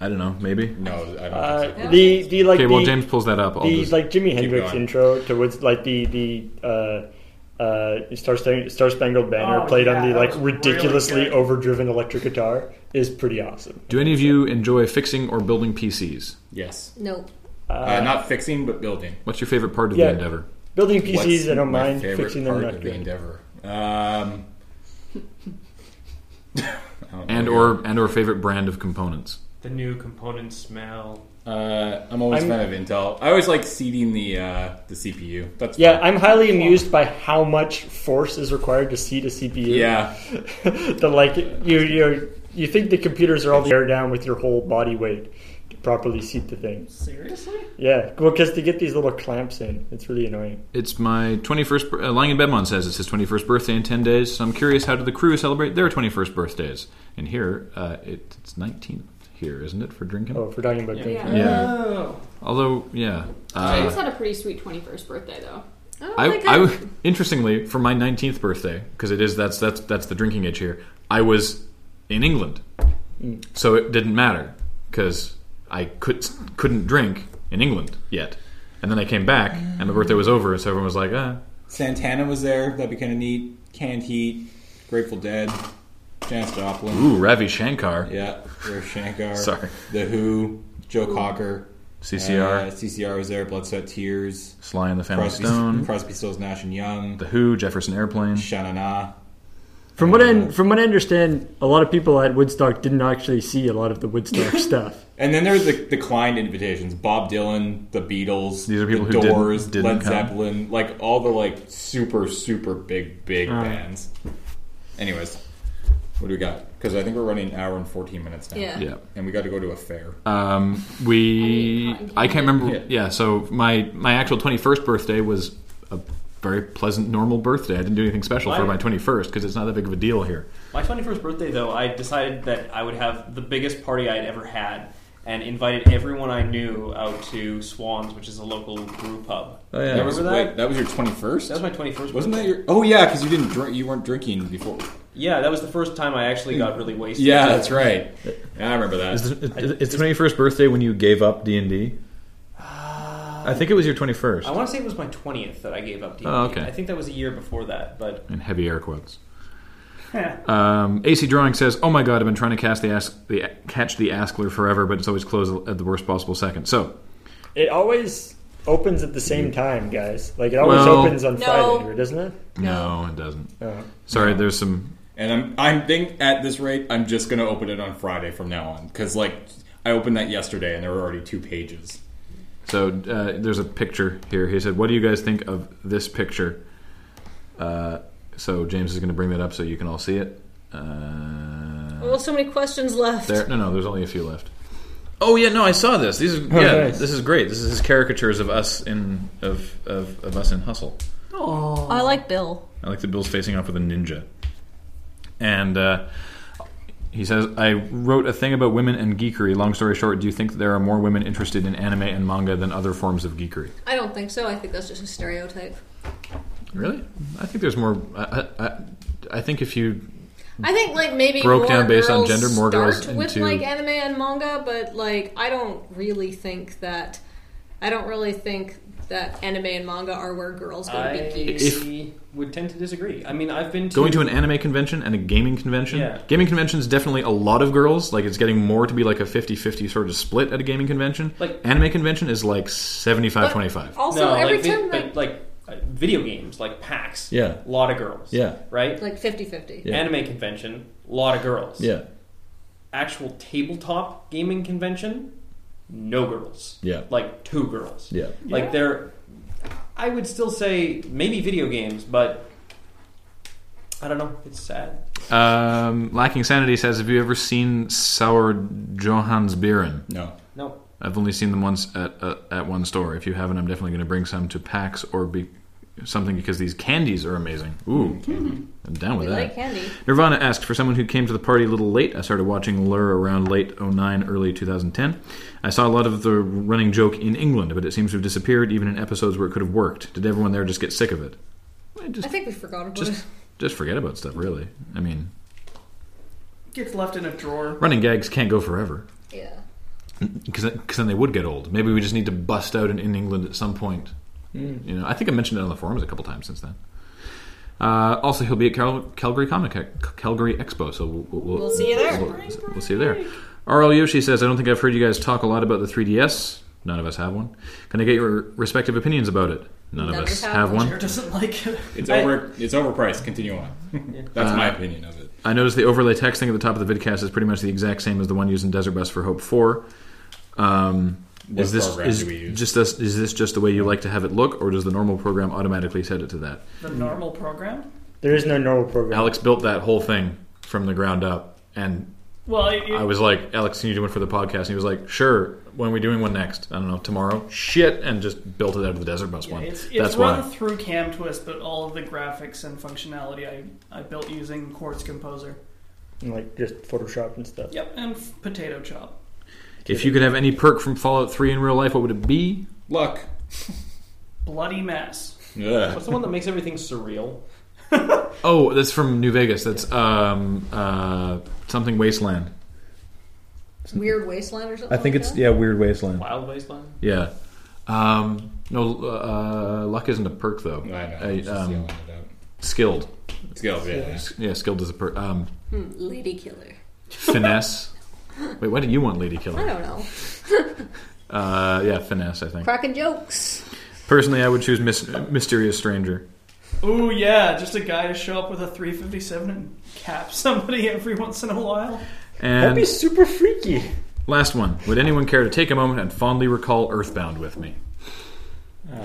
[SPEAKER 2] I don't know. Maybe.
[SPEAKER 3] No, I don't think
[SPEAKER 5] Uh,
[SPEAKER 3] so.
[SPEAKER 5] the the like
[SPEAKER 2] okay, well
[SPEAKER 5] the,
[SPEAKER 2] James pulls that up. I'll
[SPEAKER 5] the
[SPEAKER 2] just-
[SPEAKER 5] like Jimi Hendrix
[SPEAKER 3] going.
[SPEAKER 5] intro towards like the the uh, uh, Star, Stan- Star Spangled Banner
[SPEAKER 4] Oh,
[SPEAKER 5] played on
[SPEAKER 4] yeah,
[SPEAKER 5] the
[SPEAKER 4] that
[SPEAKER 5] like
[SPEAKER 4] was really
[SPEAKER 5] ridiculously
[SPEAKER 4] good.
[SPEAKER 5] overdriven electric guitar is pretty awesome.
[SPEAKER 2] Do any of you enjoy fixing or building PCs?
[SPEAKER 3] Yes.
[SPEAKER 7] No.
[SPEAKER 3] Uh, not fixing, but building.
[SPEAKER 2] What's your favorite part of
[SPEAKER 5] Yeah.
[SPEAKER 2] the endeavor?
[SPEAKER 5] Building
[SPEAKER 3] What's
[SPEAKER 5] PCs, I don't
[SPEAKER 3] my
[SPEAKER 5] mind
[SPEAKER 3] favorite
[SPEAKER 5] fixing them.
[SPEAKER 3] part
[SPEAKER 5] Not
[SPEAKER 3] of the
[SPEAKER 5] good.
[SPEAKER 3] endeavor. Um, (laughs) I don't
[SPEAKER 2] And
[SPEAKER 3] know.
[SPEAKER 2] or and or favorite brand of components?
[SPEAKER 6] The new component smell.
[SPEAKER 3] uh, I'm always a
[SPEAKER 5] I'm-
[SPEAKER 3] fan of Intel. I always like seeding the uh, the CPU. That's
[SPEAKER 5] Yeah,
[SPEAKER 3] fun.
[SPEAKER 5] I'm highly amused by how much force is required to seat a CPU.
[SPEAKER 3] yeah.
[SPEAKER 5] that like you you you think the computers are all the air down with your whole body weight to properly seat the thing.
[SPEAKER 4] Seriously?
[SPEAKER 5] Yeah, well, because to get these little clamps in, it's really annoying.
[SPEAKER 2] It's my 21st. bir- Uh, Lying in Bedmon says it's his 21st birthday in 10 days, so I'm curious how do the crew celebrate their 21st birthdays? And here, uh, it, it's 19th here, isn't it, for drinking?
[SPEAKER 5] Oh, if we're talking about drinking.
[SPEAKER 8] Yeah.
[SPEAKER 2] Mm-hmm. Yeah.
[SPEAKER 4] Oh.
[SPEAKER 2] Although, yeah.
[SPEAKER 8] I
[SPEAKER 2] Uh,
[SPEAKER 8] just had a pretty sweet 21st birthday, though.
[SPEAKER 7] Oh, I don't
[SPEAKER 2] I,
[SPEAKER 7] think
[SPEAKER 2] I
[SPEAKER 7] I,
[SPEAKER 2] w- interestingly for my 19th birthday because it is that's that's that's the drinking age here. I was in England, so it didn't matter because I could couldn't drink in England yet. And then I came back, and my birthday was over, so everyone was like, "Ah,
[SPEAKER 3] Santana was there. That'd be kind of neat. Canned Heat, Grateful Dead, Janis Joplin.
[SPEAKER 2] ooh, Ravi Shankar,
[SPEAKER 3] Yeah, Rav Shankar.
[SPEAKER 2] Sorry.
[SPEAKER 3] The Who, Joe Cocker.
[SPEAKER 2] CCR,
[SPEAKER 3] Uh, CCR was there. Blood, Sweat, Tears.
[SPEAKER 2] Sly and the Family
[SPEAKER 3] Crosby,
[SPEAKER 2] Stone,
[SPEAKER 3] Crosby, Stills, Nash and Young.
[SPEAKER 2] The Who, Jefferson Airplane."
[SPEAKER 3] Shanana.
[SPEAKER 5] From what I from what I understand, a lot of people at Woodstock didn't actually see a lot of the Woodstock stuff.
[SPEAKER 3] And then there were the declined invitations: Bob Dylan, The Beatles,
[SPEAKER 2] These are people
[SPEAKER 3] the
[SPEAKER 2] who didn't-
[SPEAKER 3] Doors,
[SPEAKER 2] didn't
[SPEAKER 3] Led
[SPEAKER 2] come.
[SPEAKER 3] Zeppelin, like all the like super super big big bands. Anyways, what do we got? Because I think we're running an hour and fourteen minutes now.
[SPEAKER 7] Yeah.
[SPEAKER 2] Yeah.
[SPEAKER 3] and we got to go to a fair.
[SPEAKER 2] Um, we
[SPEAKER 8] I mean,
[SPEAKER 2] I can't remember.
[SPEAKER 3] Yeah.
[SPEAKER 2] Yeah. So my my actual twenty first birthday was a very pleasant, normal birthday. I didn't do anything special for
[SPEAKER 6] Mine-
[SPEAKER 2] my twenty first because it's not that big of a deal here.
[SPEAKER 6] My 21st birthday, though, I decided that I would have the biggest party I'd ever had and invited everyone I knew out to Swans, which is a local brew pub.
[SPEAKER 2] Oh yeah,
[SPEAKER 3] that was
[SPEAKER 6] remember that?
[SPEAKER 3] wait, that was your twenty first.
[SPEAKER 6] That was my 21st
[SPEAKER 3] Wasn't that
[SPEAKER 6] birthday.
[SPEAKER 3] your? Oh yeah, because you didn't drink. You weren't drinking before.
[SPEAKER 6] Yeah, that was the first time I actually got really wasted.
[SPEAKER 3] Yeah, that's right. Yeah, I remember that.
[SPEAKER 2] Is the, is, is the twenty first birthday when you gave up D and D? I think it was your twenty first.
[SPEAKER 6] I want to say it was my 20th that I gave up D&D.
[SPEAKER 2] Oh, okay.
[SPEAKER 6] I think that was a year before that, but
[SPEAKER 2] In heavy air quotes. um, AC Drawing says, "Oh my God, I've been trying to cast the ask the catch the Askler forever, but it's always closed at the worst possible second. So
[SPEAKER 5] It always opens at the same time, guys. Like it always
[SPEAKER 2] Well-
[SPEAKER 5] opens on
[SPEAKER 7] No.
[SPEAKER 5] Friday, here, doesn't it?
[SPEAKER 2] no, it doesn't.
[SPEAKER 5] Oh.
[SPEAKER 2] Sorry, there's some
[SPEAKER 3] And I'm I'm think at this rate I'm just gonna open it on Friday from now on because like I opened that yesterday and there were already two pages.
[SPEAKER 2] So uh, there's a picture here. He said, "What do you guys think of this picture?" Uh, so James is going to bring that up so you can all see it. Uh,
[SPEAKER 1] Well, so many questions left.
[SPEAKER 2] there, no, no, there's only a few left. Oh yeah, no, I saw this. These, are,
[SPEAKER 5] Oh,
[SPEAKER 2] yeah,
[SPEAKER 5] nice.
[SPEAKER 2] this is great. This is his caricatures of us in of, of, of us in Hustle.
[SPEAKER 4] Oh.
[SPEAKER 7] I like Bill.
[SPEAKER 2] I like the Bills facing off with a ninja. And uh, he says, I wrote a thing about women and geekery. Long story short, do you think there are more women interested in anime and manga than other forms of geekery?
[SPEAKER 7] I don't think so. I think that's just a stereotype.
[SPEAKER 2] Really? I think there's more. I, I, I- I think if you.
[SPEAKER 7] I think like maybe
[SPEAKER 2] Broke
[SPEAKER 7] more
[SPEAKER 2] down based on
[SPEAKER 7] girls
[SPEAKER 2] gender, more
[SPEAKER 7] start
[SPEAKER 2] girls
[SPEAKER 7] with
[SPEAKER 2] into-
[SPEAKER 7] like anime and manga, but like I don't really think that I don't really think that anime and manga are where girls go to
[SPEAKER 6] I
[SPEAKER 7] be geeks.
[SPEAKER 2] If-
[SPEAKER 6] would tend to disagree. I mean, I've been to...
[SPEAKER 2] Going to an anime convention and a gaming convention.
[SPEAKER 6] Yeah.
[SPEAKER 2] Gaming conventions definitely a lot of girls. Like it's getting more to be like a 50-50 sort of split at a gaming convention.
[SPEAKER 6] Like-
[SPEAKER 2] anime convention is like
[SPEAKER 7] But
[SPEAKER 2] 75-25.
[SPEAKER 7] Also, every
[SPEAKER 6] like, vi-
[SPEAKER 7] time
[SPEAKER 6] but, like uh, video games, like PAX,
[SPEAKER 2] Yeah.
[SPEAKER 6] a lot of girls,
[SPEAKER 2] Yeah.
[SPEAKER 6] right?
[SPEAKER 7] like 50-50.
[SPEAKER 2] Yeah.
[SPEAKER 6] Anime convention, a lot of girls. Actual tabletop gaming convention, no girls.
[SPEAKER 2] Yeah.
[SPEAKER 6] like two girls.
[SPEAKER 2] Yeah.
[SPEAKER 6] like they're. I would still say maybe video games, but I don't know. It's sad.
[SPEAKER 2] Um, Lacking Sanity says, have you ever seen Sour Johannsbieren?
[SPEAKER 3] No,
[SPEAKER 6] No,
[SPEAKER 2] I've only seen them once at uh, at one store. If you haven't, I'm definitely going to bring some to PAX or be something because these candies are amazing. Ooh, I'm down with
[SPEAKER 7] We
[SPEAKER 2] that.
[SPEAKER 7] like candy.
[SPEAKER 2] Nirvana asked for someone who came to the party a little late. I started watching Lur around late 09, early 2010. I saw a lot of the running joke in England, but it seems to have disappeared even in episodes where it could have worked. Did everyone there just get sick of it? I
[SPEAKER 7] I
[SPEAKER 2] just
[SPEAKER 7] think we forgot about
[SPEAKER 2] just
[SPEAKER 7] it.
[SPEAKER 2] just forget about stuff, really. I mean,
[SPEAKER 4] Gets left in a drawer.
[SPEAKER 2] running gags can't go forever
[SPEAKER 7] Yeah.
[SPEAKER 2] because then they would get old. Maybe we just need to Hmm. bust out in, in England at some point. You know, I think I mentioned it on the forums a couple times since then. Uh, also, he'll be at Cal- Calgary Comic Calgary Expo, so we'll, we'll,
[SPEAKER 7] We'll see you there.
[SPEAKER 2] We'll, we'll see you there. RL Yoshi says, "I don't think I've heard you guys talk a lot about the 3DS. None of us have one. Can I get your respective opinions about it? None, of us have, one.
[SPEAKER 4] Or doesn't (laughs) like it.
[SPEAKER 3] It's over. It's overpriced. Continue on. (laughs) That's my
[SPEAKER 2] Uh,
[SPEAKER 3] opinion of it.
[SPEAKER 2] I noticed the overlay text thing at the top of the vidcast is pretty much the exact same as the one used in Desert Bus for Hope Four. Um, is this
[SPEAKER 3] program
[SPEAKER 2] is
[SPEAKER 3] do we use?
[SPEAKER 2] just this, is this just the way you like to have it look, or does the normal program automatically set it to that?
[SPEAKER 4] The normal program.
[SPEAKER 5] There is no normal program.
[SPEAKER 2] Alex built that whole thing from the ground up, and
[SPEAKER 4] Well, it,
[SPEAKER 2] I was like, "Alex, can you do one for the podcast?" And he was like, "Sure." When are we doing one next? I don't know. Tomorrow? Shit, and just built it out of the Desert Bus one.
[SPEAKER 4] it's, it's
[SPEAKER 2] That's
[SPEAKER 4] run
[SPEAKER 2] why.
[SPEAKER 4] through Cam Twist, but all of the graphics and functionality I, I built using Quartz Composer.
[SPEAKER 5] And, like just Photoshop and stuff.
[SPEAKER 4] Yep, and f- Potato Chop.
[SPEAKER 2] If you could have any perk from Fallout Three in real life, what would it be?
[SPEAKER 3] Luck.
[SPEAKER 4] Bloody mess.
[SPEAKER 3] Ugh.
[SPEAKER 6] What's the one that makes everything surreal?
[SPEAKER 2] Oh, that's from New Vegas. That's um, uh, something Wasteland.
[SPEAKER 7] Weird wasteland or something.
[SPEAKER 2] I think
[SPEAKER 7] like
[SPEAKER 2] it's
[SPEAKER 7] that?
[SPEAKER 2] yeah, Weird Wasteland.
[SPEAKER 6] Wild Wasteland?
[SPEAKER 2] Yeah. Um, no, uh, luck isn't a perk though.
[SPEAKER 3] I know.
[SPEAKER 2] Uh,
[SPEAKER 3] I'm just
[SPEAKER 2] um,
[SPEAKER 3] yelling it out.
[SPEAKER 2] skilled.
[SPEAKER 3] Skills, yeah. yeah.
[SPEAKER 2] S- Yeah, skilled is a perk. Um,
[SPEAKER 7] Hmm, lady killer.
[SPEAKER 2] finesse. Wait, why did you want Lady
[SPEAKER 7] I
[SPEAKER 2] Killer?
[SPEAKER 7] don't know.
[SPEAKER 2] Uh, yeah, finesse. I think
[SPEAKER 7] Cracking jokes.
[SPEAKER 2] personally, I would choose mis- mysterious stranger.
[SPEAKER 4] Ooh, yeah, just a guy to show up with a 357 and cap somebody every once in a while.
[SPEAKER 5] That'd be
[SPEAKER 2] And
[SPEAKER 5] super freaky.
[SPEAKER 2] last one. Would anyone care to take a moment and fondly recall Earthbound with me?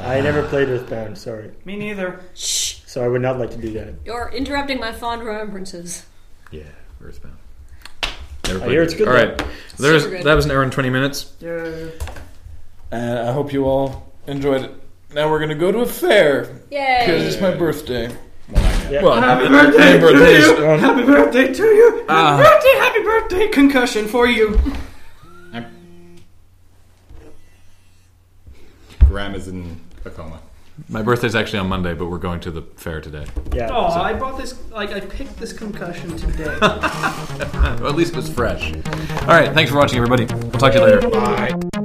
[SPEAKER 5] I never played Earthbound, sorry.
[SPEAKER 4] Me neither.
[SPEAKER 7] Shh.
[SPEAKER 5] So I would not like to do that.
[SPEAKER 7] You're interrupting my fond remembrances.
[SPEAKER 2] Yeah, Earthbound. Never
[SPEAKER 5] I hear it's good,
[SPEAKER 2] All right, there's
[SPEAKER 7] Super good.
[SPEAKER 2] that was an hour and twenty minutes.
[SPEAKER 4] Yeah.
[SPEAKER 2] Uh, I hope you all enjoyed it. Now we're gonna go to a fair because
[SPEAKER 7] Yay!
[SPEAKER 2] it's my birthday.
[SPEAKER 5] Yeah.
[SPEAKER 2] Well, happy birthday,
[SPEAKER 4] Happy birthday to you!
[SPEAKER 2] Ah.
[SPEAKER 4] happy birthday, happy birthday! Concussion for you!
[SPEAKER 3] Graham is in a coma.
[SPEAKER 2] My birthday's actually on Monday, but we're going to the fair today.
[SPEAKER 5] Yeah.
[SPEAKER 4] Oh, I bought this, like, I picked this concussion today.
[SPEAKER 2] Or at least it's fresh. All right, thanks for watching, everybody. We'll talk to you later.
[SPEAKER 3] Bye.